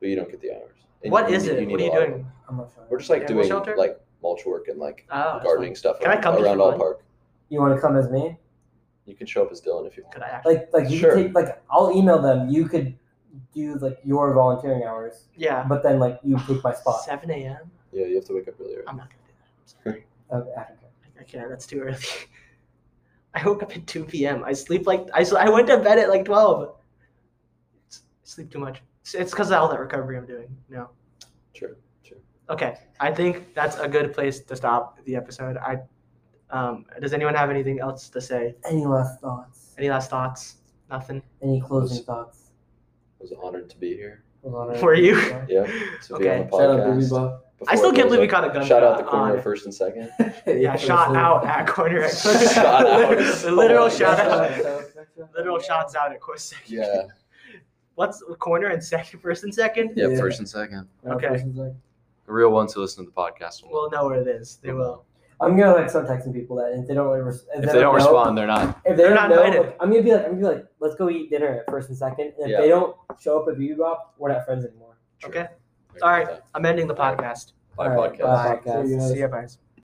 B: but you don't get the hours. And
A: What
B: you
A: is
B: need-
A: it?
B: need
A: What are
B: a
A: you
B: lot of
A: doing?
B: them.
C: I'm not showing
B: We're
C: up.
B: just like
A: Animal
B: doing
A: shelter?
B: like mulch work and like
A: Oh, that's
B: gardening stuff
A: Can I
B: around,
A: come just
B: around
A: for
B: all
A: one?
B: park.
C: You want to come as me?
B: You can show up as Dylan if you
A: fine.
B: want.
A: Could I actually?
C: Like, like you
B: Sure.
C: could take like I'll email them. You could do like your volunteering hours,
A: yeah.
C: but then like you take my spot.
A: Seven a.m.
B: Yeah, you have to wake up really early.
A: I'm not gonna do that. I'm sorry.
C: Okay, I don't care.
A: I can't. That's too early. I woke up at two p.m. I sleep like I. sl- I went to bed at like twelve. It's, I sleep too much. It's- It's because of all that recovery I'm doing. No.
B: True, true.
A: Okay, I think that's a good place to stop the episode. I. Um, does anyone have anything else to say?
C: Any last thoughts?
A: Any last thoughts? Nothing.
C: Any closing
B: Was-
C: thoughts?
B: I was honored to be here.
C: Was on
A: For
C: it?
A: you?
B: Yeah, to be on the
A: Okay.
D: Shout out
B: podcast.
D: to Reebok.
A: I
B: before
A: still can't
B: it blows
A: believe we
B: up.
A: caught a gun.
B: Shout
A: shot
B: out the corner
A: on-
B: first and second.
A: Yeah, shot out at corner. at-
B: Shot out.
A: Literal
B: Oh,
A: shot
B: yeah.
A: out. Literal shots out at corner second.
B: Yeah,
A: What's corner and second? First and second?
D: Yeah.
B: first and second.
A: Okay.
B: The real ones who listen to the podcast will
A: We'll know what it is. They will.
C: I'm gonna like start texting people that, and if they don't, really res- if,
B: If they don't
C: know-
B: respond, they're not.
C: if they
A: They're
C: don't
A: not
C: know,
A: invited.
C: like, I'm gonna be like, I'm gonna be like, let's go eat dinner at first and second. And if
B: Yeah.
C: they don't show up at Bebop, we're not friends anymore.
A: Okay. All right. I'm ending the podcast.
B: Bye,
C: All right,
B: podcast.
C: Bye, podcast.
D: See you guys.
A: See you guys.